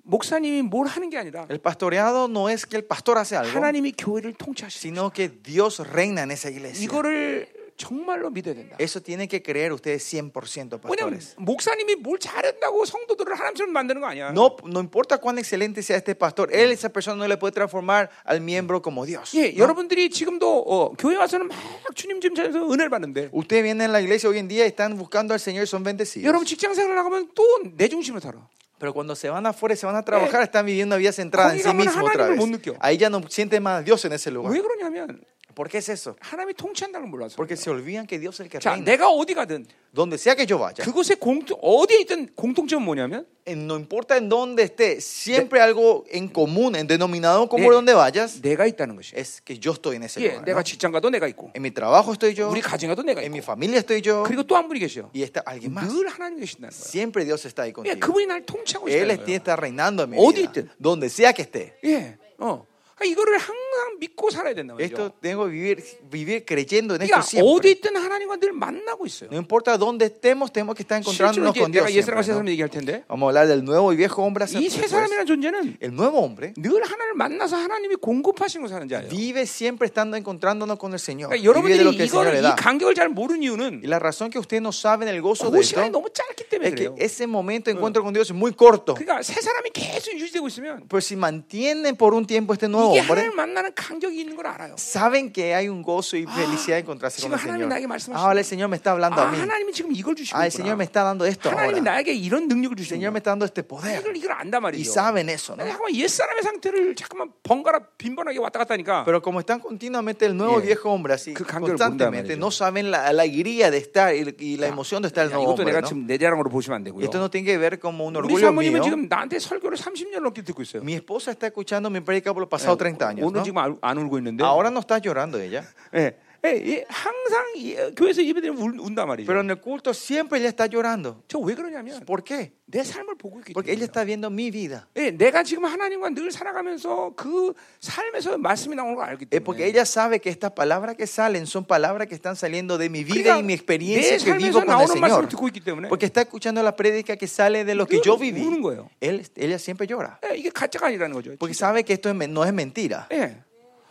B: 목사님이 뭘 하는 게 아니라
A: El pastoreado no es que el pastor hace algo,
B: 하나님이 교회를 통치하시는
A: sino que Dios reina en esa iglesia.
B: 이거를 정말로 믿어야 된다.
A: Eso tienen que creer ustedes 100%,
B: 왜냐면
A: pastores.
B: 목사님이 뭘 잘한다고 성도들을 하나님처럼 만드는 거 아니야.
A: No, no importa cuán excelente sea este pastor, él, esa persona, no le puede transformar al miembro como Dios.
B: 예,
A: ¿no?
B: 여러분들이 지금도 어, 교회 와서는 막 주님 좀 찾아서 은혜를 받는데
A: Ustedes vienen a la iglesia hoy en día y están buscando al Señor y son bendecidos.
B: 여러분 직장 생활 나가면 또 내 중심을 살아.
A: Pero cuando se van afuera y se van a trabajar, están viviendo una vida centrada en
B: 거기
A: sí
B: 가면
A: mismo otra
B: 하나님을
A: vez.
B: 못 느껴.
A: Ahí ya no sienten más a Dios en ese
B: 왜
A: lugar.
B: 그러냐면
A: ¿Por qué es eso?
B: 하나님이 통치한다는 걸 몰라서.
A: Porque se olvidan que Dios es el que
B: 자,
A: reina.
B: 내가 어디 가든
A: Donde sea que yo vaya,
B: 그곳의 공통 어디에 있든 공통점은 뭐냐면
A: en- no importa en dónde esté, siempre algo en común, en denominado como
B: Ne-
A: donde vayas,
B: 내가 있다는 것이.
A: es que yo estoy en ese
B: 예,
A: lugar. ¿no?
B: 내가 직장 가도 내가 있고,
A: En mi trabajo estoy yo,
B: 우리 가정 가도 내가
A: en mi
B: 있고,
A: familia estoy yo,
B: 그리고 또 한 분이 계셔.
A: y está alguien más.
B: 늘 하나님 계신다는 거야.
A: Siempre Dios está ahí
B: 예,
A: contigo.
B: 그분이 날 통치하고
A: Él
B: 있다는
A: está-
B: 거야.
A: está reinando en mi
B: 어디
A: vida,
B: 있든.
A: donde sea que esté.
B: 예, 어. 그러니까 이거를 항상 믿고 살아야 된단
A: Esto
B: 말이죠.
A: tengo que vivir, vivir creyendo en esto
B: 그러니까 어디
A: siempre.
B: 있든 하나님과 늘 만나고 있어요.
A: No importa dónde estemos, tenemos que estar
B: 실제로
A: encontrándonos
B: 이제
A: con Dios.
B: 내가
A: siempre,
B: 옛사람과
A: ¿no?
B: 새사람 얘기할 텐데
A: Vamos a hablar del nuevo y viejo hombre. hace-
B: 이 새
A: después.
B: 사람이라는 존재는
A: El nuevo hombre
B: 늘 하나님을 만나서 하나님이 공급하신 거 사는 자예요.
A: vive siempre estando encontrándonos con el Señor.
B: 그러니까
A: Vive de lo
B: 여러분들이
A: que el Señor
B: 이거를
A: le da.
B: 이 간격을 잘 모르는 이유는
A: Y la razón que ustedes no saben el gozo de
B: 그 시간이
A: esto
B: 너무 짧기 때문에
A: es que
B: 그래요.
A: ese momento de encuentro con Dios es muy corto.
B: 그러니까 새 사람이 계속 유지되고 있으면
A: Pero si mantienen por un tiempo este nuevo
B: 이게
A: hombre,
B: 하나님을 만나는 간격이 있는 걸 알아요.
A: saben que hay un gozo y felicidad de encontrarse con
B: 지금
A: el
B: 하나님이
A: Señor.
B: 나에게 말씀하시는
A: Ahora el Señor me está
B: 아,
A: hablando a mí.
B: 하나님이 지금 이걸 주시고
A: Ah, el Señor me
B: 있구나.
A: está dando esto
B: 하나님이
A: ahora.
B: 나에게 이런 능력을
A: El Señor
B: 주시는
A: me
B: 거야.
A: está dando este
B: 이걸
A: poder.
B: 이걸 안단
A: Y
B: 말이죠.
A: saben eso, ¿no?
B: 아니, 잠깐만 옛사람의 상태를 잠깐만 번갈아 빈번하게 왔다 갔다 하니까
A: Pero como están continuamente el nuevo
B: Yeah.
A: viejo hombre así,
B: 그 간격을
A: constantemente,
B: 본단 말이죠.
A: no saben la, la alegría de estar y, y la emoción de estar el
B: 야,
A: nuevo
B: 이것도
A: hombre.
B: 내가
A: ¿no?
B: 지금 내 자랑으로 보시면 안 되고요.
A: Esto no tiene que ver como un
B: 우리
A: orgullo mío.
B: 사모님은 지금 나한테 설교를 30년 넘게 듣고 있어요. 네.
A: Mi esposa está escuchando mi prédica por los pasados 30 años.
B: 오늘
A: ¿no?
B: 지금 안, 안 울고 있는데.
A: Ahora no está llorando ella,
B: 예. 예, 예, 항상 이, 어, 교회에서 예배드리면 울- 운단 말이죠.
A: pero en el culto siempre ella está llorando.
B: 저 왜 그러냐면
A: ¿Por qué?
B: 내 삶을 보고 있기
A: Porque ella
B: 때문에.
A: está viendo mi vida.
B: 예, 내가 지금 하나님과 늘 살아가면서 그 삶에서 말씀이 나오는 걸 알기
A: Es porque
B: 때문에.
A: ella sabe que estas palabras que salen son palabras que están saliendo de mi vida
B: 그러니까
A: y mi
B: 내
A: experiencia que vivo
B: 삶에서
A: con el
B: 나오는 말씀을
A: Señor.
B: 듣고 있기 때문에.
A: Porque está escuchando la prédica que sale de lo que
B: 늘
A: este yo viví.
B: 우는 거예요.
A: Él, ella siempre llora.
B: 예, 이게 가짜가 아니라는 거죠.
A: Porque sabe que esto es men- no es mentira.
B: 예.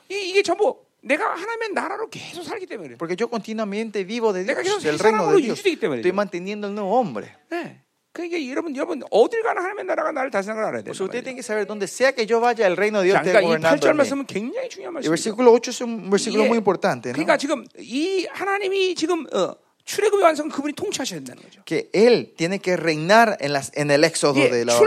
B: 이, 이게 전부 내가 하나님의 나라로 계속 살기 때문에 그래요.
A: Porque yo continuamente vivo de
B: 내가
A: Dios,
B: 계속
A: del
B: 새
A: reino
B: 사람으로
A: de Dios.
B: 유지되기 때문에
A: Estoy
B: 그래요.
A: manteniendo el nuevo hombre.
B: 예. 그러니까 여러분, 여러분 어딜 가나 하나님의 나라가 나를 다스리는 걸 알아야 돼요.
A: Por eso usted tiene que saber donde sea que yo vaya, el reino de Dios
B: 자,
A: esté
B: 그러니까 이
A: gobernando.
B: 8절
A: en mí.
B: 말씀은 굉장히 중요한
A: El
B: 말씀이에요.
A: versículo 8 es un versículo
B: 예.
A: muy importante, ¿no?
B: 그러니까 지금 이 하나님이 지금 어, 출애굽의 완성 그분이 통치하셔야 된다는 거죠.
A: Que él tiene que reinar en, las, en el éxodo de
B: 예,
A: la Babilonia.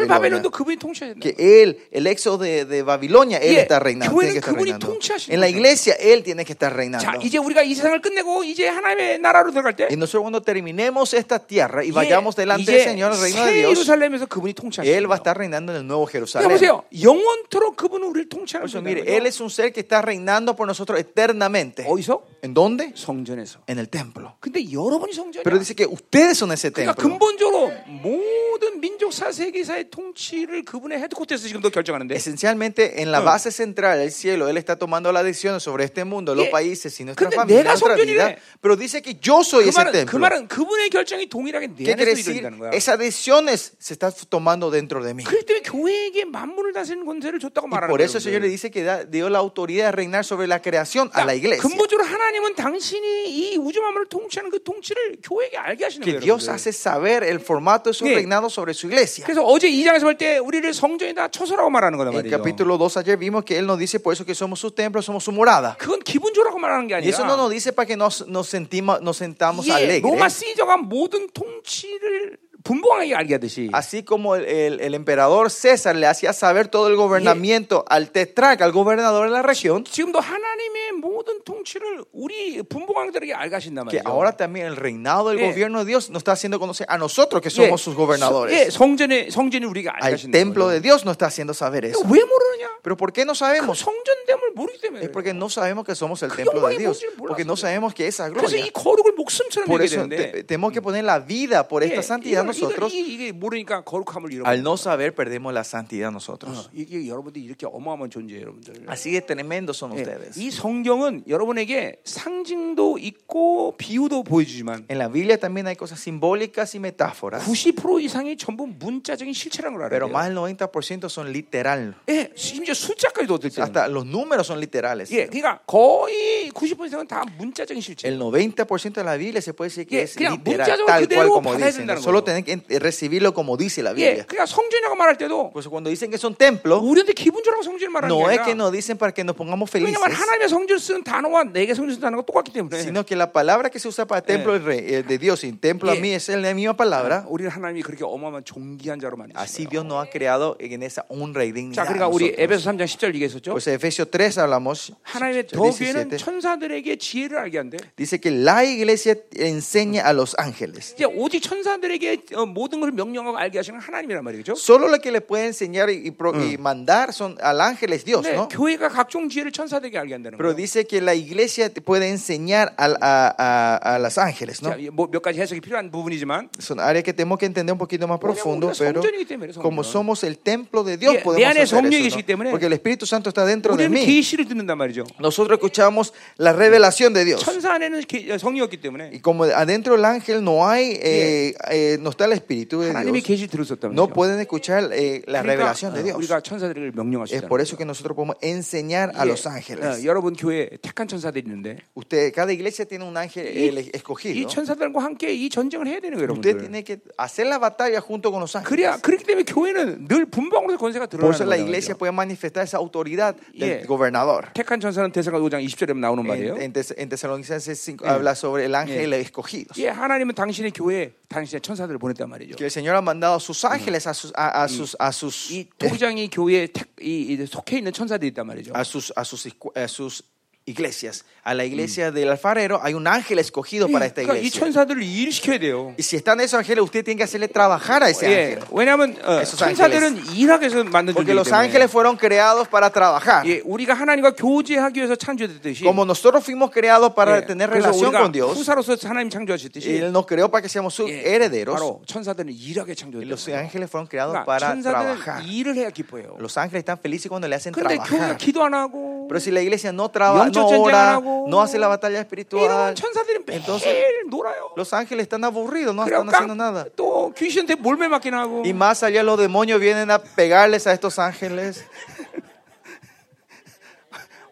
B: 출바벨론도 그분이 통치해야 된다.
A: Que él, el éxodo de, de Babilonia, él
B: Yeah,
A: está reinando.
B: 교회는
A: tiene que estar
B: 그분이
A: reinando.
B: 통치하시는
A: En la
B: 거죠.
A: iglesia, él tiene que estar
B: 자,
A: reinando.
B: 이제 우리가 이 세상을 끝내고 이제 하나님의 나라로 들어갈 때
A: Y nosotros cuando terminemos esta tierra y vayamos
B: 예,
A: delante del Señor, al reino de
B: 새
A: Dios,
B: 예루살렘에서 그분이 통치하시는
A: Él va a
B: 거예요.
A: estar reinando en el Nuevo
B: 그러니까
A: Jerusalén.
B: 보세요. 영원토록 그분은 우리를 통치하는
A: Por eso,
B: 거예요.
A: mire, Él es un ser que está reinando por nosotros eternamente.
B: 어디서?
A: ¿En dónde?
B: 성전에서.
A: En el templo.
B: 근데 여러분이 성전이야.
A: Pero dice que ustedes son ese
B: 그러니까
A: templo.
B: 근본적으로 모든 민족사 세계사의 통치를 그분의 헤드코트에서 지금도 결정하는데
A: Esencialmente, en la
B: Mm.
A: base central del cielo, Él está tomando las decisiones sobre este mundo, los
B: Yeah.
A: países y nuestra
B: 근데
A: familia,
B: 내가
A: nuestra
B: 성전이래.
A: vida. Pero dice que yo soy
B: 그
A: ese
B: 말은, 그
A: templo.
B: 말은 그분의 결정이 동일하게 내
A: ¿Qué quiere
B: 안에서
A: decir?
B: 이루어진다는 거야.
A: Esas decisiones se están tomando dentro de mí.
B: 그렇기 때문에 교회에게 만물을 다스리는 권세를 줬다고
A: Y
B: 말하는
A: por eso el
B: 거예요,
A: Señor le
B: 여러분들.
A: dice que da- dio la autoridad de reinar sobre la creación a la
B: 그러니까
A: iglesia.
B: 근본적으로 하나님은 당신이 이 우주 만물을 통치하는 그 통치를 교회에게 알게 하시는
A: Que
B: 거예요.
A: Dios
B: 여러분들.
A: hace saber el formato de su
B: Yeah.
A: reinado sobre su iglesia.
B: 그래서 어제 이 장에서 볼 때 우리를 성전이다 처소라고 말하는 거단
A: En el
B: 말이죠.
A: capítulo 2 ayer vimos que Él nos dice por eso que somos su templo, somos su morada.
B: 그건 기분조라고 말하는 게
A: Y eso no nos
B: 아니라
A: dice para que nos, nos, sentimos, nos sentamos
B: 예, 로마
A: alegres.
B: 시저가 모든 통치를 분봉하게 알게 하듯이
A: Así como el, el- el emperador César le hacía saber todo el gobernamiento al tetraca, al gobernador de la región,
B: 지금도 하나님의 모든 통치를 우리 분봉왕들에게 알가신단
A: que
B: 말이죠.
A: ahora también el reinado del
B: Yeah.
A: gobierno de Dios nos está haciendo conocer a nosotros que somos sus
B: 예,
A: gobernadores.
B: 성전에 성전이 우리가
A: Al
B: 알가신단
A: templo
B: 말이죠.
A: de Dios nos está haciendo saber eso.
B: 왜 모르느냐?
A: Pero ¿por qué no
B: 그
A: sabemos?
B: 성전됨을 모르기 때문에.
A: Es porque no sabemos que somos el
B: 그
A: templo de
B: 영광이
A: Dios,
B: 뭔지를
A: porque
B: 몰라서
A: no sabemos que esa
B: 그래서
A: gloria.
B: 이 거룩을 목숨처럼
A: Por
B: 여기야
A: eso
B: 되는데.
A: te- tenemos que poner la vida por
B: 예,
A: esta santidad
B: 이걸- 이걸-
A: nosotros.
B: 이- 이게 모르니까 거룩함을 잃어.
A: Al no 사ber perdemos la santidad nosotros.
B: 이게 여러분들이 이렇게 어마어마한 존재예요, 여러분들.
A: Así de tremendos son
B: 예,
A: ustedes.
B: 이 성경은 여러분에게 상징도 있고 비유도 보여주지만
A: En la Biblia también hay cosas simbólicas y metáforas,
B: 90% 이상이 전부 문자적인 실체라는 걸 알아야
A: 예. pero más
B: 돼요.
A: del 90% son literal.
B: 예, 심지어 숫자까지도 얻을 때.
A: Hasta los números son literales.
B: 예, 그러니까 거의 90% 이상은 다 문자적인 실체.
A: El 90% de la Biblia se puede decir que
B: Yeah,
A: es
B: 그냥
A: literal,
B: 문자적으로
A: tal cual
B: 그대로
A: como
B: 받아야
A: dicen.
B: 된다는
A: Solo
B: 거죠.
A: tienen que eh, recibirlo como dice la
B: 예,
A: Biblia.
B: 그러니까 성전이라고 말할 때도
A: Por eso cuando dicen que son templos,
B: 우리한테 기분 좋으라고 성전을 말하는
A: no
B: 게
A: es que
B: 아니라
A: nos dicen para que nos pongamos felices,
B: 왜냐면 하나님의 성전을 쓰는 단어와 내게 성전을 쓰는 단어가 똑같기 때문에
A: sino que la palabra que se usa para templo del rey, eh, de Dios y templo
B: Yeah.
A: a mí es la misma palabra.
B: 우리를 하나님이 그렇게 어마어마한 존귀한 자로
A: Así
B: 만드셨어요.
A: Dios nos ha creado en esa honra y dignidad.
B: 자,
A: a
B: 그러니까 우리
A: nosotros.
B: 에베소 3장 10절 얘기했었죠.
A: Pues Efesios 3 hablamos,
B: 하나님의 더 교회는
A: 17,
B: 천사들에게 지혜를 알게 한대.
A: dice que la iglesia enseña a los ángeles.
B: 이제 오직 천사들에게 어, 모든 걸 명령하고 알게 하시는 하나님이란 말이죠.
A: Solo lo que le puede enseñar y, y pro- y mandar son al ángel es Dios,
B: 근데
A: ¿no?
B: 교회가 각종 지혜를 천사들에게 알게 한다는
A: Pero
B: 거예요.
A: dice que la iglesia te puede enseñar al- a, a- a las ángeles, ¿no?
B: 자, 뭐 몇 가지 해석이 필요한 부분이지만
A: Son áreas que tenemos que entender un poquito más profundo,
B: 우리가
A: pero
B: 성전이기 때문에, 성전.
A: como somos el templo de Dios,
B: 예, 내
A: podemos
B: 안에
A: hacer
B: 성령이
A: eso,
B: 계시기
A: ¿no?
B: 때문에
A: Porque el Espíritu Santo está dentro de
B: 우리는
A: mí.
B: 계시를 듣는단 말이죠.
A: Nosotros escuchamos la revelación de Dios.
B: 천사 안에는 계- 어, 성령이었기 때문에
A: Y como adentro del ángel no hay, eh, eh, no está el Espíritu de
B: 하나님이
A: Dios,
B: 계시를 들었었단
A: no
B: 말이죠.
A: pueden escuchar eh, la
B: 그러니까
A: revelación de
B: 어,
A: Dios.
B: 우리가 천사들에게 명령할 수
A: Es
B: 있다.
A: por eso que nosotros podemos enseñar a los ángeles.
B: 여러분 교회에 택한 천사들이 있는데
A: Usted, cada iglesia tiene un ángel
B: 이,
A: eh,
B: 이
A: escogido.
B: 천사들과 함께 이 전쟁을 해야 되는 거예요,
A: Usted
B: 여러분들.
A: tiene que hacer la batalla junto con los ángeles.
B: 그래야 그렇기 때문에 교회는 늘 분방으로서 권세가
A: Por eso
B: 드러나는
A: la
B: 거예요.
A: iglesia puede manifestar esa autoridad del
B: Yeah.
A: gobernador.
B: 택한 천사는 대사가 5장 20절에 나오는 말이에요.
A: En, en Tes- en Tesalonicenses 5 habla sobre el ángel escogido.
B: 예, 하나님은 당신의 교회에 당신의 천사들을 보냈단 말이죠.
A: Que el Señor ha mandado a sus ángeles a sus a, a sus a sus eh,
B: 이 토기장이 교회에 택, 이, 이 속해 있는 천사들이 있단 말이죠.
A: a sus a sus iscu- a sus iglesias. A la iglesia del alfarero hay un ángel escogido para esta
B: 그러니까 이
A: iglesia.
B: 천사들을 일시켜야 돼요.
A: Y si están esos ángeles, usted tiene que hacerle trabajar a ese
B: 예,
A: ángel.
B: 왜냐하면 어,
A: Esos
B: 천사들은 일하기 위해서 만든
A: Porque
B: 존재이기
A: los
B: 때문에
A: ángeles fueron creados para trabajar.
B: 예, 우리가 하나님과 교제하기 위해서 창조됐듯이
A: Como nosotros fuimos creados para
B: 예,
A: tener
B: 그래서
A: relación
B: 우리가
A: con Dios,
B: 후사로서 하나님 창조하셨듯이
A: Él nos creó para que seamos sus
B: 예,
A: herederos.
B: 바로 천사들은 일하게
A: Y los
B: 창조됐어요.
A: ángeles fueron creados
B: 그러니까
A: para
B: 천사들은
A: trabajar.
B: 일을 해야 기뻐해요.
A: Los ángeles están felices cuando le hacen
B: 근데 교회가
A: trabajar.
B: 기도 안 하고
A: Pero si la iglesia no trabaja, no
B: 영적 전쟁 안
A: ora,
B: 하고,
A: no hace la batalla
B: 이러면
A: espiritual,
B: 천사들이
A: Entonces,
B: 매일 놀아요.
A: los ángeles están aburridos, no
B: 그리고
A: están haciendo
B: 깡-
A: nada.
B: 또 귀신한테 몰매 맞긴 하고
A: Y más allá los demonios vienen a pegarles a estos ángeles.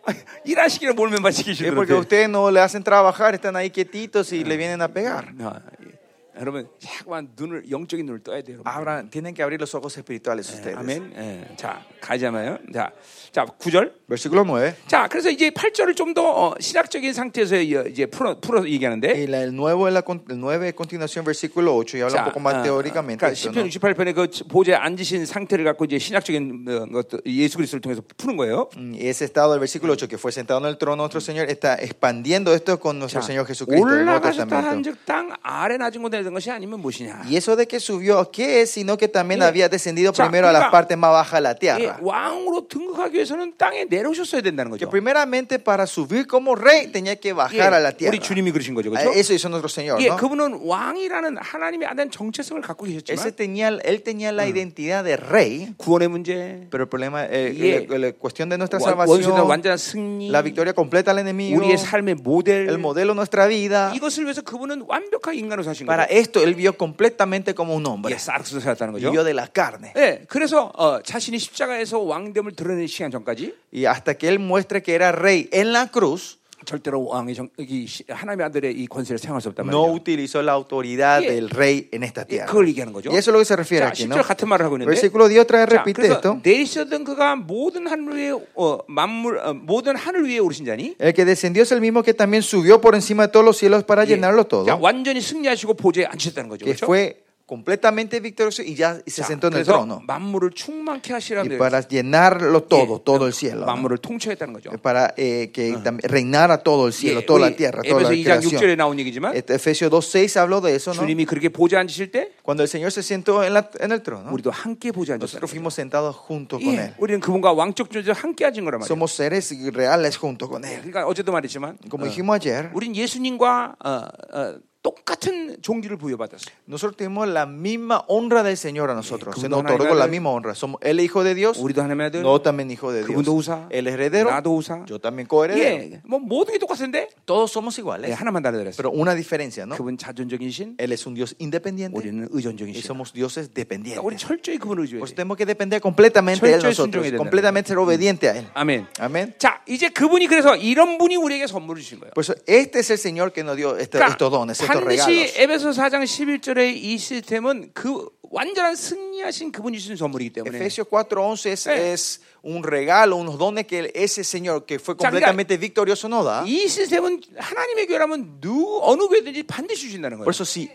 B: 일하시기를 예, 몰매
A: Es porque
B: 맞히시는데
A: ustedes no le hacen trabajar, están ahí quietitos y le vienen a pegar.
B: 아, 예. 여러분 자꾸만 눈을 영적인 눈을 떠야 돼요. 여러분.
A: Abran, tienen que abrir los ojos espirituales ustedes.
B: 아멘. 예. 자 가자마요. 자, 자 9절.
A: Versículo 9.
B: 자 그래서 이제 8절을 좀 더 신학적인 상태에서 이- 이제 풀어 풀어 얘기하는데.
A: Y la- el, nuevo, es la con- el 9 de continuación, versículo 8, y habla un poco más teóricamente.
B: 그러니까
A: esto,
B: 10편
A: ¿no?
B: 68편에 그 보좌에 앉으신 상태를 갖고 이제 신학적인 어, 것도 예수 그리스도를 통해서 푸는 거예요.
A: Mm, Y ese estado del versículo 8, que fue sentado en el trono de nuestro Señor, está expandiendo esto con nuestro Señor Jesucristo. en el Nuevo
B: 올라가셨다는
A: Testamento.
B: 즉땅 아래 낮은 곳에 있는 것이 아니면 무엇이냐.
A: Y eso de que subió, ¿qué es? Sino que también
B: Yeah.
A: había descendido
B: 자,
A: primero a las
B: 그러니까
A: partes más bajas de la
B: 예,
A: tierra.
B: 왕으로 등극하기 위해서는 땅에 내려오셨어야 된다는
A: Que
B: 거죠.
A: primeramente para subir como rey tenía que
B: 예,
A: bajar a la tierra.
B: 우리 주님이 그러신 거죠,
A: Ah,
B: 그렇죠?
A: Eso hizo nuestro Señor.
B: 예,
A: ¿no?
B: 그분은 왕이라는 하나님의 아된 정체성을 갖고
A: Ese
B: 계셨지만
A: tenía, él tenía la identidad de rey,
B: 구원의 문제,
A: pero el problema, eh,
B: Yeah.
A: la, la cuestión de nuestra
B: 원- 원수의
A: salvación,
B: 완전한 승리,
A: la victoria completa al enemigo,
B: 우리의 삶의
A: el
B: 모델
A: modelo de nuestra vida.
B: 이것을 위해서 그분은 완벽한 인간으로 사신
A: Para
B: 거예요.
A: esto él vio completamente como un
B: 예,
A: hombre,
B: 사르스로 살았다는 거죠.
A: vivió de la carne.
B: 예, 그래서 어, 자신이 십자가에서 왕됨을 드러낸 시간 전까지
A: Y hasta que él muestre que era rey en la cruz,
B: 절대로 왕의 정, 이 시- 하나님의 아들의 이 권세를 사용할 수 없단
A: no
B: 말이에요.
A: utilizó la autoridad
B: Yeah.
A: del rey en esta
B: 예,
A: tierra.
B: 그걸 얘기하는 거죠.
A: Y eso es lo que se refiere
B: 자,
A: aquí, ¿no?
B: 실제로 같은 말을 하고 있는데.
A: Versículo 10 otra vez
B: 자,
A: repite
B: 그래서
A: esto.
B: 내리셨던 그가 모든 하늘 위에 어, 만물 어, 모든 하늘 위에 오르신 자니
A: El que descendió es el mismo que también subió por encima de todos los cielos para
B: 예.
A: llenarlo todo,
B: 자, 완전히 승리하시고 보좌에 앉으셨다는 거죠.
A: que
B: 그렇죠?
A: fue completamente victorioso y ya se
B: 자,
A: sentó en el
B: 그래서
A: trono.
B: 만물을 충만케 하시라는
A: Y
B: 데요.
A: para llenarlo todo,
B: 예,
A: todo el cielo. ¿no?
B: 만물을 통치했다는 거죠.
A: Para eh, que tam- reinara todo el cielo,
B: 예,
A: toda
B: 우리
A: la tierra, toda
B: 에베소
A: la
B: 2장
A: creación.
B: 6절에 나온 얘기지만
A: Este, Efesios 2.6 habló de eso, ¿no?
B: 주님이 그렇게 보좌 앉으실 때
A: Cuando el Señor se sentó en, la- en el trono,
B: 우리도 함께 보좌 앉았다.
A: nosotros fuimos sentados junto con
B: 예,
A: Él.
B: 우리는 그분과 왕적 존재 함께 앉은 거란 말이에요.
A: Somos seres reales junto con Él.
B: 그러니까 어제도 말했지만
A: Como dijimos ayer,
B: 우린 예수님과 어, 어, 똑같은 종기를 부여받았어요.
A: nosotros tenemos la misma honra del Señor a nosotros.
B: que
A: Se
B: uno
A: nos
B: no
A: otorgó
B: regala-
A: la misma honra. Somos Él es hijo de Dios,
B: 우리도 하나님의 아들,
A: no también hijo de Dios.
B: 그분도 우사,
A: Él es 네, heredero,
B: 나도 우사.
A: yo también coheredero.
B: 예, 뭐 모든 게 똑같은데
A: Todos somos
B: 예,
A: iguales,
B: 하나만 다르더랬어요.
A: pero una diferencia, ¿no? Eh, 네.
B: 그분 자존적인 신,
A: Él es un Dios independiente
B: 우리는 의존적인
A: y
B: 신.
A: somos dioses
B: 그러니까 우리
A: dependientes.
B: 철저히 그분을
A: Por eso
B: 의존해.
A: tenemos que depender completamente de Él
B: Chol- chol-
A: nosotros,
B: 순종해야 된다.
A: completamente ser obediente a Él.
B: 아멘.
A: Amén.
B: 자, 이제 그분이 그래서 이런 분이 우리에게 선물을 주신 거예요.
A: Por eso este es el Señor que nos dio este-
B: 그러니까
A: estos dones, estos
B: 반드시
A: regalos.
B: 에베소 4장 11절의 이 시스템은 그 완전한 승리하신 그분이 주신 선물이기 때문에
A: Efesios 4:11 es,
B: Eh.
A: es un regalo, unos dones que ese Señor que fue
B: 자, 그러니까
A: completamente victorioso nos da.
B: 이 시스템은 하나님의 교회라면 누 어느 교회든지 반드시 주신다는 거예요.
A: Por eso sí.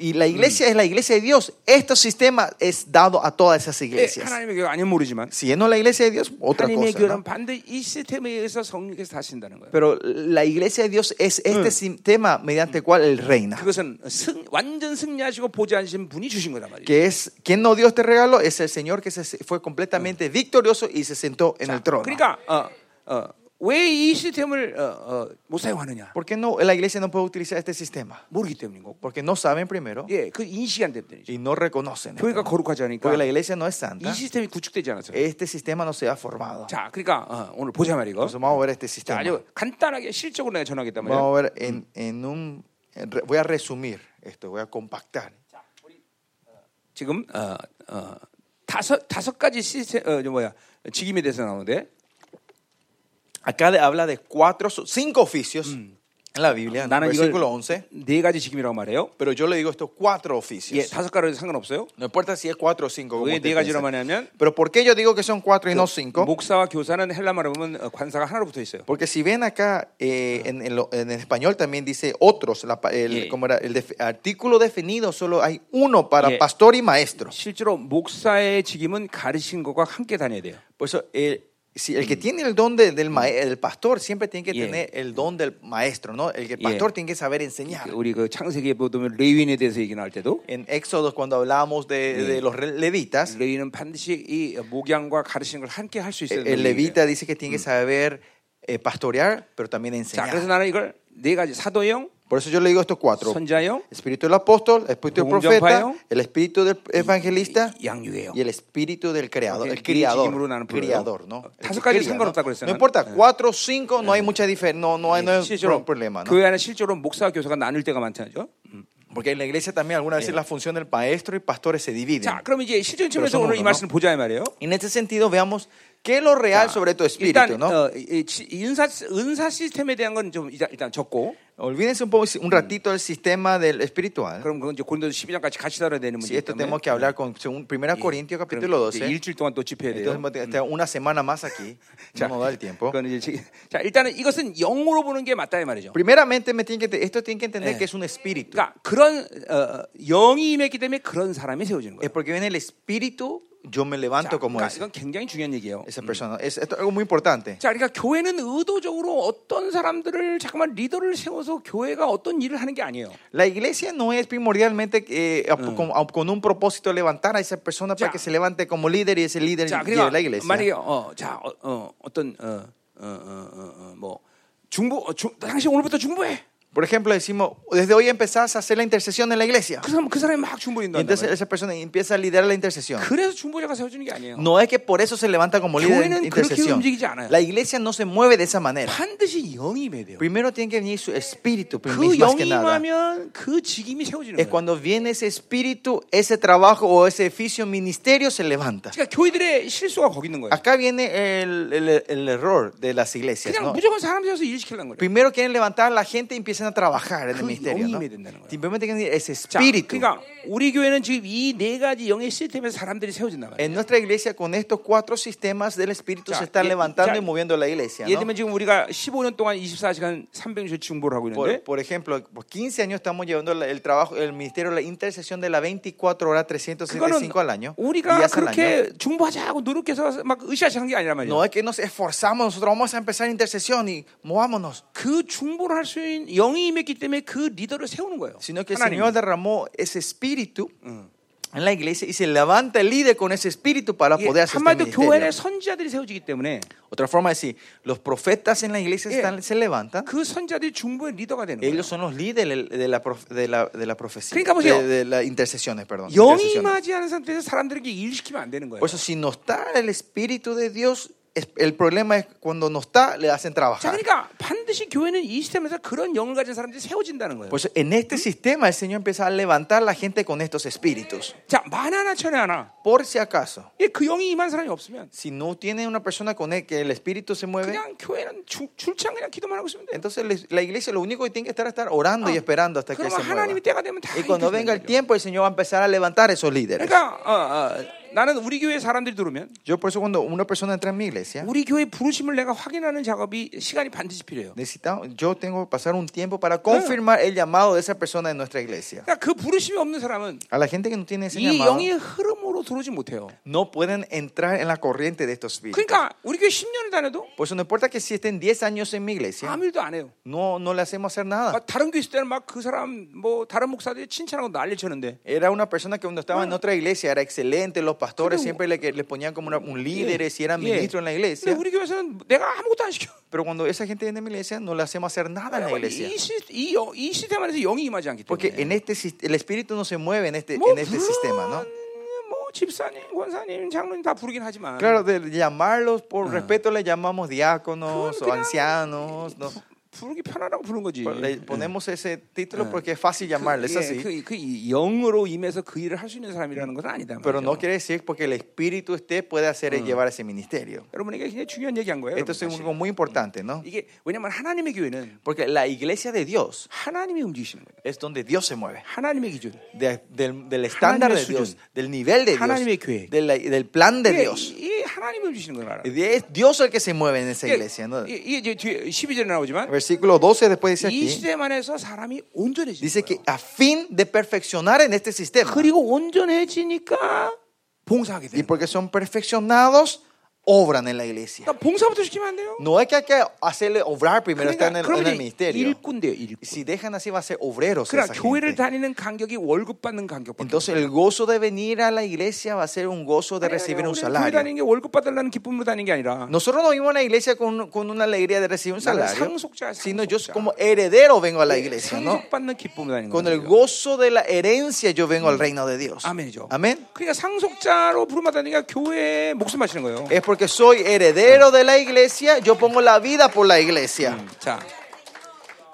A: Y la iglesia es la iglesia de Dios. Este sistema es dado a todas esas
B: 예,
A: iglesias.
B: 하나님의 교회 아니면 모르지만
A: Si es no la iglesia de Dios, otra
B: 하나님의
A: cosa.
B: 교회는
A: ¿no?
B: 반드시 이 시스템에 의해서 성령께서 다신다는 거예요.
A: Pero la iglesia de Dios es este sistema mediante el cual Él reina.
B: 그것은 승, 완전 승리하시고 보좌하신 분이 주신 거란 말이에요.
A: Que es, quien no dio este regalo es el Señor que se, fue completamente victorioso y se sentó en el trono.
B: 그러니까 어, 어, 왜 이 시스템을 어, 어, 못 사용하느냐
A: ¿Por qué no, la iglesia no puede utilizar este sistema?
B: 모르기 때문인 거고
A: Porque no saben primero
B: 예, 그 인식이 안 됐더니
A: y no reconocen.
B: 교회가 거룩하지 않으니까
A: Porque la iglesia no es
B: 이
A: santa.
B: 시스템이 구축되지 않았어요.
A: Este sistema no se ha formado.
B: 자, 그러니까 어, 오늘 보자 말이고.
A: Entonces vamos a ver este
B: 자,
A: sistema.
B: 아주 간단하게 실적으로 내가 전하겠단 말이야.
A: Vamos a ver en, en un. en re- voy a resumir esto, voy a compactar.
B: 지금 어, 어, 다섯 다섯 가지 시스템 어, 저 뭐야 직임에 대해서 나오는데
A: Acá de- habla de cuatro, so- cinco oficios en la Biblia, en el
B: 나는 이걸
A: versículo 11.
B: 네 가지 직임이라고 말해요.
A: Pero yo le digo estos cuatro
B: 예,
A: oficios.
B: 다섯 가지로 상관없어요.
A: No importa si es cuatro o cinco. como
B: 왜
A: ustedes
B: 네 가지로
A: piensan.
B: 말하냐면
A: Pero ¿por qué yo digo que son cuatro y no cinco?
B: 목사와 교사는 헬라말로 보면 어, 관사가 하나로 붙어 있어요.
A: Porque si ven acá, eh, en, en lo- en el español también dice otros, la pa- el,
B: Yeah.
A: como era, el def- artículo definido solo hay uno para
B: Yeah.
A: pastor y maestro.
B: 실제로 목사의 직임은 가르친 것과 함께 다녀야 돼요.
A: Por eso, eh, si el que tiene el don de- del ma- el pastor siempre tiene que
B: mm. Yeah.
A: tener el don del maestro, ¿no? El que el
B: Yeah.
A: pastor tiene que saber enseñar.
B: 그 우리 그 창세기에 보면 레위인에 대해서 얘기 나올 때도
A: En Éxodo, cuando hablábamos de, de los re- levitas,
B: 레위인은 반드시 이 목양과 가르치는 걸 함께 할 수 있어야
A: el,
B: 된다는
A: el
B: 얘기예요.
A: levita dice que tiene
B: Mm.
A: que saber eh, pastorear, pero también
B: 자,
A: enseñar.
B: 그래서 나는 이걸 네 가지 사도형,
A: Por eso yo le digo estos cuatro.
B: 선자형,
A: Espíritu del apóstol, el espíritu del
B: Un
A: profeta,
B: yompayo.
A: el espíritu del evangelista
B: 양육해요.
A: y el espíritu del creador,
B: Ok,
A: el criador,
B: 직임으로 나는 불러요.
A: criador, ¿no? El
B: 다섯
A: que
B: 가지
A: cría, ¿no?
B: 상관없다고 그랬어요,
A: No
B: 나는.
A: importa, cuatro, cinco, no hay mucha diferencia, no, no hay, no hay
B: 예, 실제로
A: problema, ¿no?
B: 교회 안에 실제로 목사와 교사가 나눌 때가 많잖아요.
A: Porque en la iglesia también algunas veces la función del maestro y pastores se dividen.
B: 자, 그럼 이제 실전
A: 그래서
B: 측면에서 오늘 이
A: 뭐죠?
B: 말씀을 보자 이 말이에요.
A: En este sentido, veamos qué es lo real
B: 자,
A: sobre tu espíritu,
B: 일단
A: ¿no?
B: 어, 이- 이- 이 은사 은사 시스템에 대한 건 좀 일단 적고,
A: Olvídense un, poco, un ratito del sistema del espiritual.
B: 그럼 그건 이제 고린도서 12장까지 같이 다뤄야 되는
A: Si
B: 문제기
A: esto
B: 네. 때문에. 예.
A: tenemos que hablar con según 1 Corintios
B: 그럼
A: capítulo
B: 이제
A: 12.
B: 일주일 동안 네, 또 집회해야
A: Entonces
B: 돼요.
A: hemos de- estar una semana más aquí. No nos da el tiempo.
B: 그건 이제 지- 자 일단은 이것은 영으로 보는 게 맞다 이 말이죠.
A: Primeramente, me tienen que, esto tienen que entender
B: Eh.
A: que es un espíritu.
B: 그러니까 그런 어, 영이 임했기 때문에 그런 사람이 세워지는
A: Es
B: 거예요.
A: porque viene el espíritu, yo me
B: 자,
A: levanto como
B: 그러니까
A: ese-
B: 이건 굉장히 중요한 얘기예요.
A: esa persona. Es, esto es algo muy importante.
B: 자, 그러니까 교회는 의도적으로 어떤 사람들을 잠깐만 리더를 세워서 교회가 어떤 일을 하는 게 아니에요.
A: La iglesia no es primordialmente eh, a- con, a- con un propósito levantar a esa persona
B: Ya.
A: para que se levante como líder y ese líder
B: 자,
A: lleve
B: 그러니까
A: la iglesia.
B: 만약에 어, 자, 어, 어, 어떤 어, 어, 어, 어, 어, 뭐 중보, 어, 중, 당신 오늘부터 중보해.
A: Por ejemplo, decimos, desde hoy empezás a hacer la intercesión en la iglesia.
B: 그 사람 그 사람이 막 중보인다.
A: Entonces esa persona empieza a liderar la intercesión.
B: 그래서 중보자가 세워주는 게 아니에요.
A: No es que por eso se levanta como líder
B: 교회는
A: en
B: 그렇게
A: intercesión.
B: 움직이지 않아요.
A: La iglesia no se mueve de esa manera.
B: 반드시 영임해야 돼요.
A: Primero tiene que venir su espíritu, primero
B: 그
A: más que nada.
B: 영임하면 그 직임이 세워지는
A: Es
B: 거예요.
A: cuando viene ese espíritu, ese trabajo o ese oficio, ministerio se levanta.
B: 그러니까 교회들의 실수가 거기 있는 거예요.
A: Acá viene el, el- el error de las iglesias.
B: 그냥
A: ¿no?
B: 무조건 사람 세워서 일 시키려는 거예요.
A: Primero quieren levantar a la gente y empiecen a trabajar en el
B: 그
A: ministerio.
B: 영이
A: ¿no?
B: 임해야 된다는 거예요.
A: Simplemente tienen que decir, ese
B: 자,
A: espíritu.
B: 그러니까 우리 교회는 지금 이 네 가지 영의 시스템에서 사람들이 세워진단 말이에요.
A: En nuestra iglesia, con estos cuatro sistemas del espíritu,
B: Ya,
A: se están
B: ya,
A: levantando
B: ya.
A: y moviendo la iglesia.
B: 예를
A: ¿no?
B: 들면 지금 우리가 15년 동안 24시간 360 중보를 하고
A: Por,
B: 있는데
A: por ejemplo, por 15 años estamos llevando la- el trabajo, el ministerio, la intercesión de la 24 horas, 365 al año.
B: 우리가
A: días al año.
B: 그렇게 중보하자고 노력해서 막 으쌰으쌰 한게 아니란 말이에요.
A: No es que nos esforzamos, nosotros vamos a empezar intercesión y movámonos.
B: 그 중보를 할 수 있는 영이 임했기 때문에 그 리더를 세우는 거예요.
A: Sino que el
B: 하나님이.
A: Señor derramó ese espíritu en la iglesia y se levanta el líder con ese espíritu para
B: 이게
A: poder hacer este
B: 한마디로 교회 안에
A: ministerio.
B: 선지자들이 세워지기 때문에
A: Otra forma de decir, los profetas en la iglesia
B: Yeah.
A: están, se levantan.
B: 그 선지자들이 중보의 리더가 되는 거예요.
A: Ellos son los líderes de la, prof- de la, de la profecía.
B: 그러니까 보세요.
A: De, de las intercesiones, perdón.
B: 영이
A: intercesiones.
B: 임하지 않은 상태에서 사람들에게 일시키면 안 되는 거예요.
A: Por eso, si no está el Espíritu de Dios, es- el problema es cuando no está, le hacen
B: 자,
A: trabajar.
B: 그러니까 반드시 교회는 이 시스템에서 그런 영을 가진 사람들이 세워진다는 거예요.
A: Por eso, en este sistema, el Señor empieza a levantar a la gente con estos espíritus.
B: 자, 만 하나 천에 하나.
A: Por si acaso,
B: 이게 그 영이 임한 사람이 없으면
A: si no tiene una persona con el que el espíritu se mueve,
B: 그냥 교회는 주- 출장 그냥 기도만 하고 있으면 돼요.
A: entonces les- la iglesia lo único que tiene que estar es estar orando y esperando hasta que se
B: 그러면
A: mueva.
B: 하나님이 때가 되면 다
A: Y cuando venga el
B: 이루어진다는 거죠.
A: tiempo, el Señor va a empezar a levantar esos líderes.
B: 그러니까 어, 어, 나는 우리 교회 사람들이 들으면
A: Yo, por eso, cuando una persona entra en mi iglesia,
B: 우리 교회 부르심을 내가 확인하는 작업이 시간이 반드시 필요해요.
A: necesitamos, yo tengo que pasar un tiempo para confirmar el llamado de esa persona en nuestra iglesia.
B: 그러니까 그 부르심이 없는 사람은
A: A la gente que no tiene ese
B: 이
A: llamado.
B: 영의 흐름으로 들어오지 못해요.
A: no pueden entrar en la corriente de estos espíritus.
B: 그러니까 우리 교회 10년을 다녀도
A: Por eso no importa que si estén 10 años en mi iglesia,
B: 아무 일도 안 해요.
A: no, no le hacemos hacer
B: 막
A: nada.
B: 다른 교회 있을 때는 막 그 사람 뭐 다른 목사들이 칭찬하고 난리 쳤는데
A: Era una persona que cuando estaba en otra iglesia era excelente, los pastores siempre le, que- le ponían como una- un líder, si eran
B: 예.
A: ministro en la
B: 근데
A: iglesia.
B: 우리 교회에서는 내가 아무것도 안 시켜.
A: Pero cuando esa gente viene a mi iglesia, no le hacemos hacer nada en la iglesia.
B: 이, 시, 이, 영- 이 시스템 안에서 영이 임하지 않기
A: Porque
B: 때문에
A: en este, sis- el espíritu no se mueve en este,
B: 뭐
A: en este sistema, ¿no?
B: 물론 뭐 집사님, 권사님, 장로님 다 부르긴 하지만
A: Claro, de llamarlos por respeto le llamamos diáconos o
B: 그건 그냥-
A: ancianos, ¿no?
B: 부르기 편하라고 부른 거지.
A: Le ponemos ese título porque es fácil llamarles
B: 그,
A: así.
B: 예, 그, 그 영으로 임해서 그 일을 할 수 있는 사람이라는 것은 아니다.
A: Pero no
B: 말이죠.
A: quiere decir porque el espíritu usted puede hacer es llevar ese ministerio.
B: 여러분에게 굉장히 중요한 얘기한 거예요.
A: Esto es
B: 여러분,
A: algo muy importante, ¿no?
B: 사실. 이게 왜냐면 하나님의 교회는
A: Porque la iglesia de Dios
B: 하나님이 움직이시는 거예요.
A: es donde Dios se mueve.
B: 하나님의 기준.
A: De- del, del estándar de
B: Ha나님의
A: Dios,
B: 수준.
A: del nivel de
B: 하나님의 교회.
A: Dios, de la- del plan de
B: 네, 이게-
A: Dios.
B: 이 하나님이 움직이시는 걸 알아.
A: Y Es Dios el que se mueve en esa iglesia. ¿no?
B: 이게, 이게 이제 뒤에 12절에 나오지만
A: Versículo 12 después dice
B: 이
A: aquí,
B: 시대만 해서 사람이 아, 온전해지는
A: dice
B: 거예요.
A: que a fin de perfeccionar en este sistema,
B: 그리고 온전해지니까 봉사하게
A: y
B: 돼요.
A: porque son perfeccionados, obran en la iglesia.
B: 그러니까 봉사부터 시키면 안 돼요.
A: No es que hay que hacerle obrar primero, estar en el, en
B: 그러니까 그러면
A: el
B: 이제
A: ministerio.
B: 일꾼돼요. 일꾼.
A: Si dejan así, va a ser obreros.
B: 그러니까
A: esa
B: 교회를
A: gente.
B: 다니는 간격이 월급 받는 간격밖에
A: Entonces el gozo de venir a la iglesia va a ser un gozo de
B: 아니, 아니,
A: recibir
B: 우리는
A: un
B: 교회
A: salario.
B: 다니는 게 월급 받으려는 기쁨으로 다니는 게 아니라
A: Nosotros no vimos a la iglesia con, con una alegría de recibir un
B: 나는
A: salario,
B: 상속자야,
A: sino yo
B: 상속자.
A: como heredero vengo a la iglesia, ¿no?
B: 상속 받는 기쁨으로 다니는
A: Con el
B: 거예요.
A: gozo de la herencia yo vengo al reino de Dios.
B: 아멘이죠.
A: Mm. Amén.
B: 그러니까 상속자로 부름받으니까 교회에 목숨 마시는 거예요.
A: Es porque soy heredero de la iglesia, yo pongo la vida por la iglesia.
B: 자,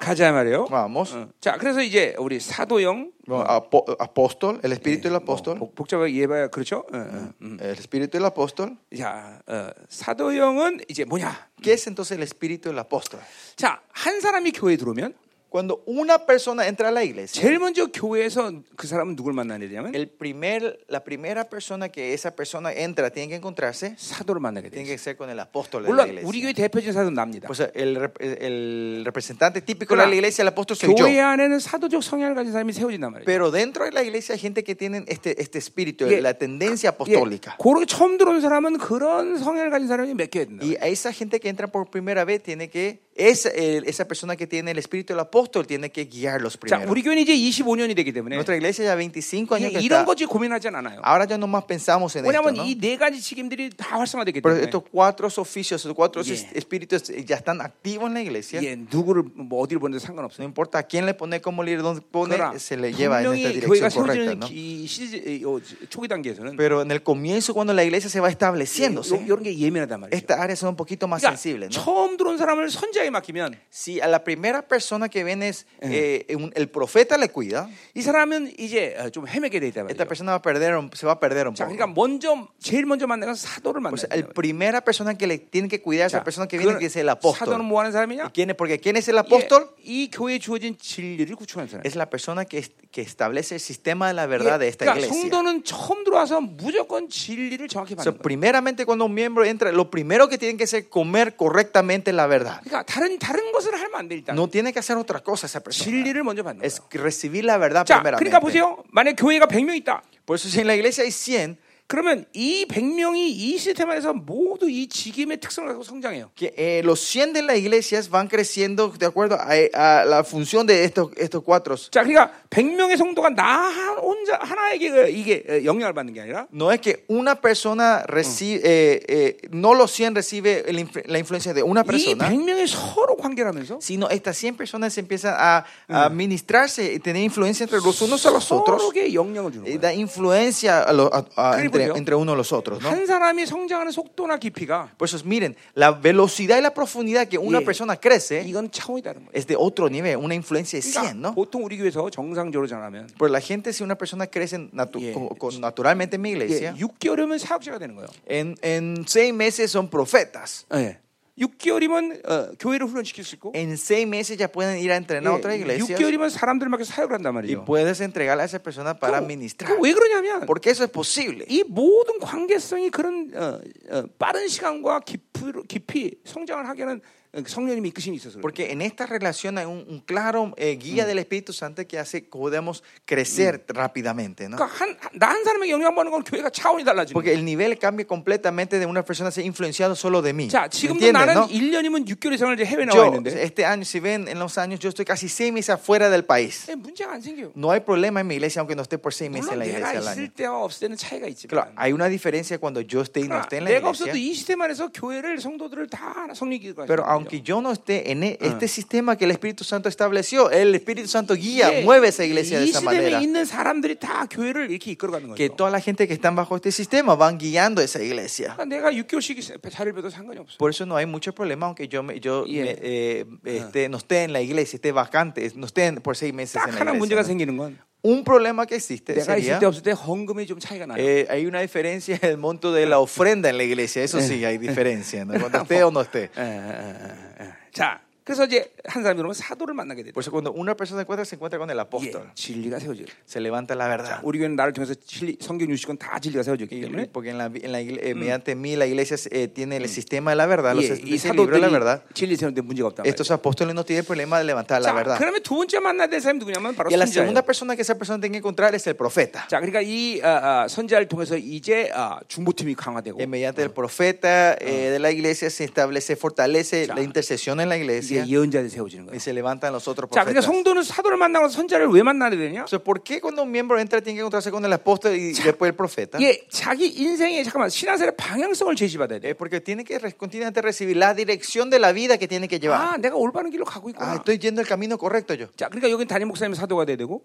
B: 가자 말이에요.
A: Vamos.
B: 어. 자, 그래서 이제 우리 사도영
A: Bueno, apo- apóstol, el espíritu del apóstol,
B: 복- 복잡하게 이해해봐야 그렇죠. 어, 어.
A: el espíritu del apóstol.
B: 자, 어, 사도영은 이제 뭐냐?
A: Mm. ¿Qué es entonces el espíritu del apóstol?
B: 자, 한 사람이 교회에 들어오면
A: Cuando una persona entra a la iglesia,
B: 제일 먼저 교회에서 그 사람은 누굴 만나야 되냐면
A: el primer, la primera persona que esa persona entra tiene que encontrarse,
B: 사도를 만나게
A: tiene
B: 돼요.
A: que ser con el apóstol de la
B: 물론 우리
A: iglesia.
B: 교회 대표적인 사도는 납니다.
A: O sea, el, rep- el representante típico de la
B: 그러니까
A: iglesia, el apóstol soy yo.
B: 교회 안에는 사도적 성향을 가진 사람이 세워진단 말이에요.
A: Pero dentro de la iglesia hay gente que tiene este, este espíritu,
B: Yeah.
A: la tendencia
B: 예,
A: apostólica.
B: 그렇게 처음 들어온 사람은 그런 성향을 가진 사람이 몇개 된다.
A: Y a esa gente que entra por primera vez tiene que, esa, el- esa persona que tiene el espíritu del apóstol tiene que guiarlos
B: 자,
A: primero.
B: 우리 교회는 이제 25년이 되기 때문에
A: Nuestra iglesia ya 25
B: 이-
A: años que está.
B: 이런 거지 고민하진 않아요.
A: Ahora ya nomás pensamos en esto,
B: 왜냐하면
A: ¿no?
B: 이 네 가지 책임들이 다 활성화되기
A: Pero
B: 때문에
A: estos cuatro oficios, estos cuatro
B: Yeah.
A: es- espíritus eh, ya están activos en la iglesia.
B: 예, 누구를 뭐 어디를 보내도
A: No
B: 상관없어요.
A: importa a quién le pone como líder, dónde pone,
B: 그러나
A: se le lleva en esta
B: 분명히 교회가
A: dirección correcta,
B: 세워지는
A: ¿no?
B: 이 시즌, 어, 초기 단계에서는
A: Pero en el comienzo, cuando la iglesia se va estableciéndose,
B: 이런 게 예민하단 말이죠.
A: estas áreas son un poquito más
B: 그러니까
A: sensibles, ¿no?
B: 처음 들어온 사람을 선자에 선지자에게 맡기면
A: Si a la primera persona que ven es eh, un- el profeta le cuida,
B: 이 사람은 이제 어, 좀 헤매게 돼 있단 말이에요.
A: esta persona va a perder, un- se va a perder un
B: 자,
A: poco.
B: 그러니까 먼저 제일 먼저 만나서 사도를 만나.
A: O sea, la primera persona que le tiene que cuidar es la persona que viene, que es el
B: 사도는
A: apóstol.
B: 뭐 하는 사람이냐?
A: ¿Y quién es? Porque ¿quién es el
B: 예,
A: apóstol?
B: 이 교회에 주어진 진리를 구축하는 사람.
A: Es la persona que, que establece el sistema de la
B: 예,
A: verdad de esta
B: 그러니까
A: iglesia.
B: 성도는 처음 들어와서 무조건 진리를 정확히
A: O sea,
B: 받는 거예요.
A: primeramente cuando un miembro entra, lo primero que tiene que hacer es comer correctamente la verdad.
B: 그러니까 다른 다른 것을 하면 안 돼, 일단.
A: No tiene que hacer otra cosa esa persona.
B: 진리를 먼저 받는
A: Es
B: 거예요.
A: recibir la verdad
B: 자, 그러니까
A: primeramente.
B: 보세요. 만약 교회가 100명 있다.
A: Por eso si en la iglesia hay 100,
B: 그러면 이 100명이 이 시스템 안에서 모두 이 직임의 특성을 갖고 성장해요.
A: que eh, los 100 de las iglesias van creciendo de acuerdo a, a la función de estos, estos cuatro.
B: 자, 그러니까 100명의 성도가 나 한- 혼자 하나에게 그 이게 에, 영향을 받는 게 아니라
A: No es que una persona recibe, eh, eh, no los 100 recibe el influ- la influencia de una
B: 이
A: persona,
B: 100명이 서로 관계를 하면서
A: sino estas 100 personas empiezan a, a ministrarse y tener influencia entre los unos a los otros.
B: 서로에게 영향을 주는
A: Y
B: 거예요.
A: da influencia a lo- a- a-
B: 그리고요.
A: entre, entre uno a los otros. ¿no?
B: 한 사람이 성장하는 속도나 깊이가
A: Por eso, miren, la velocidad y la profundidad que una
B: 예.
A: persona crece
B: 이건 차원이 다른 거예요.
A: es de otro nivel, una influencia de 100,
B: 그러니까
A: ¿no?
B: 보통 우리 교회에서 정상적으로 전하면
A: Pero la gente, si una persona crece natu-
B: 예.
A: con- con- naturalmente en mi
B: 예,
A: iglesia,
B: 6개월이면 사역자가 되는 거예요.
A: en, en seis meses son profetas.
B: 예. 6개월이면 어, 교회를 훈련시킬 수 있고
A: En seis meses ya pueden ir a entrenar a otras iglesias
B: 예, 네, 6개월이면 사람들 맡겨 사역을 한단
A: y
B: 말이에요.
A: puedes entregarle a esa persona para administrar.
B: 그왜 그러냐면
A: Porque eso es posible.
B: 이 모든 관계성이 그런 어, 어, 빠른 시간과 깊이, 깊이 성장을 하게 하는 성령님이 이끄심이 있어서 그래요.
A: Porque en esta relación hay un, un claro eh, guía del Espíritu Santo que hace que podamos crecer rápidamente. ¿no?
B: 그러니까 한 나 한 사람에게 영향받는 건 교회가 차원이 달라지는
A: Porque
B: 거예요.
A: el nivel cambia completamente de una persona ser influenciado solo de mí.
B: 자,
A: ¿Me
B: 지금도
A: entienden,
B: 나는
A: no?
B: 1년이면 6개월 이상을 이제 해외 나와
A: Yo,
B: 있는데
A: este año, si ven en los años, yo estoy casi seis meses afuera del país.
B: 예, 문제가 안 생겨요.
A: No hay problema en mi iglesia, aunque no esté por seis meses en
B: 물론
A: la
B: 내가
A: iglesia al
B: 있을
A: año.
B: 때와 없을 때는 차이가
A: Claro,
B: 있지만
A: hay una diferencia cuando yo esté y no
B: 그러나
A: esté en la
B: 내가 없어도
A: iglesia.
B: 이 시스템 안에서 교회를 성도들을 다 성리기가
A: Pero aunque yo no esté en e- este sistema que el Espíritu Santo estableció, el Espíritu Santo guía, mueve esa iglesia de
B: 예, 이
A: esa
B: 시스템에
A: manera.
B: 있는 사람들이 다 교회를 이렇게 이끌어가는
A: Que
B: 거죠.
A: toda la gente que está bajo este sistema van guiando esa iglesia.
B: 그러니까 내가 6개월씩 자리를 빼도 상관이 없어. 요
A: Por eso no hay mucho problema, aunque yo, me- yo
B: Yeah.
A: me, eh, este, no esté en la iglesia, esté vacante, no esté en- por seis meses en
B: 딱
A: la
B: 하나 문제가
A: iglesia. ¿no?
B: 생기는 네, 건
A: Un problema que existe
B: 내가 있을
A: sería,
B: 때 없을 때 헌금이 좀 차이가 나요.
A: eh, hay una diferencia en el monto de la ofrenda en la iglesia, eso sí, hay diferencia, ¿no? cuando esté o no esté.
B: 예, 예, 예, 예. 자, 그래서 이제 한 사람이 그러면 사도를 만나게 되죠.
A: Por eso cuando una persona se encuentra, se encuentra con el
B: 예,
A: apóstol.
B: 진리가 세워져요.
A: Se levanta la verdad.
B: 우리 교회는 나를 통해서 진리, 성경 유식은 다 진리가 세워졌기
A: Y-
B: 때문에
A: porque en la, en la igle- eh, mediante mí la iglesia eh, tiene el sistema de la verdad, los
B: 예, 이
A: es- el libro de la verdad.
B: 사도들이 진리 세우는데 문제가 없다.
A: Estos apóstoles no tienen problema de levantar la
B: 자,
A: verdad.
B: 그러면 두 번째 만나야 될 사람이 누구냐면 바로
A: Y la
B: 선지자예요.
A: segunda persona que esa persona tiene que encontrar es el profeta.
B: 자, 그러니까 이 아, 아, 선지자를 통해서 이제 아, 중보팀이 강화되고
A: Eh, mediante el profeta eh, de la iglesia se establece, fortalece la intercesión en la iglesia
B: 이제 예언자들이 세워지는 거예요.
A: y se levantan los otros
B: 자, 그러니까
A: profetas.
B: 성도는 사도를 만나고 선지자를 왜 만나야 되냐?
A: O sea, ¿Por qué cuando un miembro entra tiene que encontrarse con el apóstol y después el profeta?
B: 예, 자기 인생의 잠깐만 신앙생활의 방향성을 제시받아야 돼.
A: Es porque tiene que re- continuamente recibir la dirección de la vida que tiene que llevar.
B: 아, 내가 올바른 길로 가고 있구나.
A: Ah, estoy yendo el camino correcto yo.
B: 자, 그러니까 여긴 담임 목사님 사도가 돼야 되고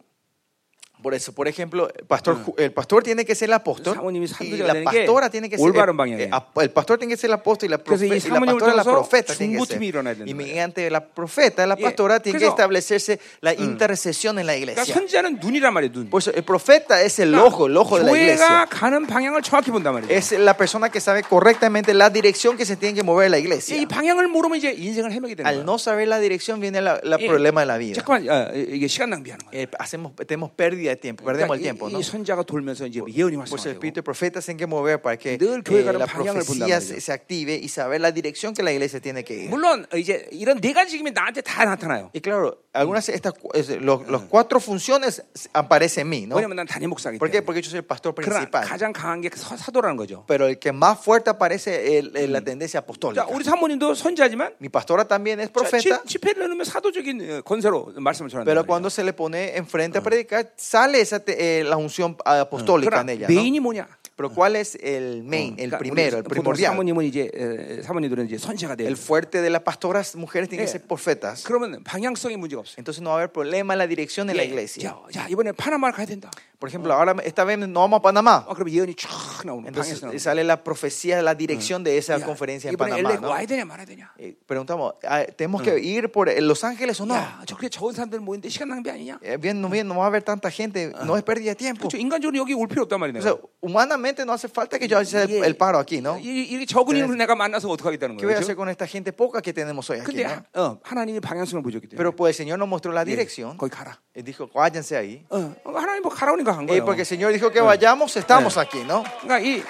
A: Por eso, por ejemplo, el pastor, ju- el pastor tiene que ser el apóstol
B: 사모님이
A: y
B: 사도자가
A: la
B: 되는 게
A: pastora tiene que ser
B: 올바른
A: el,
B: 방향이에요.
A: eh, ap- el pastor tiene que ser el apóstol y la,
B: 그래서
A: profe-
B: 이
A: y la
B: 사모님을
A: pastora la
B: 통해서
A: profeta tiene que ser.
B: 중보팀이 일어나야 된다
A: Y mediante la profeta, la
B: 예,
A: pastora tiene que
B: 그래서-
A: establecerse la intercesión en la
B: 그러니까
A: iglesia.
B: 선지자는 눈이란 말이에요, 눈.
A: Por eso, el profeta es el ojo, el ojo de la
B: 교회가
A: iglesia.
B: 가는 방향을 정확히 본단 말이에요.
A: Es la persona que sabe correctamente la dirección que se tiene que mover la
B: 이
A: iglesia.
B: 방향을 모르면 이제 인생을 헤매게 되는 거예요.
A: Al no saber la dirección viene el
B: 예.
A: problema de la vida.
B: 잠깐만 아, 이게 시간 낭비하는 거예요. 그러니까
A: Eh, hacemos, tenemos pérdida de tiempo, perdemos el tiempo,
B: 이,
A: ¿no?
B: 이 선자가 돌면서 이제 예언이
A: Por eso el
B: 활성화되고
A: espíritu de profeta tienen que mover para que
B: 늘 교회
A: eh,
B: 가는
A: la
B: 방향을 본단
A: profecía se,
B: 말이죠.
A: se active y saber la dirección que la iglesia tiene que ir.
B: 물론 이제 이런 네 가지 지금이 나한테 다 나타나요.
A: Y claro, algunas de estas cu- es- los, los cuatro funciones aparecen en mí, ¿no?
B: 왜냐면 난 단임 목사기
A: ¿Por qué?
B: 때문에.
A: Porque yo soy el pastor
B: 그러나
A: principal.
B: 가장 강한 게 서- 사도라는 거죠.
A: Pero el que más fuerte aparece es es la tendencia
B: 자,
A: apostólica.
B: 우리 사모님도 선지자지만
A: Mi pastora también es
B: 자, 집-
A: profeta,
B: 집회를 넣으면 사도적인 어, 건세로 말씀을 전한다.
A: pero cuando se le pone enfrente a predicar, sale esa te- eh, la unción ah, apostólica en ella. ¿no?
B: 메인이 뭐냐?
A: Pero ¿cuál es el main, el
B: 그러니까
A: primero, el
B: 보통
A: primordial?
B: 사모님은 이제 에, 사모님들은 이제 선지자가 돼요.
A: El fuerte de las pastoras mujeres tiene que
B: 예.
A: ser profetas.
B: 그러면 방향성이 문제가 없어요. 예,
A: Entonces no va a haber problema en la dirección de la iglesia.
B: 야, 야, 이번에 파나마를 가야 된다.
A: Por ejemplo, ahora esta vez no vamos a Panamá.
B: 아, 그럼 예언이 쫙 나오는 방에서
A: Entonces eh,
B: 나오는.
A: sale la profecía, la dirección de esa
B: 야,
A: conferencia en
B: 이번에
A: Panamá.
B: LA
A: ¿no?
B: 와야 되냐 말아야 되냐?
A: Eh, Preguntamos, ah, ¿tenemos que ir por Los Ángeles o no?
B: 야, 저 그래 적은 사람들 모인데 시간 낭비 아니냐?
A: Eh, Bien, no, bien, no va a haber tanta gente, no es pérdida de tiempo.
B: 그렇죠. 인간적으로 여기 올 필요
A: O
B: 없단 말이네요.
A: sea, humanamente no hace falta que yo haga
B: 예.
A: el paro aquí, ¿no?
B: 이- 이렇게 적은 인물 내가 만나서 어떻게 하겠다는
A: ¿Qué voy
B: 거예요?
A: a
B: 그렇죠?
A: hacer con esta gente poca que tenemos hoy aquí?
B: 근데
A: ¿no?
B: 어, 하나님이 방향성을 보여줬기 때문에
A: Pero pues el Señor nos mostró la
B: 예,
A: dirección.
B: 거기 가라.
A: Él dijo, váyanse ahí.
B: 어, 하나님 뭐 가라오니까 간
A: Eh,
B: 거예요.
A: porque el Señor dijo que vayamos, estamos aquí, ¿no?
B: 그러니까 이,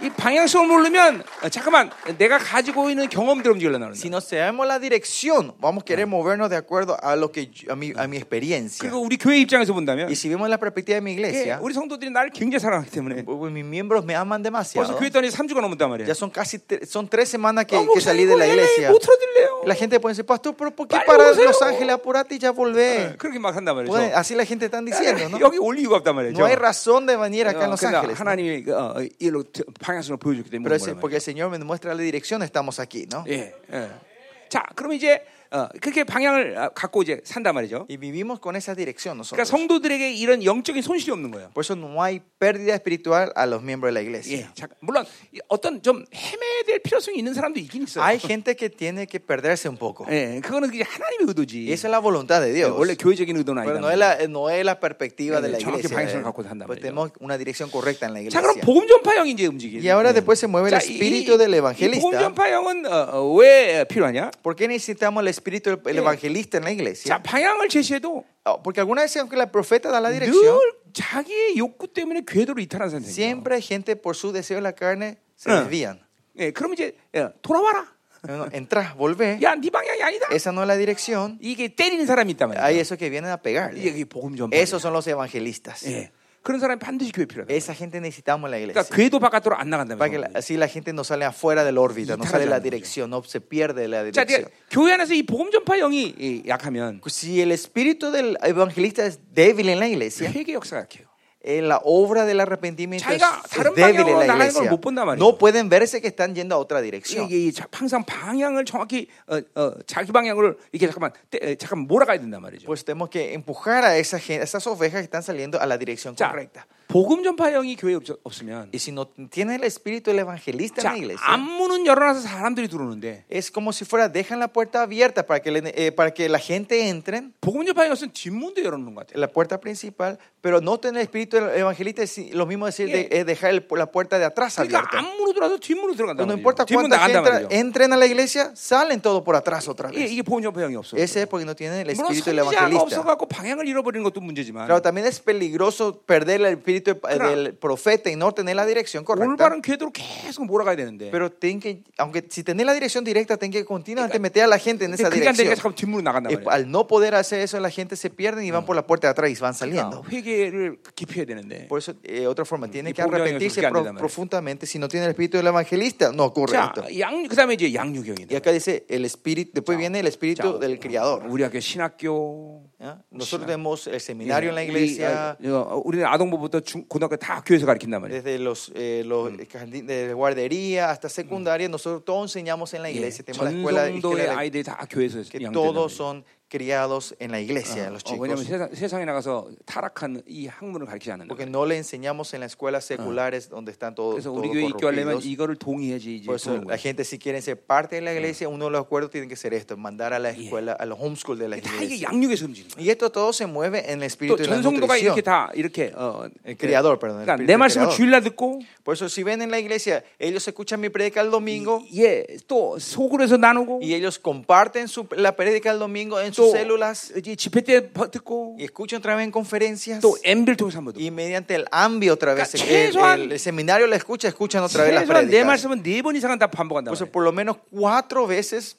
B: 이 방향성을 모르면 어, 잠깐만 내가 가지고 있는 경험대로 움직이려 나는
A: Si nos sabemos la dirección, vamos a querer movernos de acuerdo a lo que yo- a mi, a mi experiencia.
B: 그리고 우리 교회 입장에서 본다면
A: Y si vemos la perspectiva de mi
B: 예,
A: iglesia,
B: 우리 성도들이 나를 굉장히 사랑하기 때문에
A: pues, mis miembros me aman
B: 벌써
A: demasiado.
B: 교회 떠니 3주가 넘었단 뭐, 말이야.
A: Ya son casi tre- son tres semanas que,
B: 어,
A: que salí
B: 목사님,
A: de la
B: 이거 LA
A: iglesia.
B: 못 틀어드릴래요.
A: La gente puede decir, pastor, pero ¿por qué
B: Vale,
A: para
B: vocero.
A: Los Ángeles? Apurate y ya volvé.
B: 예, 그렇게 막 한단 말이죠.
A: Pueden- así la gente están diciendo, ¿no?
B: 여기 올 이유가 없단 말이죠.
A: No hay razón de venir acá en
B: 어,
A: Los
B: 그러니까
A: Ángeles. ¿no?
B: 하나님이 그, 어, 일로 트- 방향성을 보여줬기 때문에
A: Pero es
B: 온 거란
A: porque el Señor me muestra la dirección, estamos aquí, ¿no?
B: 말이에요. 예, 예. 자, 그럼 이제 어, 그렇게 방향을 아, 갖고 이제 산단 말이죠.
A: Y vivimos con esa dirección
B: 그러니까
A: nosotros.
B: 성도들에게 이런 영적인 손실이 없는 거예요.
A: Por eso no hay pérdida espiritual a los miembros de la
B: 예,
A: iglesia.
B: 자, 물론 이 어떤 좀 헤매야 될 필요성이 있는 사람도 있긴 있어요.
A: Hay gente que tiene que perderse un poco.
B: 예, 그거는 그게 하나님의
A: Y
B: 의도지.
A: esa es la voluntad de Dios.
B: 원래 교회적인 의도는
A: Pero
B: 아니다.
A: no es la, eh, no es la perspectiva de la
B: 예, 정확히
A: iglesia.
B: 방향성을
A: ¿eh?
B: 갖고 산단
A: Pues
B: 말이죠.
A: tenemos una dirección correcta en la
B: 자, 그럼
A: iglesia.
B: 복음 전파형이 이제 움직이는.
A: Y ahora después se mueve el
B: 자, 이-
A: espíritu del
B: 이 복음
A: evangelista.
B: 전파형은 어, 어, 왜 필요하냐?
A: ¿Por qué necesitamos el espíritu del el evangelista en la
B: 자,
A: iglesia?
B: 방향을 제시해도
A: Oh, Porque alguna vez, aunque la profeta da la
B: 늘
A: dirección,
B: 자기의 욕구 때문에 궤도로 이탈한 사람들.
A: siempre hay gente por su deseo de la carne se
B: Eh.
A: desvían.
B: 예, 그럼 이제 예, 돌아와라.
A: No, no, Entrás, volvés.
B: 야, 네 방향이 아니다.
A: Esa no es la dirección.
B: 이게 때리는 사람이 있단
A: Hay
B: 말이야.
A: esos que vienen a pegar.
B: 이게 그게 복음 전파.
A: Esos son los evangelistas.
B: 예, 그런 사람이 반드시 교회 필요하다.
A: Esa gente necesitamos en la
B: 그러니까
A: iglesia.
B: 궤도 바깥으로 안 나간다면.
A: Para que la- así la gente no sale afuera de la órbita, no sale de la
B: Italiano.
A: dirección, no se pierde la
B: 자, 이제
A: dirección. Pues,
B: 교회 안에서 이 복음 전파 영이 이 약하면
A: Si el espíritu del evangelista es débil en la iglesia,
B: 회개 역사가 약해요.
A: eh, la obra del arrepentimiento es,
B: 자기가
A: es
B: 다른
A: débil
B: 방향으로
A: en la
B: 나가는 걸
A: iglesia.
B: 못 본단 말이에요.
A: No pueden verse que están yendo a otra
B: 이게,
A: dirección.
B: 이게 이 자- 항상 방향을 정확히 어, 어, 자기 방향으로 이렇게 잠깐만 때- 에, 잠깐 몰아가야 된단 말이죠.
A: Pues tenemos que empujar a esa gen- esas ovejas que están saliendo a la dirección
B: 자,
A: correcta.
B: 복음 전파 영이 교회 없, 없으면
A: Y si no tiene el espíritu del evangelista en
B: 자,
A: la iglesia,
B: 안문은 열어놔서 사람들이 들어오는데
A: es como si fuera, dejan la puerta abierta para que, le- eh, para que la gente entren,
B: 복음 전파 영은 뒷문도 열어놓는 것 같아요.
A: la puerta principal, pero no tener el espíritu del evangelista es lo mismo decir de-
B: Yeah.
A: eh, dejar el- la puerta de atrás
B: 그러니까
A: abierta.
B: 안문으로 들어와서 뒷문으로 들어간다.
A: No importa
B: 뒷문
A: cuánta
B: 나간다
A: gente
B: 말이죠. 예,
A: entra- entren a la iglesia, salen todo por atrás otra vez.
B: 이게, 이게 복음 전파 영이 없어.
A: Ese es porque no tienen el
B: 물론
A: espíritu del
B: 선지자가 그렇죠.
A: evangelista.
B: 없어갖고 방향을 잃어버리는 것도 문제지만
A: Claro, también es peligroso perder el espíritu de-
B: Claro.
A: del profeta y no tener la dirección
B: 그러니까
A: correcta.
B: 올바른 궤도로 계속 몰아가야 되는데
A: Pero ten que, aunque si tenés la dirección directa, ten que continuamente meter a la gente en
B: 근데
A: esa
B: 그게 안 되니까
A: dirección.
B: 잠깐 뒷문으로 나간단
A: Eh,
B: 말이야.
A: Al no poder hacer eso, la gente se pierde y van
B: Mm.
A: por la puerta de atrás y van saliendo.
B: 그러니까 회개를 깊이 해야 되는데.
A: Por eso, eh, otra forma, tiene
B: Y
A: que
B: por un año
A: arrepentirse
B: que ande
A: pro-
B: la madre.
A: profundamente. Si no tiene el espíritu del evangelista, no ocurre
B: 자,
A: esto.
B: 양 그다음에 이제
A: Y
B: 양육형이다.
A: acá dice el espíritu, después viene el espíritu
B: 자,
A: del criador.
B: 우리 학교 신학교
A: ¿ya? Nosotros tenemos el seminario en la iglesia,
B: 우리, 아, 어, 우리는 아동부부터 중, 고등학교 다 교회에서 가르친단 말이에요.
A: desde los, eh, los
B: Mm.
A: jardín- de guardería hasta secundaria, nosotros todos enseñamos en la
B: 예,
A: iglesia. Tenemos la escuela de
B: 전성도의
A: escuela de-
B: 아이들이 다 교회에서
A: que
B: 양육된단
A: todos
B: 말이에요.
A: son criados en la iglesia, los
B: 어, 왜냐하면
A: chicos.
B: 세상, 세상에 나가서 타락한 이 학문을 가르치지 않는다.
A: Porque no Ah. le enseñamos en las escuelas seculares donde están todos
B: 그래서 아, 우리 교회 입교하려면
A: corrompidos.
B: 이거를 동의해야지 이제
A: Por eso
B: 들어오는
A: la
B: 거예요.
A: gente si quieren ser parte de la iglesia, uno de los acuerdos tiene que ser esto, mandar a la escuela, a los homeschool de la
B: 다 이게
A: iglesia.
B: 양육에서 움직이는 거예요.
A: Y esto todo se mueve en el
B: 또
A: espíritu de la
B: 전성도가 이렇게
A: nutrición.
B: 다 이렇게 어,
A: El criador, perdón. el
B: 그러니까
A: espíritu
B: 내
A: del
B: 말씀을
A: creador.
B: 주일날 듣고
A: Por eso si ven en la iglesia, ellos escuchan mi predica el domingo
B: 예, 또 속으로 해서 나누고
A: y ellos comparten su- la predica el domingo en sus
B: 또
A: células
B: 이제 집회 때 버- 듣고
A: y escuchan otra vez en conferencias.
B: 또 MB를 통해서 한번 듣고
A: Y mediante el AMBI otra vez, el-
B: Ca-
A: el,
B: 최소한-
A: el seminario la escucha, escuchan otra vez las
B: 최소한 내
A: prédicas.
B: 말씀은 네 번 이상은 다 반복한다
A: Por eso por lo menos cuatro veces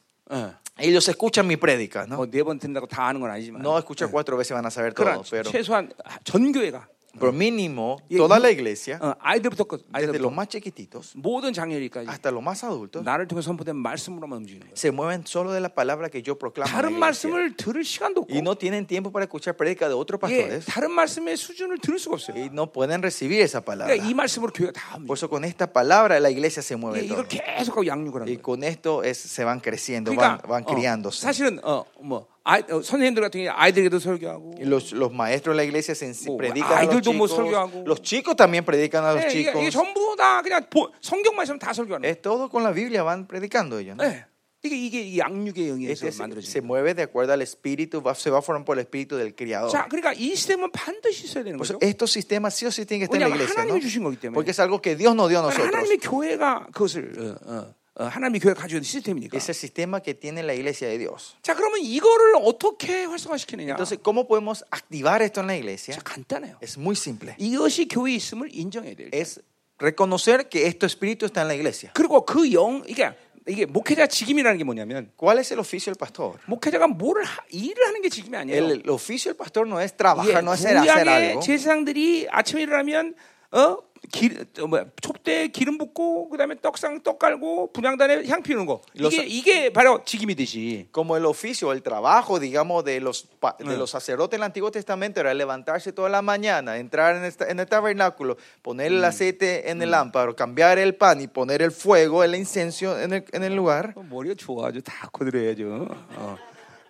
A: ellos escuchan mi prédica, ¿no?
B: 뭐 네번 듣는다고 다 아는 건 아니지만
A: No escucha cuatro veces van a saber
B: 그러나
A: todo, pero,
B: 최소한 전교회가
A: pero mínimo
B: Y- Ah,
A: toda la iglesia,
B: 어, 아이들부터 끝,
A: desde
B: 아이들부터
A: los más chiquititos
B: 모든 장애인까지
A: hasta los más adultos,
B: 나를 통해 선포된 말씀으로만 움직이는 거예요
A: se mueven solo de la palabra que yo proclamo. en la
B: 다른
A: iglesia.
B: 말씀을 들을 시간도 없고
A: Y no tienen tiempo para escuchar prédica de otros
B: 예,
A: pastores
B: 다른 말씀의 수준을 들을 수가 없어요
A: y no pueden recibir esa palabra.
B: 그러니까 이 말씀으로 교회가 다
A: Por
B: 움직여요
A: eso con esta palabra la iglesia se
B: 예,
A: mueve todo.
B: 이걸 계속하고 양육을 하는
A: Y
B: 거예요
A: con esto es- se van creciendo,
B: 그러니까
A: van, van
B: 어,
A: criándose.
B: 사실은 어, 뭐 아이, 어, 선생님들 같은 경우 아이들에게도 설교하고
A: Y los, los maestros de la iglesia se, se
B: 뭐,
A: predican a los
B: 아이들도 뭐
A: chicos.
B: 설교하고.
A: Los chicos también predican a los
B: 네, 이게,
A: chicos.
B: 이게 전부 다 그냥 보- 성경만 있으면 다 설교하는
A: Es todo con la Biblia, van predicando ellos. ¿no?
B: 거예요. 네. 이게 이게 이 양육의 영에서
A: Este se- se
B: 만들어진 거예요.
A: mueve de acuerdo al espíritu, va- se va formando por el espíritu del criador.
B: 자, 그러니까 이 시스템은 반드시 있어야 되는
A: Por eso
B: 거죠.
A: estos sistemas sí o sí tienen que estar en la
B: 왜냐하면
A: iglesia, ¿no?
B: 하나님이 주신 거기 때문에.
A: Porque es algo que Dios nos dio a nosotros.
B: 그러니까 하나님의 교회가 그것을 어, 어, 어, 하나님의 교회가 가지고 있는 시스템이니까.
A: Es el sistema que tiene la iglesia de Dios.
B: 자, 그러면 이거를 어떻게 활성화시키느냐?
A: Entonces, ¿cómo podemos activar esto en la
B: 자,
A: iglesia?
B: 간단해요.
A: Es muy simple.
B: 이것이 교회에 있음을 인정해야 돼요.
A: Es reconocer que este espíritu está en la iglesia.
B: 그리고 그 영, 이게 이게 목회자 직임이라는 게 뭐냐면
A: ¿Cuál es el oficio del pastor?
B: 목회자가 뭐를 하- 일을 하는 게 직임이 아니에요. 예,
A: El, el oficio del pastor no es trabajar, no es hacer, hacer
B: 구약의
A: algo.
B: 제사장들이 아침에 일어나면 어? 기, 어, 뭐야, 촛대에 기름 붓고 그다음에 떡상 떡 깔고 분향단에 향 피우는 거 이게
A: 로사-
B: 이게 바로 직임이듯이
A: Como el oficio, el trabajo, digamos, de los, pa- de los sacerdotes del Antiguo Testamento era levantarse toda la mañana, entrar en, esta- en el tabernáculo, poner el aceite en el lámpara, cambiar el pan y poner el fuego, el incenso en el, en el lugar.
B: 어, 머리가 좋아 아주 다 거들어야죠. 어.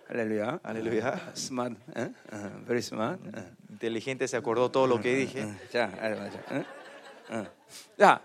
B: 할렐루야.
A: 할렐루야.
B: 스마트. 응? 응, very smart. 응.
A: Inteligente, se acordó todo lo que dije.
B: 자, 알 맞아. 응? 응. 자,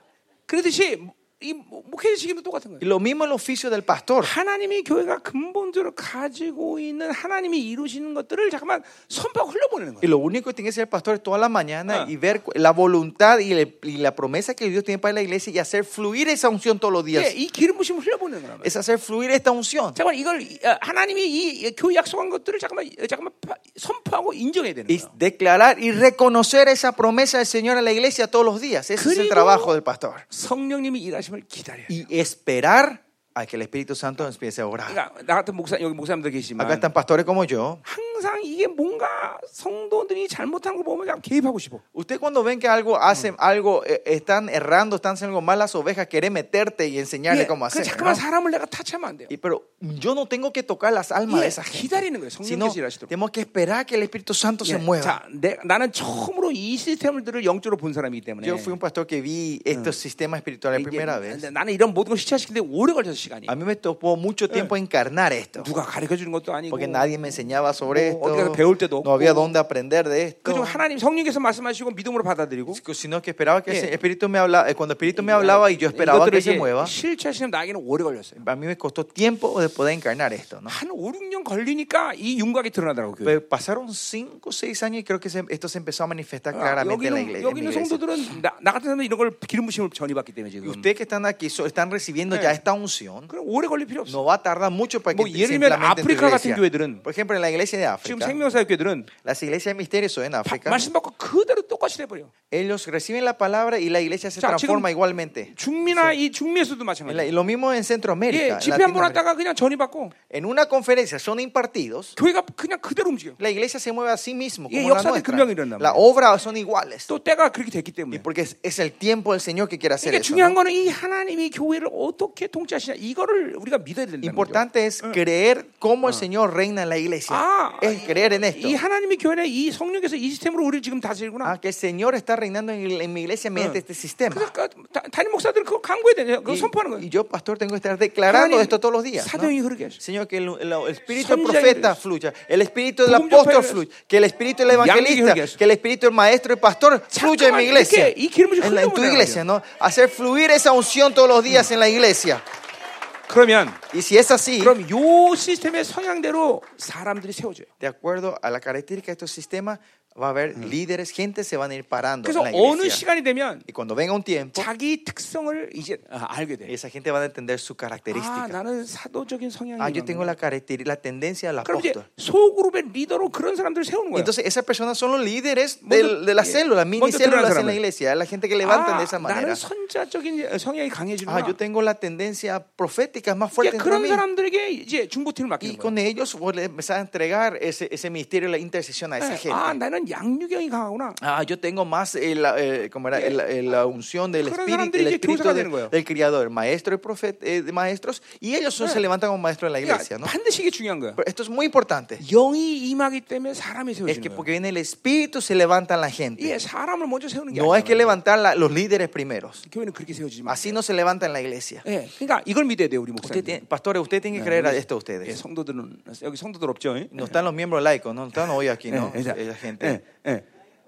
B: 그러듯이 이 목회자 책임도 똑같은 거예요.
A: Y lo mismo el oficio del pastor.
B: 하나님이 교회가 근본적으로 가지고 있는 하나님이 이루시는 것들을 잠깐만 선박 흘려보내는
A: Y
B: 거예요.
A: lo único que tiene que hacer el pastor es toda la mañana
B: Ah.
A: y ver cu- la voluntad y, el- y la promesa que Dios tiene para la iglesia y hacer fluir esa unción todos los días.
B: 예, 이 기름 부심을 흘려보내는 거란 말이에요.
A: Es 하cer fluir esta unción.
B: 잠깐만 이걸 이, 어, 하나님이 이, 이 교회 약속한 것들을 잠깐만 어, 잠깐만 파- 선포하고 인정해야 되는
A: Y
B: 거예요.
A: declarar y reconocer esa promesa del Señor a la iglesia todos los días. Ese es el
B: Cristo-
A: trabajo del pastor.
B: 성령님이 일하심을 기다려요.
A: Y esperar a que el Espíritu Santo empiece a orar.
B: 그러니까 나 같은 목사 여기 목사님들
A: Acá
B: 계시지만
A: están pastores como yo.
B: 항상 이게 뭔가 성도들이 잘못한 거 보면 그냥 개입하고 싶어.
A: Usted cuando ven que algo hacen algo, eh, están errando, están haciendo algo mal las ovejas, querés meterte y enseñarle
B: 예,
A: cómo
B: 그
A: hacer. ¿no?
B: 잠깐만 사람을 내가 타치하면 안 돼요.
A: Y, pero yo no tengo que tocar las almas de
B: 예,
A: esa gente,
B: 기다리는 거예요.
A: sino
B: 성령께서 일하시도록.
A: tenemos que esperar que el Espíritu Santo se
B: 예,
A: mueva.
B: 자, 내, 나는 처음으로 이 시스템들을 영적으로 본 사람이기 때문에
A: Yo fui un pastor que vi este estos sistemas espirituales
B: 이게
A: por primera vez.
B: 나는 이런 모든 걸 시차시키는데 오래 걸려서 시간이.
A: A mí me tocó mucho tiempo encarnar esto.
B: 누가 가르쳐 주는 것도 아니고.
A: porque nadie me enseñaba sobre
B: 뭐, 어디 가서 배울
A: esto.
B: 때도
A: No había
B: 없고.
A: dónde aprender de esto.
B: 그중 하나님 성령께서 말씀하시고 믿음으로 어. 받아들이고.
A: Sino que esperaba que
B: 예.
A: el Espíritu me hablaba, cuando el Espíritu me hablaba y yo esperaba que
B: 이것들을
A: se
B: 이제
A: mueva,
B: 실체하시면 나에게는 오래 걸렸어요.
A: a mí me costó tiempo de poder encarnar esto. ¿no?
B: 한 5, 6년 걸리니까 이 윤곽이 드러나더라고요. 교회.
A: Pero pasaron 5 o 6 años y creo que se- esto se empezó a manifestar claramente en la
B: 아, 여기는,
A: iglesia. en mi
B: 여기는
A: iglesia.
B: 성도들은 나, 나 같은 사람은 이런 걸 기름 부심을 전이 받기 때문에
A: Y
B: 지금
A: ustedes que están aquí so- están recibiendo ya esta unción.
B: 그럼 오래 걸릴 필요 없어.
A: No va Eh. a tardar mucho para que
B: 뭐,
A: se
B: 예를 들면
A: implemente en tu
B: 아프리카 같은
A: iglesia.
B: 교회들은
A: Por ejemplo, en la iglesia de
B: 지금
A: África,
B: 생명사역 교회들은
A: las iglesias de misterios en
B: 바-
A: África,
B: 말씀 받고 그대로 똑같이 돼 버려.
A: ellos reciben la palabra y la iglesia se
B: 자, 지금
A: transforma igualmente.
B: 중미나 이 중미에서도
A: En la-
B: 마찬가지.
A: y lo mismo en Centroamérica.
B: 예, 집회 한 번
A: Latinoamérica.
B: 왔다가 그냥 전이 받고
A: En una conferencia son impartidos,
B: 교회가 그냥 그대로 움직여.
A: la iglesia se mueve a sí mismo.
B: Y
A: Como la,
B: 역사들 금방
A: nuestra.
B: 일어난단
A: la
B: 말이야.
A: obra son iguales.
B: 또 때가 그렇게 됐기 때문에.
A: Y porque es, es el tiempo del Señor que quiere hacer
B: 그러니까
A: eso.
B: 중요한
A: ¿no?
B: 거는 이 하나님이 교회를 어떻게 통치하시냐 이거를 우리가 믿어야 된다는 거죠.
A: Importante es creer cómo el Señor reina en la iglesia.
B: Ah,
A: es creer en esto.
B: 이 하나님이 교회는 이 성령께서 이 시스템으로 우리를 지금
A: Ah,
B: 다스리구나.
A: que el Señor está reinando en, en mi iglesia mediante este sistema.
B: 그래서 그 다- 담임 목사들은 그거 강구해야 되냐? 그거
A: Y,
B: 선포하는 거예요.
A: y yo, pastor, tengo que estar declarando
B: 하나님,
A: esto todos los días. ¿no?
B: 사도행이 흐르게 해서
A: Señor, que el, el- el espíritu del
B: 선지자의
A: profeta
B: 이름.
A: fluya, el espíritu del
B: 복음 전파의
A: apóstol
B: 이름.
A: fluya, que el espíritu del
B: 양육의
A: evangelista,
B: 혈기에서.
A: que el espíritu del maestro y pastor fluya en mi
B: 잠깐만,
A: iglesia,
B: 이렇게 이 기름을 좀
A: en, la- en tu
B: 흘려보내라
A: iglesia, ¿no? Hacer fluir esa unción todos los días en la iglesia.
B: 어? 그러면
A: Y si es así,
B: 그럼 요 시스템의 성향대로 사람들이 세워져요.
A: de acuerdo a la característica de estos sistemas, va a haber líderes, gente se van a ir parando en
B: 그래서
A: la
B: 어느
A: iglesia.
B: 시간이 되면
A: Y cuando venga un tiempo,
B: 자기 특성을 이제 아, 알게 돼.
A: esa gente va a entender su
B: 아,
A: característica.
B: 나는 사도적인 성향이.
A: Ah, yo tengo
B: 있구나.
A: la, caracteri- la tendencia al
B: 그럼 이제
A: apóstol.
B: 소그룹의 리더로 그런 사람들을 세우는 거야.
A: Entonces esas personas son los líderes
B: Mundo-
A: del- de, las
B: eh,
A: células, mini
B: mundo terrenal
A: células en la
B: solamente.
A: iglesia, la gente que levantan
B: 아,
A: de esa manera.
B: 나는 선자적인 성향이 강해지는
A: Ah, yo tengo la tendencia profética más fuerte entre
B: 그런
A: mí.
B: 사람들에게 이제 중보팀을
A: Y
B: 맡기는 거야.
A: con ellos vos le empezás a entregar ese, ese ministerio, la intercesión a esa
B: 아,
A: gente.
B: 나는 나는 양육형이 강하구나.
A: Ah, yo tengo más eh, la, eh, ¿cómo era? El- el- la unción del
B: 그런
A: espíritu,
B: 사람들이
A: el
B: 이제
A: espíritu
B: 교사가
A: de-
B: 되는 거예요.
A: del criador, maestro y profeta, eh, de maestros, y ellos son- se levantan como maestros en la
B: 그러니까
A: iglesia. ¿no?
B: 반드시 이게 중요한 거야.
A: Pero esto es muy importante.
B: 영이 임하기 때문에 사람이
A: Es
B: 세워지는
A: que
B: 거예요.
A: porque viene el espíritu se levanta la
B: 예,
A: gente.
B: 사람을 먼저 세우는 게
A: No es
B: 아니라
A: que levantar la- los líderes primeros.
B: 교회는 그렇게 세워지지만.
A: Así no se levanta en la iglesia.
B: 예, 그러니까 이걸 믿어야 돼요, 우리 목사님. 네.
A: Usted tiene- pastores, usted tiene que creer a esto a
B: 예,
A: ustedes.
B: 성도들은 여기 성도들 없죠? 예?
A: No están los miembros laicos, no están hoy aquí, ¿no?
B: 예, 자,
A: Esa gente.
B: 예, 예.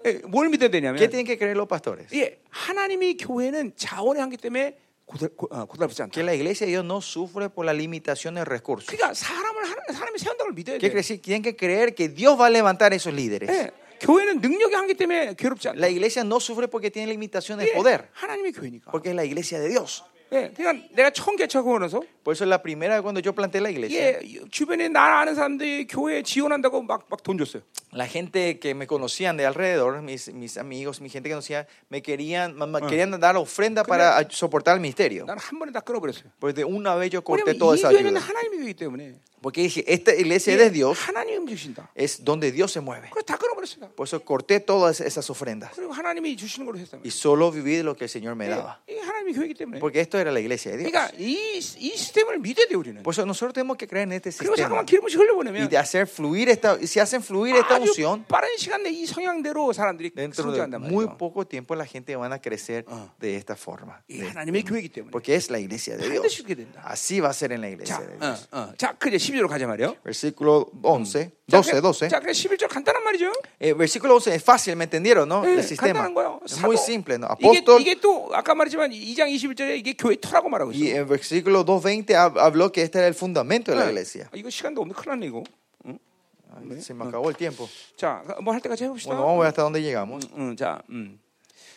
B: 예, 뭘 믿어야 되냐면
A: ¿Qué tienen que creer los pastores?
B: 예, 하나님이 교회는 자원의 한계 때문에 고달, 고, 아, 고달프지 않다.
A: Que la iglesia de Dios no sufre por la limitación de recursos.
B: 그러니까 사람을 하나, 사람이 세운다는 걸 믿어야
A: ¿Qué
B: 돼.
A: quiere decir? Tienen que creer que Dios va a levantar esos líderes.
B: 예, 교회는 능력의 한계 때문에 괴롭지 않다.
A: La iglesia no sufre porque tiene limitación de
B: 예,
A: poder,
B: 하나님이 교회니까.
A: porque es la iglesia de Dios.
B: 예, 그러니까 내가 처음 개척하고 나서
A: Por eso la primera vez cuando yo planteé la iglesia,
B: 예, 주변에 나 아는 사람들이 교회 지원한다고 막 막 돈 줬어요.
A: la gente que me conocían de alrededor, mis, mis amigos, mi gente que conocía, me querían, ma- ma- querían dar ofrenda para a- soportar el misterio.
B: 나는 한 번에 다 끌어버렸어요.
A: Pues de una vez yo corté
B: 왜냐면
A: toda
B: 이
A: esa
B: 교회는
A: ayuda.
B: 하나님의 교회이기 때문에 예,
A: Porque dije, esta iglesia de Dios
B: 하나님이 움직이신다.
A: es donde Dios se mueve.
B: 그래서 다 끌어버렸어요. 다.
A: Por eso corté todas esas ofrendas
B: 그리고 하나님이 주시는 걸로 했다면
A: y solo viví de lo que el Señor me daba.
B: 이 하나님이 교회이기 때문에
A: Porque esto era la iglesia de Dios.
B: 그러니까 이, 이 시스템을 믿어야 돼 우리는
A: Por eso nosotros tenemos que creer en este
B: 그리고
A: sistema
B: 잠깐만 기름을
A: y
B: 흘려보내면
A: de hacer fluir esta, si hacen fluir esta
B: 아주
A: unción,
B: 빠른 시간 내에 이 성향대로 사람들이
A: dentro de
B: 성장한단
A: muy
B: 말이에요
A: poco tiempo la gente van a crecer de esta forma.
B: 이
A: de-
B: 하나님의 교회이기 때문에
A: porque es la iglesia de Dios.
B: 반드시 그렇게 된다
A: Así va a ser en la
B: 자,
A: iglesia de Dios.
B: 어, 어. 자 그래 12절로 가자 말이에요
A: Versículo 11,
B: 자,
A: 12, 12.
B: 자 그래 11절 간단한 말이죠
A: Eh, versículo 11 es fácil, ¿me entendieron? ¿no?
B: 예,
A: El sistema.
B: 간단한 거예요
A: Es
B: 사도.
A: muy simple, ¿no?
B: 이게,
A: Apóstol.
B: 이게 또 아까 말했지만 2장 21절에 이게 교회 터라고 말하고
A: Y
B: 있어요
A: en versículo 2.20 hab- habló que este era el fundamento de la iglesia.
B: 아, 이거 시간도 없는 큰일 났네 이거
A: Ay, se me acabó el tiempo.
B: 자뭐 할 때까지 해봅시다
A: Bueno, vamos a ver hasta dónde llegamos.
B: 음, 자 음.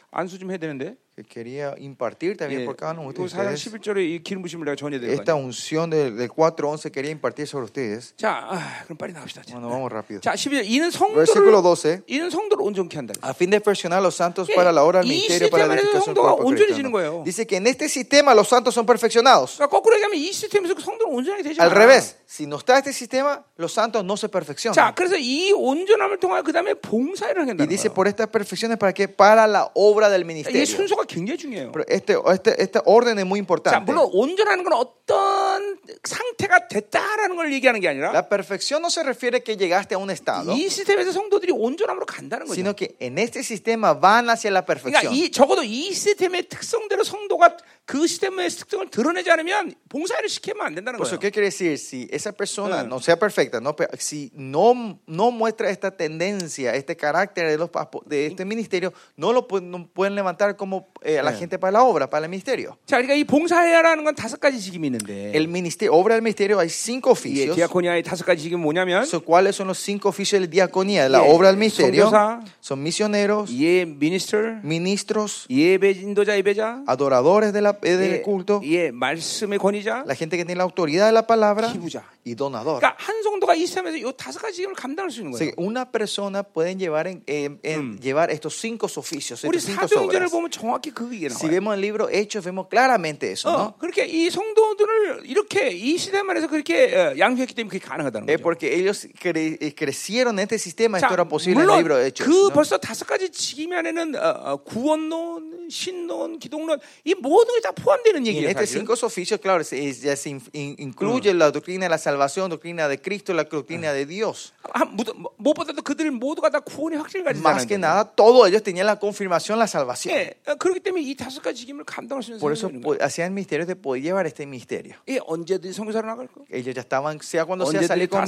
B: 안수 좀 해야 되는데
A: Que quería impartir también
B: 예,
A: por cada uno de
B: 이거 사장
A: ustedes.
B: 11절에 이 기름 부심을 내가 전해야 될거
A: Esta
B: 아니에요
A: unción del, del 4.11 quería impartir sobre ustedes.
B: 자, 아, 그럼 빨리 나갑시다. 자,
A: Bueno, vamos rápido.
B: 자 12절 이는
A: Versículo
B: 성도를
A: 12.
B: 이는 성도를 온전케 한다.
A: A fin de perfeccionar a los santos para la obra del
B: Y
A: ministerio, para la
B: sistemas de
A: edificación del
B: 성도가
A: cuerpo
B: 온전해지는
A: cristiano.
B: 거예요.
A: Dice que en este sistema los santos son perfeccionados.
B: 그러니까 거꾸로 얘기하면 이 시스템에서 그 성도는 온전하게 되지
A: Al
B: 않아.
A: revés, si no está este sistema, los santos no se
B: 자,
A: perfeccionan.
B: 그래서 이 온전함을 통하여 그 다음에 봉사를
A: Y
B: 한다는
A: dice
B: 거예요. 그러니까
A: por estas perfecciones para qué? Para la obra del
B: 이게
A: ministerio.
B: 순서가 굉장히 중요해요.
A: Pero este, este, esta orden es muy
B: 자,
A: importante.
B: 물론 온전하는 건 어떤 상태가 됐다라는 걸 얘기하는 게 아니라
A: La perfección no se refiere que llegaste a un estado,
B: 이 시스템에서 성도들이 온전함으로 간다는 거죠.
A: sino que en este sistema van hacia la
B: 그러니까
A: perfección.
B: 이 적어도 이 시스템의 특성대로 성도가 그 시스템의 특성을 드러내지 않으면 봉사를 시키면 안 된다는
A: Por eso,
B: 거예요.
A: ¿qué quiere decir? Si esa persona
B: Mm.
A: no sea perfecta, no, pe- si no, no muestra esta tendencia, este carácter de, los, papo- de este ministerio, no lo pu- no pueden levantar como eh, a la gente para la obra, para el ministerio.
B: 자, 그러니까 이 봉사해야라는 건 다섯 가지 직임이 있는데
A: El ministerio, obra del ministerio, hay cinco
B: 예,
A: oficios.
B: 디아코니아의 다섯 가지 직임이 뭐냐면
A: So, ¿Cuáles son los cinco oficios de diaconía? La
B: Yeah.
A: obra del ministerio
B: ¿Eh? Son-
A: son misioneros,
B: 예
A: 음.
B: 미니스터
A: ministros,
B: 예배 인도자 예배자
A: adoradores de la- eh, del
B: 예,
A: 아, culto,
B: 예 말씀의 권위자
A: la gente que tiene la autoridad de la palabra
B: 기부자.
A: y donador.
B: 그러니까 한 성도가 이 시점에서 이 다섯 가지 직임을 감당할 수 있는
A: O
B: 거예요.
A: sea, una persona pueden llevar en, en- en llevar estos cinco oficios,
B: 우리
A: estas cinco
B: 사도행전을
A: obras.
B: 보면 정확히 그게 이게
A: Si
B: 나와요.
A: vemos el libro Hechos, vemos claramente eso,
B: 어,
A: ¿no?
B: 그렇게 이 성도들을 이렇게 이 시대만 해서 그렇게 어, 양육했기 때문에 그게 가능하다는
A: Es
B: 거죠.
A: porque ellos cre- eh, crecieron en este sistema,
B: 자,
A: esto era posible en el
B: 물론
A: libro Hechos.
B: 그
A: ¿no?
B: 벌써 다섯 가지 직임 안에는 어, 어, 구원론, 신론, 기독론 이 모든 게 다 포함되는
A: Y en Mm.
B: 얘기예요.
A: estos
B: 사실은.
A: cinco oficios, claro, se, ya se in- in- incluye la doctrina de la salvación, doctrina de Cristo, la doctrina de Dios.
B: 아, 무도- 뭐- 무엇보다도 그들 모두가 다 구원의 확신을 가진
A: Más que
B: 사람들이에요.
A: nada, todos ellos tenían la confirmación, la salvación.
B: 예, 어, 그렇기 때문에 이 다섯 가지 직임을 감당할 수 있는
A: Por Eh, eso
B: 사람들인
A: po- hacían misterios de poder llevar este misterio.
B: 예, 언제든 성교사로 나갈 거.
A: Ellos ya estaban, sea cuando sea,
B: Onde
A: salir
B: está
A: con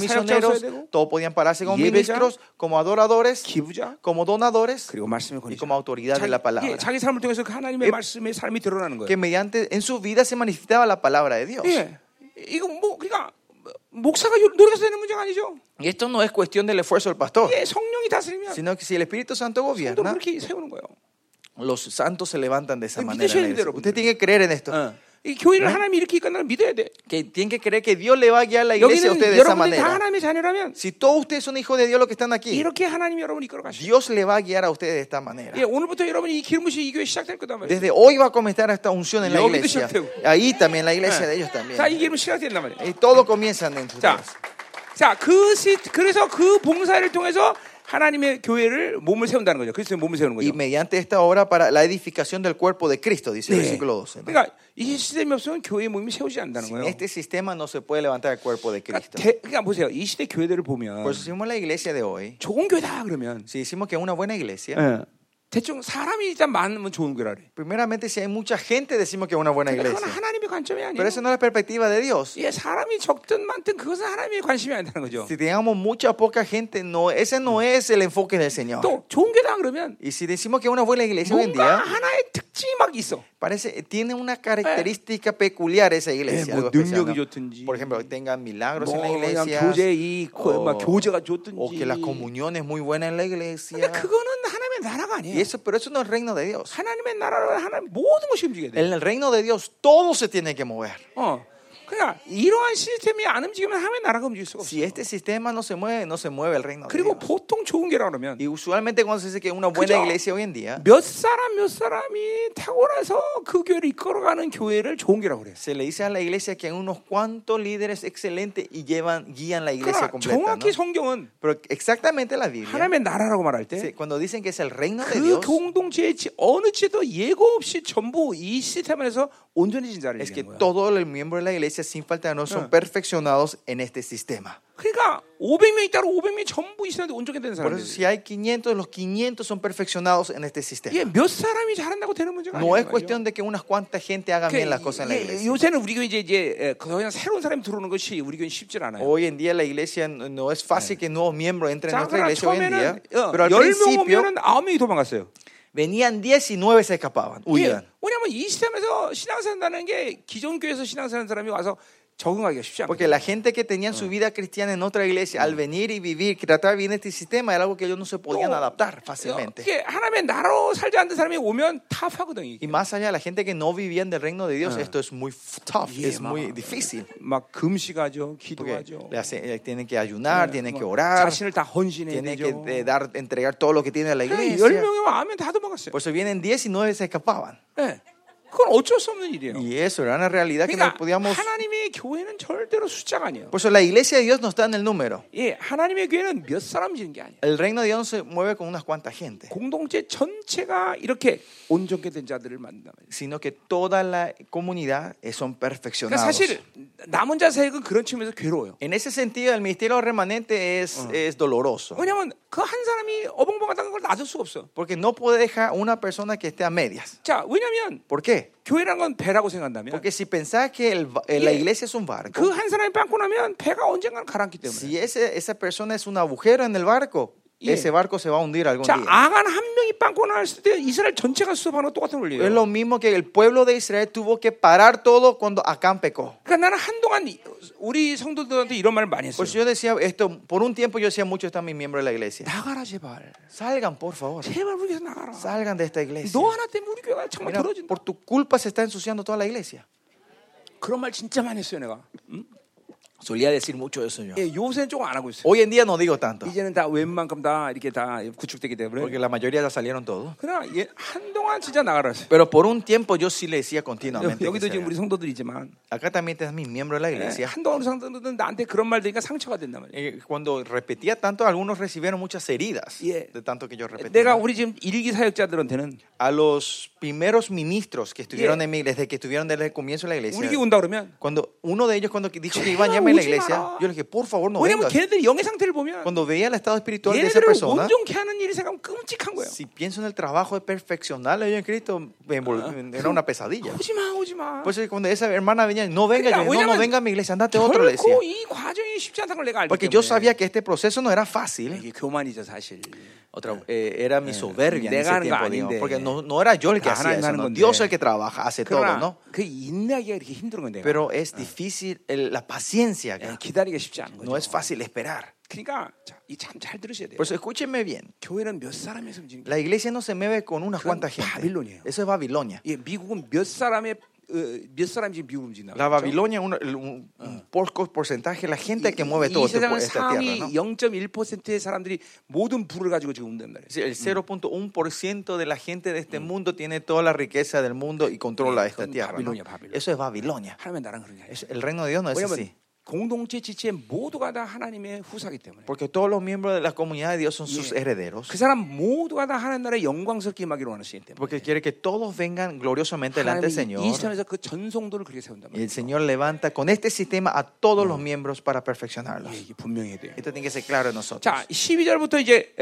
A: misioneros,
B: sacerdote 되고,
A: todos podían pararse como
B: 예배자,
A: ministros, como adoradores,
B: 기부자
A: como donadores
B: 그리고 말씀의
A: y
B: 권위자.
A: como autoridad de la
B: 자기, 예,
A: palabra.
B: 자기 삶을 통해서 그 하나님의 말씀의 삶이 드러나는
A: Que
B: 거예요.
A: mediante, en su vida se manifestaba la palabra de Dios.
B: 예, 이거 뭐 그러니까 목사가 요- 노력해서 되는 문제가 아니죠.
A: Y esto no es cuestión del esfuerzo del pastor,
B: 예, 성령이 다스리면
A: sino que si el Espíritu Santo
B: 또
A: gobierna,
B: 그렇게 세우는 거예요.
A: los santos se levantan de esa
B: Pero
A: manera. en
B: 믿으셔야
A: la iglesia.
B: 돼요,
A: Usted tiene que creer en esto.
B: 어. 이 교회를 하나님이 이렇게 이끈다는 걸 믿어야 돼.
A: Que tiene que creer que Dios le va a guiar la iglesia a
B: 여기는
A: usted de esa
B: 여러분들이 다
A: manera.
B: 하나님의 자녀라면
A: Si todos ustedes son hijos de Dios los que están aquí,
B: 이렇게 하나님이 여러분을 이끌어 가시죠.
A: Dios le va a guiar a ustedes de esta manera.
B: 예, 오늘부터 여러분이 이 기름부시 이 교회 시작될 거단 말이에요.
A: Desde hoy va a comenzar esta unción en la
B: Yo
A: iglesia.
B: creo
A: Ahí también, la iglesia de ellos también.
B: 네. 자, 이 기름 시작된단 말이에요.
A: Y todo comienza en ustedes.
B: 자, 자, 그 시, 그래서 그 봉사를 통해서 하나님의 교회를 몸을 세운다는 거죠. 그리스도의 몸을 세우는 거죠.
A: y mediante esta obra para la edificación del cuerpo de Cristo, dice el versículo 12. ¿no?
B: 그러니까 이 시스템이 없으면 교회 모임이 세우지 않는다는
A: Sin
B: 거예요.
A: este sistema no se puede levantar el cuerpo de
B: 그러니까,
A: Cristo.
B: 대- 그러니까 보세요. 이 시대 교회들을 보면
A: Por eso decimos la iglesia de hoy,
B: 좋은 교회다 그러면
A: si decimos que es una buena iglesia,
B: 예. 대충 사람이 일단 많으면 좋은 교회라 그래.
A: primeramente si hay mucha gente decimos que es una buena
B: 근데 네, 그건
A: iglesia.
B: 하나님의 관점이 아니에요.
A: Pero eso no es la perspectiva de Dios.
B: 예, 사람이 적든 많든 그것은 하나님의 관심이 아니라는 거죠.
A: Si digamos mucha o poca gente, no, ese no es el enfoque del Señor.
B: 또 좋은 교회다 그러면
A: Y si decimos que es una buena iglesia hoy en
B: 뭔가
A: día,
B: 하나의 특징이 막 있어.
A: parece, tiene una característica peculiar esa
B: Eh,
A: iglesia.
B: 뭐
A: algo especial,
B: 능력이
A: ¿no?
B: 좋든지.
A: Por ejemplo, que tengan milagros en la
B: 뭐 그냥
A: iglesia.
B: 교제 이 거- 막 교제가
A: o
B: 좋든지.
A: que la comunión es muy buena en la iglesia.
B: 근데 그거는 하나님의 나라가
A: Y
B: 아니에요.
A: eso, pero eso no es el reino de Dios.
B: 하나님의 나라는 하나님 모든 것이 움직여야 돼.
A: En el reino de Dios todo se tiene que mover.
B: 어. 그러니까 이러한 시스템이 안 움직이면 하나님의 나라가 움직일 수가 없어.
A: Si este sistema no se mueve, no se mueve el reino de
B: 아, 그리고
A: Dios.
B: 보통 좋은 교회라 그러면
A: Y usualmente cuando se dice que una buena
B: Cuyo-
A: iglesia hoy en día,
B: 몇 사람 몇 사람이 타고나서 그 교회를 이끌어가는 교회를 좋은 교회라고 그래요.
A: se le dice a la iglesia que hay unos cuantos líderes excelentes y llevan, guían la iglesia
B: 그러니까
A: completa.
B: 정확히
A: ¿no?
B: 성경은
A: Pero exactamente la Biblia,
B: 하나님의 나라라고 말할 때
A: se-
B: 그
A: cuando dicen que es el reino de Dios,
B: 공동체의 지- 어느 지도 예고 없이 전부 이 시스템 안에서 온전해진 자를
A: es que
B: 얘기하는 거야.
A: todos los miembros de la iglesia, sin falta de no,
B: Ah.
A: son perfeccionados en este sistema.
B: 그러니까 500명이 따로 500명이 전부 이 시스템에 온전히 된
A: Por eso,
B: 사람들.
A: si hay 500, los 500 son perfeccionados en este sistema.
B: 이게 몇 사람이 잘한다고 되는 문제가
A: No es
B: 아니에요. 그러니까
A: cuestión de que unas cuantas gente hagan bien las cosas en la iglesia.
B: 요새는 우리 교회 이제 이제 에, 그냥 새로운 사람이 들어오는 것이 우리 교회 쉽지 않아요.
A: Hoy en día la iglesia no no es fácil que nuevos miembros entren en
B: 자,
A: nuestra
B: 그러나
A: iglesia hoy en
B: 처음에는
A: día.
B: 어,
A: Pero al
B: 10명
A: principio
B: 오면은 9명이 도망갔어요.
A: venían 19 se escapaban,
B: 예,
A: huían.
B: 왜냐하면 이 시스템에서 신앙생활한다는 게 기존 교회에서 신앙생활하는 사람이 와서 적응하기가 쉽지 않아요.
A: Porque la gente que tenían
B: Mm.
A: su vida cristiana en otra iglesia, al venir y vivir, tratar bien este sistema, era algo que ellos no se podían
B: No.
A: adaptar fácilmente.
B: 어, 이게 하나님의 나라로 살지 않는 사람이 오면 탑하거든 이게.
A: Y más allá, la gente que no vivían del reino de Dios, esto es muy f- tough,
B: Ah. Yeah,
A: es muy
B: ma.
A: difícil.
B: 막 금식하죠,
A: Porque
B: 기도하죠.
A: le hace- eh, tienen que ayunar, tienen
B: 뭐
A: que orar,
B: 자신을 다 헌신해야
A: tienen
B: 되죠.
A: que eh, dar, entregar todo lo que tiene la
B: 그냥
A: iglesia.
B: 열 명이 와면 다 도망갔어요.
A: Por eso vienen 19 se escapaban.
B: 예. 그건 어쩔 수 없는 일이에요.
A: Y eso era una realidad que no
B: 그러니까
A: podíamos.
B: 하나님의 교회는 절대로 숫자가 아니에요.
A: Por eso la iglesia de Dios no está en el número.
B: 예, 하나님의 교회는 몇 사람 지는 게 아니에요.
A: El reino de Dios no se mueve con unas cuantas gente,
B: 공동체 전체가 이렇게 온전케 된 자들을 만든다. 말이에요.
A: sino que toda la comunidad eh, son
B: 그러니까
A: perfeccionados.
B: 사실 남은 자 사역은 그런 측면에서 괴로워요.
A: En ese sentido, el ministerio remanente es, es doloroso.
B: 왜냐하면 그 한 사람이 어벙벙하다는 걸 놔둘 수가 없어.
A: Porque no puede dejar una persona que esté a medias.
B: 자, 왜냐하면
A: ¿Por qué?
B: 교회란 건 배라고 생각한다면
A: Porque si pensás que el va- eh, la
B: Yeah.
A: iglesia es un barco,
B: 그 한 사람이 빵꾸 나면 배가 언젠가는 가라앉기 때문에.
A: si ese- esa persona es un agujero en el barco,
B: Yeah. ah,
A: ese barco se va a hundir algún
B: 자,
A: día.
B: 아간 한 명이 빵꾸 났을 때 이스라엘 전체가 수습하는 것 똑같은
A: Es
B: 원리예요.
A: lo mismo que el pueblo de Israel tuvo que parar todo cuando Acán pecó.
B: 그러니까 나는 한동안 우리 성도들한테 이런 말을 많이 했어요.
A: Pues yo decía esto, por un tiempo yo decía mucho esto a mis miembros de la iglesia.
B: 나가라 제발.
A: Salgan, por favor.
B: 제발 우리 교회 나가라.
A: Salgan de esta iglesia.
B: 너 하나 때문에 우리 교회가 정말
A: Mira,
B: 더러진다.
A: por tu culpa se está ensuciando toda la iglesia.
B: 그런 말 진짜 많이 했어요, 내가.
A: Solía decir mucho eso yo.
B: 예, 요새는 조금 안 하고 있어요.
A: Hoy en día no digo tanto,
B: 이제는 다 웬만큼 다 이렇게 다 구축되기 때문에.
A: porque la mayoría ya salieron todos.
B: 그러나 예, 한동안 진짜 나가라 했어요.
A: Pero por un tiempo yo sí le decía continuamente. que
B: 어, 여기도 지금 우리
A: salgan.
B: 성도들이지만
A: Acá también están mis miembros de la
B: 예,
A: iglesia.
B: 한동안 우리 성도들은 나한테 그런 말 들으니까 상처가 된단 말이에요.
A: Eh, Cuando repetía tanto, algunos recibieron muchas heridas
B: Yeah.
A: de tanto que yo repetía.
B: 내가 우리 지금 일기 사역자들한테는
A: A los primeros ministros que estuvieron
B: Yeah.
A: en mi, desde que estuvieron desde el comienzo de la iglesia,
B: 우리 교회 온다 그러면
A: Cuando uno de ellos, cuando dijo que iba a
B: Chema,
A: llamarme a la
B: oye,
A: iglesia,
B: Mara.
A: yo le dije, por favor, no
B: 왜냐면
A: vengas.
B: 걔네들 영의 상태를 보면
A: Cuando veía el estado espiritual de esa
B: 얘네들을
A: persona,
B: 온전케 하는 일이 생각하면 끔찍한 거예요.
A: si pienso en el trabajo de perfeccionar a ellos en Cristo, me envol- era una pesadilla.
B: 오지마 오지마.
A: Por eso cuando esa hermana venía, no venga, yo le
B: 그러니까
A: dije, no, no
B: 왜냐면
A: venga a mi iglesia, andate a otro, le decía.
B: 결코 이 과정이 쉽지 않다는 걸 내가 알기 네,
A: Porque yo
B: 때문에
A: sabía que este proceso no era fácil.
B: 이게 교만이죠 사실.
A: Otra, eh, era mi soberbia en
B: 내가
A: ese
B: 하는 거
A: tiempo,
B: 아닌데.
A: digamos, porque no, no era yo el que
B: 다
A: hacía
B: 하나님
A: eso,
B: 하는
A: no.
B: 건데.
A: Dios el que trabaja, hace todo,
B: 그러나
A: ¿no?
B: 그 인내하기가 이렇게 힘든 건 내가.
A: Pero es difícil el- la paciencia,
B: 예,
A: acá.
B: 기다리기가 쉽지 않은 거죠.
A: no es fácil esperar.
B: 그러니까 참 잘 들으셔야 돼요.
A: Por eso escúchenme bien.
B: 교회는 몇 사람이 섬기는 거
A: La iglesia no se mueve con unas cuantas gente.
B: Babilonia.
A: Eso es Babilonia.
B: 예, 미국은 몇 사람의 어, 몇 사람이 지금 미국 움직인다.
A: La Babilonia, un, el- un-
B: Ah.
A: un poco porcentaje de la gente que mueve todo
B: 이
A: este,
B: 세상은
A: esta tierra.
B: 상위
A: ¿no?
B: 0.1%의 사람들이 모든 부를 가지고 지금 움직인단 말이에요.
A: Sí, El 0.1% de la gente de
B: Mm.
A: este mundo tiene toda la riqueza del mundo y controla esta
B: con
A: tierra. ¿no?
B: Babilonia, Babilonia.
A: Eso es Babilonia.
B: 하나님 나랑 그러냐.
A: Es- El reino de Dios no es
B: 왜냐면
A: así.
B: 공동체 지체 모두가 다 하나님의 후사기 때문에
A: Porque todos los miembros de la comunidad de Dios son sus herederos.
B: 그 사람 모두가 다 하나님 나라의 영광스럽게 임하기로 하는 시기 때문에
A: Porque quiere que todos vengan gloriosamente delante
B: 뭐 하나님이
A: del Señor.
B: 이 시점에서 그 전송도를 그렇게 세운단
A: Y
B: 말이에요
A: el Señor levanta con este sistema a todos
B: Mm.
A: los miembros para perfeccionarlos.
B: 예, 이게 분명해야 돼요
A: Esto tiene que ser claro en nosotros.
B: 자 12절부터 이제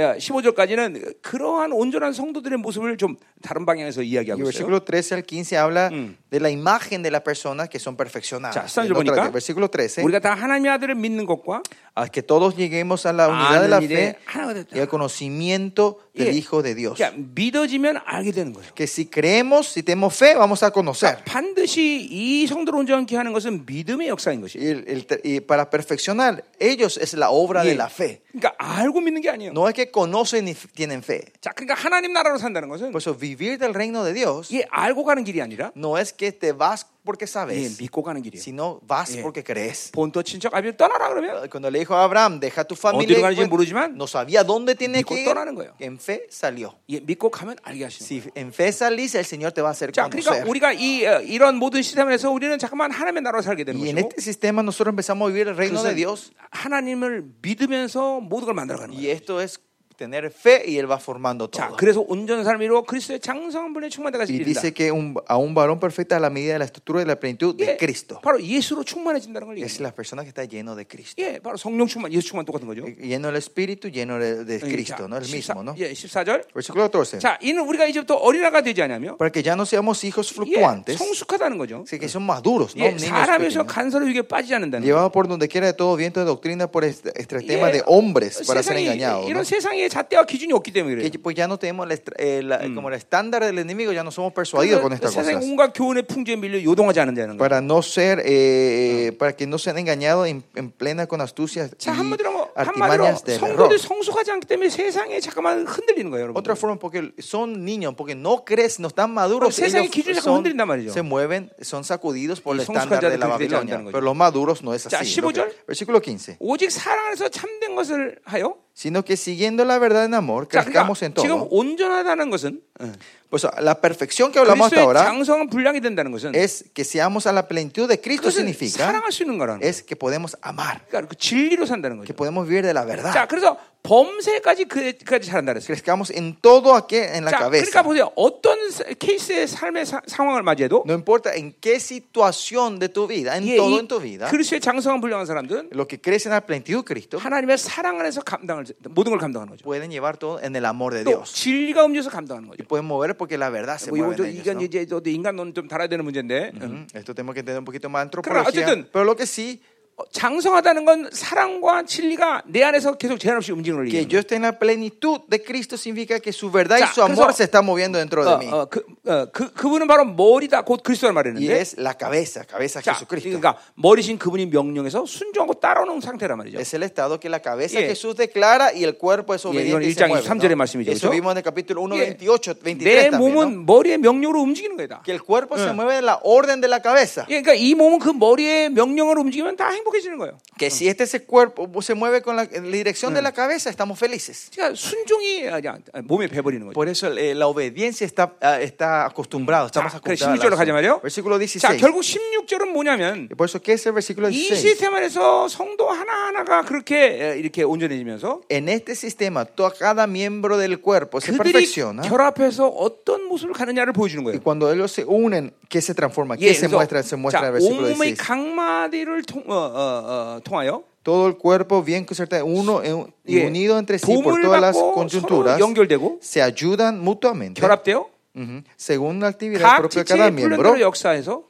B: 15절까지는 그러한 온전한 성도들의 모습을 좀 다른 방향에서
A: Y
B: 이야기하고 있어요
A: versículo 13 al 15 habla de la imagen de las personas que son
B: 자
A: perfeccionadas.
B: 13절
A: En otra-
B: 보니까
A: versículo 13,
B: 우리가 다 하나님의 아들을 믿는 것과
A: a que todos lleguemos a la unidad de la
B: 아는 일에
A: fe
B: 하나가 됐다
A: y al conocimiento del
B: 예.
A: Hijo de Dios.
B: 그러니까 믿어지면 알게 되는 거예요
A: Que si creemos, si tenemos fe, vamos a
B: Ah.
A: conocer.
B: 반드시 이 성도를 온전케 하는 것은 믿음의 역사인 것이에요
A: Y, el- el- y para perfeccionar, ellos es la obra de
B: 예.
A: la fe.
B: 그러니까 알고 믿는 게 아니에요
A: No es que conocen y tienen fe.
B: 자, 그러니까 하나님 나라로 산다는 것은
A: Por eso vivir del reino de Dios
B: 예, 알고 가는 길이 아니라
A: no es que te vas porque
B: 예,
A: sabes,
B: 믿고 가는 길이에요.
A: sino vas
B: 예.
A: porque crees.
B: 본토 친척 아비를 떠나라 그러면
A: Cuando le dijo a Abraham, deja tu familia,
B: 어디로
A: y
B: 가는지
A: pues,
B: 모르지만
A: no sabía dónde tiene
B: 믿고
A: que ir.
B: 떠나는 거예요.
A: En fe salió.
B: 예, 믿고 가면 알게 하시는 거예요.
A: Si en fe salís, el Señor te va a hacer
B: 자, 그러니까
A: conocer.
B: 우리가 이 어, 이런 모든 시스템에서 우리는 잠깐만 하나님의 나라로 살게 되는
A: Y en
B: 것이고
A: este sistema nosotros empezamos a vivir el reino de
B: 그것은
A: Dios.
B: 하나님을 믿으면서 모든 걸 만들어가는
A: Y
B: 거예요.
A: esto es tener fe y Él va formando
B: 자,
A: todo.
B: 그래서 온전한 삶으로 그리스도의 장성분의 충만되가지
A: Y
B: 이른다.
A: dice que un- a un varón perfecto a la medida de la estructura de la plenitud de
B: 예,
A: Cristo.
B: 바로 예수로 충만해진다는 걸
A: Es
B: 얘기해요.
A: la persona que está lleno de Cristo.
B: 예, 바로 성령 충만, 예수 충만 똑같은 거죠.
A: Lleno del Espíritu, lleno de, de Cristo, ¿no? El mismo, ¿no?
B: 예, 14절.
A: Versículo 14.
B: 자, 이는 우리가 이제부터 어린아가 되지 않으며
A: Para que ya no seamos hijos
B: 예,
A: fluctuantes,
B: 성숙하다는 거죠.
A: así que son maduros, no
B: 예,
A: niños
B: 사람에서
A: pequeños.
B: 간설의 위기에 빠지지 않는다는 거예요.
A: Llevados por donde quiera de todo viento de doctrina por est- estratagemas
B: 예,
A: de hombres para ser
B: 세상이-
A: engañados. ¿no?
B: 이런 세상의 잣대와 기준이 없기 때문에 그래요.
A: Que pues ya no tenemos la estra- eh, la- como el estándar del enemigo, ya no somos persuadidos con
B: 그래서 음,
A: estas
B: 그러니까 세상
A: cosas.
B: 온갖 교훈의 풍조에 밀려 요동하지 않는다는 거예요.
A: Para no ser, eh, para que no sean engañados en, en plena con astucias y
B: 자 한마디로 한마디로
A: artimañas del error.
B: 성도들이 성숙하지 않기 때문에 세상에 잠깐만 흔들리는 거예요, 여러분.
A: Otra forma, porque son niños, porque no crecen, no están maduros,
B: Pero 세상의
A: ellos
B: 기준이 자꾸
A: son-
B: 흔들린단 말이죠.
A: se mueven, son sacudidos por
B: 이
A: el
B: 성숙한
A: estándar de la
B: 자들이 그렇게
A: Babilonia.
B: 된다는 거죠.
A: Pero los maduros no es
B: 자,
A: así. lo que-
B: 15절.
A: Versículo 15.
B: 오직 사랑 안에서 참된 것을 하여.
A: Sino que siguiendo la verdad en amor,
B: 자, 그러니까
A: crezcamos en
B: 지금
A: todo.
B: 온전하다는 것은 응,
A: Pues la perfección que hablamos hasta
B: 그리스도의
A: ahora
B: 장성한 분량이 된다는 것은
A: es que seamos a la plenitud de Cristo
B: 그것은
A: significa
B: 사랑할 수 있는 거라는 거예요.
A: es que podemos amar,
B: 그러니까 그 진리로 산다는
A: que
B: 거죠.
A: podemos vivir de la
B: 자,
A: verdad.
B: 그래서 범세까지 그까지 자란다 그랬어요.
A: Crezcamos en todo aquí en la
B: 자, 그러니까
A: cabeza.
B: 보세요. 어떤 사- 케이스의 삶의 사- 상황을 맞이해도
A: No importa en qué situación de tu vida, en
B: 예,
A: todo
B: 이
A: en tu vida,
B: 그리스도의 장성한 분량한 사람들은
A: lo que crece en la plenitud de Cristo
B: 하나님의 사랑 안에서 감당을 모든 걸 감당하는 거죠.
A: pueden llevar todo en el amor de
B: 또
A: Dios.
B: 진리가 움직여서 감당하는
A: Y
B: 거죠.
A: pueden mover porque la verdad se
B: 뭐 이건
A: mueve.
B: 좀
A: en ellos,
B: 이건
A: ¿no?
B: 이제 저도 인간론 좀 달아야 되는 문제인데 음.
A: Ujú. Esto tenemos que entender un poquito más de antropología.
B: 어쨌든-
A: Pero lo que sí,
B: 어, 장성하다는 건 사랑과 진리가 내 안에서 계속 제한 없이 움직이는 걸
A: que
B: 얘기해요.
A: yo esté en la plenitud de Cristo significa que su verdad
B: Ya,
A: y su amor
B: 그래서-
A: se están moviendo dentro de mí.
B: 어, 어, 그, 어, 그 그분은 바로 머리다 곧 그리스도란
A: Y
B: 말했는데.
A: es la cabeza, cabeza
B: 자,
A: Jesucristo.
B: 그러니까 머리신 그분이 명령해서 순종하고 따라오는 상태란 말이죠.
A: Es el estado que la cabeza
B: Yeah.
A: Jesús declara y el cuerpo es obediente.
B: Yeah,
A: y se
B: 이건 1장
A: mueve,
B: 23 절의
A: ¿no?
B: 말씀이죠,
A: Eso
B: 그렇죠?
A: vimos en el capítulo 1,
B: Yeah.
A: 28, 23
B: 내
A: también. ¿no?
B: 몸은 머리의 명령으로 움직이는 거다.
A: Que el cuerpo se mueve de la orden de la cabeza.
B: 예, 그러니까 이 몸은 그 머리의 명령으로 움직이면 다 행복해지는 거예요.
A: Que si este ese cuerpo se mueve con la, en la dirección de la cabeza, estamos felices.
B: 그러니까 순종이 아니야, 몸에 배버리는 거죠.
A: Por eso eh, la obediencia está, ah, está acostumbrada, estamos
B: 자, 그래
A: acostumbrados.
B: 16절로 가자 말이요.
A: Versículo
B: 자,
A: 16.
B: 결국 16절은 뭐냐면
A: Y Por eso, ¿qué es el versículo
B: 이
A: 16?
B: 시스템 안에서 성도 하나하나가 그렇게 에, 이렇게 온전해지면서
A: En este sistema, todo, cada miembro del cuerpo se
B: 그들이
A: perfecciona.
B: 결합해서 어떤 모습을 가느냐를 보여주는
A: Y
B: 거예요.
A: cuando ellos se unen, ¿qué se transforma?
B: 예,
A: ¿Qué se
B: 그래서
A: muestra? Se muestra
B: 자,
A: en el versículo
B: 온몸의
A: 16.
B: 각마디를 통, 어, 어, 어, 통하여
A: Todo el cuerpo bien concertado, uno en- y
B: 예,
A: unido entre sí por
B: 도움을
A: todas las
B: 받고 서로
A: coyunturas,
B: 연결되고
A: se ayudan mutuamente
B: 결합되어
A: Ujú. según la actividad
B: 각
A: propia de cada
B: 지체의
A: miembro.
B: 훈련대로 역사해서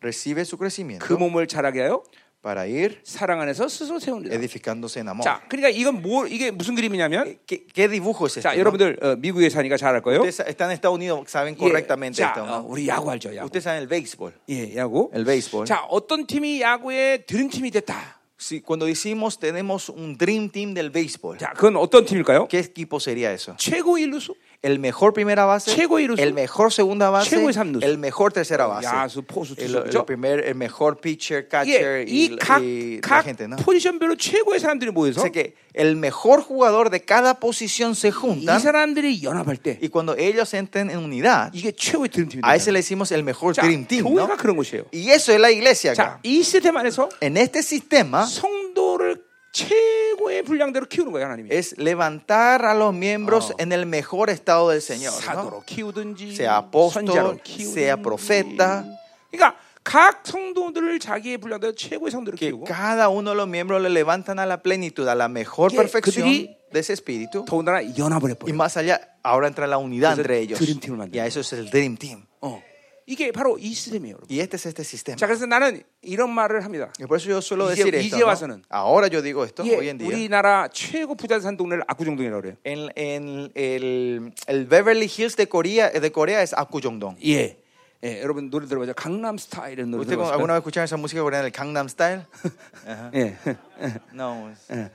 A: Recibe su
B: 그
A: crecimiento
B: 몸을 자라게 하여
A: para ir
B: 사랑 안에서 스스로 세운다.
A: edificándose en amor.
B: 자, 그러니까 이건 뭐 이게 무슨 그림이냐면
A: ¿Qué, qué dibujo es este?
B: 자,
A: no?
B: 여러분들 어, 미국에 사니까 잘 알 거예요.
A: Ustedes están en Estados Unidos,
B: eh,
A: saben
B: 예,
A: correctamente
B: 자,
A: esto.
B: 어,
A: ¿no?
B: 우리 야구 알죠, 야구.
A: Ustedes saben el béisbol.
B: 예, 야구.
A: El béisbol.
B: 자, 어떤 팀이 야구에 드림 팀이 됐다.
A: Si, cuando decimos tenemos un Dream Team del béisbol,
B: 자, 그건 어떤 팀일까요?
A: ¿qué equipo sería eso?
B: 최고 일루수.
A: el mejor primera base,
B: 최고의 이루수,
A: el mejor segunda base,
B: 최고의 삼루수.
A: el mejor tercera base.
B: 야수, 포수,
A: el,
B: 투수,
A: el
B: 그죠?
A: primer, el mejor pitcher,
B: 예,
A: catcher y,
B: 이각
A: y la
B: 각
A: gente, ¿no?
B: 포지션별로 최고의 사람들이
A: O
B: 모여서
A: sea que el mejor jugador de cada posición se
B: 이
A: juntan
B: 사람들이 연합할 때
A: y cuando ellos entren en unidad,
B: 이게 최고의 드림팀이다.
A: a ese le decimos el mejor
B: 자,
A: Dream Team,
B: 교회가
A: ¿no?
B: 그런 곳이에요.
A: Y eso es la iglesia
B: 자,
A: acá. ¿Ah?
B: 이 시스템 안에서
A: En este sistema
B: 성도를 최고의 분량대로 키우는 거예요, 하나님이.
A: es levantar a los miembros
B: Oh.
A: en el mejor estado del Señor,
B: 사도로
A: ¿no?
B: 키우든지
A: sea apóstol,
B: 선자로 키우든지
A: sea profeta.
B: 그러니까 각 성도들을 자기의 분량대로 최고의 성도로
A: Que
B: 키우고
A: cada uno de los miembros le levantan a la plenitud, a la mejor
B: Que-
A: perfección
B: 그들이-
A: de ese espíritu.
B: 더군다나 연합을
A: Y
B: 해버려.
A: más allá, ahora entra la unidad
B: 그래서
A: entre ellos.
B: Dream Team을 만드는
A: Y a eso es el Dream Team.
B: 어. 이게 바로 이 시스템이에요, 여러분.
A: Y este es este sistema.
B: 자, 그래서 나는 이런 말을 합니다.
A: Y por eso yo suelo
B: 이제-
A: decir
B: 이제
A: esto. ¿no?
B: 와서는.
A: Ahora yo digo esto, hoy
B: 예,
A: en día.
B: 우리나라 최고 부자 산 동네를 압구정동이라고 그래요.
A: En, en el, el Beverly Hills de Corea, de Corea es Akujongdong.
B: 예. 예, 여러분 노래 들어보죠. 강남 스타일은 노래
A: ¿Usted
B: 들어보세요.
A: alguna vez escucharon esa música coreana, el Gangnam Style? Ajá.
B: 예.
A: No. es-
B: 예.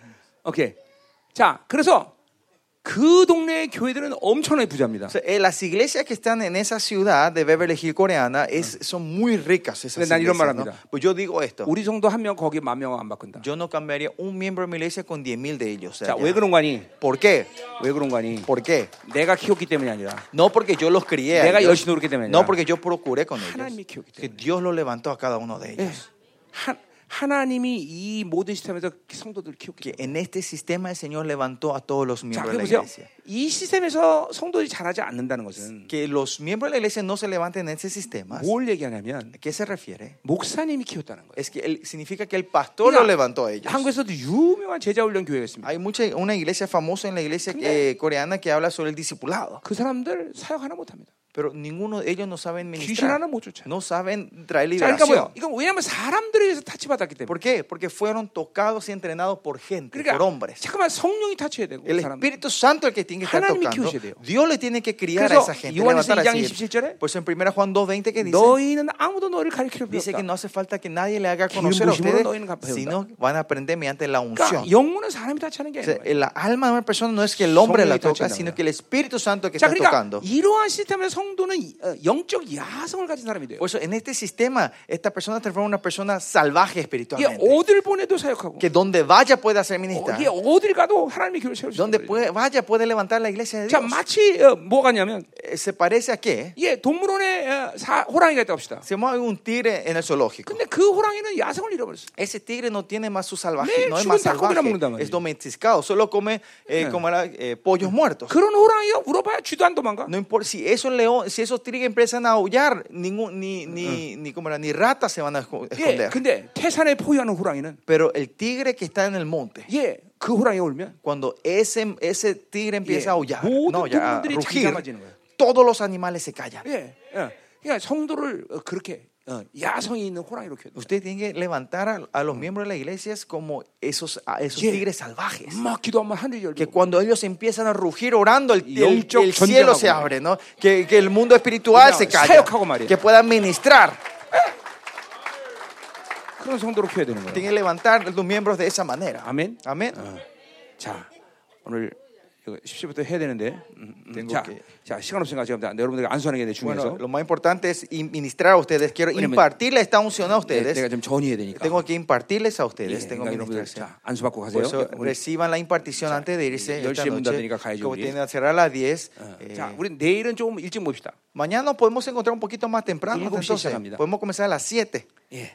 B: 오케이. 자, 그래서 그 동네의 교회들은 엄청나게 부자입니다.
A: O sea, eh, las iglesias que están en esa ciudad de Beverly Hills coreana es, son muy ricas. Esas
B: Pero, Daniel,
A: iglesias, ¿no?
B: maravilla.
A: Pues yo digo esto.
B: 우리 정도 한 명 거기 만 명 안 바꾼다.
A: Yo no cambiaría un miembro de mi iglesia con 10.000 de ellos. o sea,
B: 자,
A: ya.
B: 왜 그런 거니?
A: ¿Por qué?
B: 왜 그런 거니?
A: ¿Por qué?
B: 내가 키웠기 때문이 아니라
A: No porque yo los crié. a
B: 내가
A: ellos.
B: 열심히 노력했기 때문에 아니라
A: No porque yo procuré con ellos.
B: 하나님이 키웠기
A: Que Eh.
B: 때문에.
A: Dios los levantó a cada uno de
B: 예.
A: ellos.
B: 하, 하나님이 이 모든 시스템에서 성도들을 키웠기
A: Que
B: 때문에.
A: en este sistema el Señor levantó a todos los
B: 자,
A: miembros
B: 그
A: de la
B: 보세요.
A: iglesia.
B: 이 시스템에서 성도들이 잘하지 않는다는 것은
A: Que los miembros de la iglesia no se levanten en ese sistema.
B: 뭘 얘기하냐면
A: ¿A qué se refiere?
B: 목사님이 키웠다는 거예요.
A: Es que el- significa que el pastor
B: Mira,
A: los levantó a ellos.
B: 한국에서도 유명한 제자 훈련 교회가 있습니다.
A: Hay mucha, una iglesia famosa en la iglesia
B: 근데-
A: eh, coreana que habla sobre el discipulado,
B: 그 사람들 사역 하나 못 합니다.
A: pero ninguno de ellos no saben
B: 귀신
A: ministrar,
B: 하나 못 쫓아.
A: no saben traer
B: 자, 그러니까
A: liberación.
B: 뭐요? 이건 왜냐하면 사람들에 의해서 타치받았기 때문에.
A: ¿Por qué? Porque fueron tocados y entrenados por gente,
B: 그러니까
A: por hombres.
B: 잠깐만 성령이 타치해야 되고
A: El
B: 사람.
A: Espíritu Santo es el que tiene que estar
B: 하나님이
A: tocando.
B: 키우셔야 돼요.
A: Dios le tiene que criar a esa
B: 그래서
A: gente.
B: 요한에서
A: levantar a esa
B: 2장
A: gente.
B: 27절에
A: Pues en 1 Juan 2.20 que dice,
B: 너희는 아무도 너를 가르치려 필요
A: dice
B: 없다.
A: que no hace falta que nadie le haga conocer a
B: 부심으로
A: ustedes,
B: 너희는 갚아야
A: sino van a aprender mediante la unción.
B: 그러니까 영혼은 사람이 타치하는 게
A: O sea,
B: 아니라.
A: la alma de una persona no es que el hombre
B: 성령이
A: la toca,
B: touchin다는
A: sino
B: 거야.
A: que el Espíritu Santo que
B: 자,
A: está
B: 그러니까
A: tocando.
B: 이러한 시스템에서 성도는 이- 어, 영적 야성을 가진 사람이 돼요.
A: Por eso, en este sistema, esta persona se transforma en una persona salvaje
B: 이게
A: espiritualmente.
B: 예, 어딜 보내도 사역하고,
A: Que donde vaya puede hacer
B: 어,
A: ministrar.
B: 이게 어딜 가도 하나님의 교회를 세울 수
A: Donde
B: 있는 거예요.
A: puede, vaya puede levantar la iglesia de
B: 자,
A: Dios.
B: 마치 어, 뭐가 냐면
A: Eh, ¿Se parece a qué?
B: 예, 동물원에 어, 사- 호랑이가 있다고 합시다.
A: Si hay un tigre en el zoológico.
B: 근데 그 호랑이는 야성을 잃어버렸어.
A: Ese tigre no tiene más su salvaje,
B: 매일
A: no es
B: 죽은
A: más
B: 닭고기나
A: salvaje,
B: 먹는단 말이에요.
A: es domesticado, solo come eh,
B: 네.
A: como era, eh, pollos muertos.
B: 그런 호랑이가 물어봐야 쥐도 안 도망가.
A: No importa si esos león, si esos tigres empiezan a aullar, ningún, ni, ni, ni, como era, ni ratas se van a esco-
B: 예,
A: esconder.
B: 근데 태산에 포유하는 호랑이는
A: Pero el tigre que está en el monte,
B: 예, 그 호랑이가 울면
A: cuando ese, ese tigre empieza a aullar,
B: 모든
A: no, ya, a
B: 동물들이
A: rugir,
B: 잠잠해지는 거예요.
A: todos los animales se callan.
B: 예, 예. 그러니까 성도를 어, 그렇게 어, 야성이 있는 호랑이로 키워.
A: Usted tiene que levantar a, a los miembros de la iglesia como esos, a esos
B: Yeah.
A: tigres salvajes.
B: 막 기도하면 하늘이
A: Que
B: 열리고
A: cuando ellos empiezan a rugir orando, el,
B: Y
A: el-
B: 영적
A: el cielo
B: 전쟁하고
A: se abre, ¿no? Que, que el mundo espiritual
B: 그냥
A: se calla.
B: 사역하고 말이에요.
A: Que puedan ministrar.
B: 그런 성도로 키워야 되는 거예요.
A: Tiene que levantar a los miembros de esa manera.
B: 아멘.
A: Amén.
B: 어. 자, 오늘 이거 10시부터 해야 되는데. 음, 음.
A: 땡고
B: 자,
A: 올게.
B: 자, 시간 없으니까 지금 나- 여러분들 안수하는 게 중요해서
A: Bueno, lo más importante es in- ministrar a ustedes. Quiero
B: Bueno, me-
A: impartirles esta unción a
B: 내- 네, 내가
A: ustedes.
B: 좀 전이해야 되니까.
A: Tengo que impartirles a
B: 예,
A: ustedes. Tengo
B: 그러니까 여러분들
A: ministración.
B: 자, 안수 받고
A: Por
B: 가세요.
A: eso
B: 예, 우리-
A: reciban la impartición antes de irse
B: 열
A: esta
B: 시에 문
A: noche.
B: 닫으니까 가야죠,
A: Como
B: 우리.
A: tienen a cerrar a las 10. eh,
B: 어. 자, 우리 내일은 조금 일찍 봅시다.
A: mañana nos podemos encontrar un poquito más temprano.
B: Ilgo
A: entonces.
B: 시작합니다.
A: podemos comenzar a las 7.
B: 예.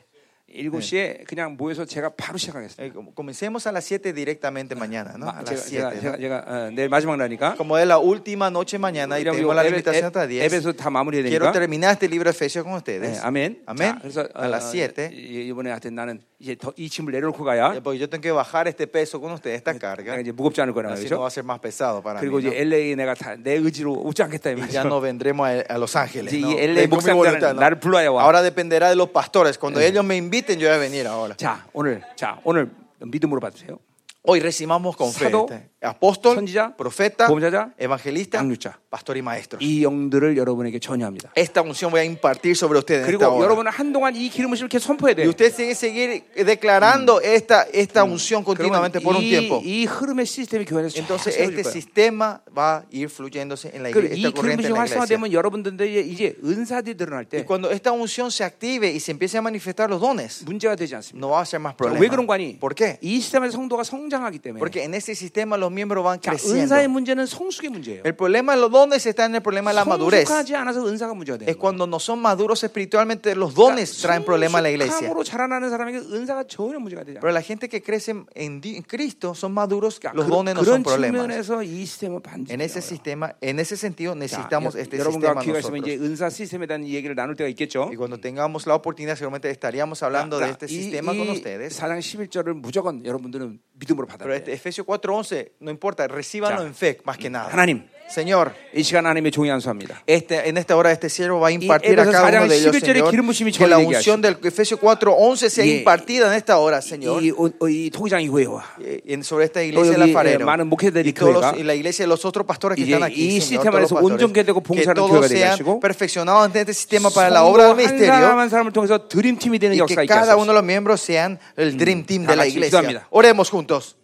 B: 7시에 그냥 모여서 제가 바로 시작하겠습니다.
A: Eh, com- comencemos a las 7 directamente mañana, ¿no?
B: 마-
A: A
B: 제가,
A: las
B: 제가,
A: 7.
B: 제가, 제가, 어, 내일 마지막 날이니까
A: Como es la última noche mañana y
B: 이러면
A: tengo la
B: 앱에-
A: invitación hasta
B: 앱- 앱에서
A: 10.
B: 다 마무리해야
A: Quiero
B: 되니까.
A: terminar este libro de Efesios con
B: 네,
A: ustedes.
B: 아멘.
A: Amén.
B: 자, 그래서
A: A
B: 어,
A: las 7.
B: 이- 이번에 하여튼 나는 이제 더, 이 짐을 내려놓고 가야
A: Eh, Porque yo tengo que bajar este peso con ustedes, esta
B: 내가
A: carga.
B: 이제 무겁지 않을 예. 거라
A: Así no va
B: 말이죠.
A: a ser más pesado para mí.
B: 그리고 이제
A: ¿no?
B: LA 내가 다 내 의지로 오지 않겠다 이
A: Y ya
B: 말이죠.
A: no vendremos a, a Los Ángeles.
B: Sí,
A: ¿no?
B: y
A: Tengo
B: él, el
A: mi
B: boxeador,
A: voluntad, ¿no?
B: 날 불러야 와.
A: Ahora dependerá de los pastores. Cuando ellos me inviten, yo voy a venir ahora.
B: 자, 오늘 자, 오늘 믿음으로 받으세요.
A: Hoy recibamos con fe.
B: Sado,
A: este- apóstol,
B: 선지자,
A: profeta,
B: 보험자자,
A: evangelista,
B: 양육자.
A: pastor y maestro.
B: 이 영들을 여러분에게 전유합니다.
A: Esta unción voy a impartir sobre ustedes en
B: 그리고
A: esta hora.
B: 여러분은 한동안 이 기름을 네, 이렇게 선포해야
A: Y
B: 돼요.
A: usted sigue seguir declarando
B: Mm.
A: esta, esta unción
B: 그러면 네
A: continuamente por un
B: 이-
A: tiempo.
B: 이 흐름의 시스템이 교회에서 잘
A: Entonces
B: 세워질
A: este
B: 거예요.
A: sistema va a ir fluyéndose en la
B: 그리고
A: iglesia,
B: 이
A: esta corriente en
B: 기름이
A: la iglesia.
B: 활성화되면 여러분들의 이제 은사들이 드러날
A: Y
B: 때
A: cuando esta unción se active y se empiece a manifestar los dones,
B: 문제가 되지 않습니다.
A: no va a ser más
B: 자, 왜 그런
A: problema.
B: 거니?
A: ¿Por qué?
B: 이 시스템에서 성도가 성장하기 때문에.
A: Porque en ese sistema los miembros van
B: 자, 은사의
A: creciendo.
B: 문제는 성숙의 문제예요.
A: El problema de los dones está en el problema de la madurez.
B: 성숙하지 않아서 은사가 문제가 되는
A: Es
B: 거예요.
A: cuando no son maduros espiritualmente, los dones traen problema a la iglesia.
B: 성숙함으로 그러니까 자라나는 사람에게 은사가 전혀 문제가 되지 않아요.
A: Pero la gente que crece en, di- en Cristo son maduros, los dones
B: 그러니까
A: no
B: 그,
A: son
B: 런
A: problemas.
B: 측면에서 이 시스템은 반드시
A: En ese
B: 필요해요.
A: sistema, en ese sentido
B: 자,
A: necesitamos este sistema
B: 여러분과 기회가 있으면
A: nosotros.
B: 이제 은사 시스템에 대한 얘기를 나눌 때가 있겠죠. 그러니까
A: Y cuando tengamos la oportunidad, seguramente estaríamos hablando de este sistema con ustedes.
B: 4장 11절을 무조건 여러분들은 믿음으로
A: Pero
B: 받아야
A: este
B: 돼요.
A: Efesios 4:11, no importa,
B: Ya.
A: recíbanlo en fe más que nada.
B: 하나님,
A: Señor,
B: 이 시간 하나님의 종이 안수합니다.
A: este, en esta hora este siervo va a impartir a
B: Éfeso
A: cada uno de
B: 4:11
A: ellos,
B: 의 기름 부심이
A: Señor, que la
B: 저희에게
A: unción del Efesios 4:11 sea
B: 예.
A: impartida en esta hora, Señor,
B: 이, 오- 이 통장 이후에와
A: eh, en- sobre esta
B: 또
A: iglesia de
B: 여기
A: la
B: 예,
A: Farero
B: 많은 목회자들이
A: y, todos los-
B: 교회가
A: y la iglesia de los otros pastores que
B: 이제
A: están aquí,
B: 이
A: Señor, todos
B: 시스템
A: los
B: 안에서
A: pastores,
B: 온전케 되고
A: que
B: 봉사하는 교회가
A: todos
B: 되게
A: sean
B: 하시고
A: perfeccionados en este sistema para la obra del
B: 성도 한 사람
A: ministerio
B: 한 사람을 통해서 드림팀이
A: y
B: 되는 역사가
A: que
B: 있게
A: cada uno de
B: 하소서.
A: los miembros sean el Dream Team de
B: 다
A: Mm, la
B: 같이
A: iglesia.
B: 기도합니다.
A: Oremos juntos.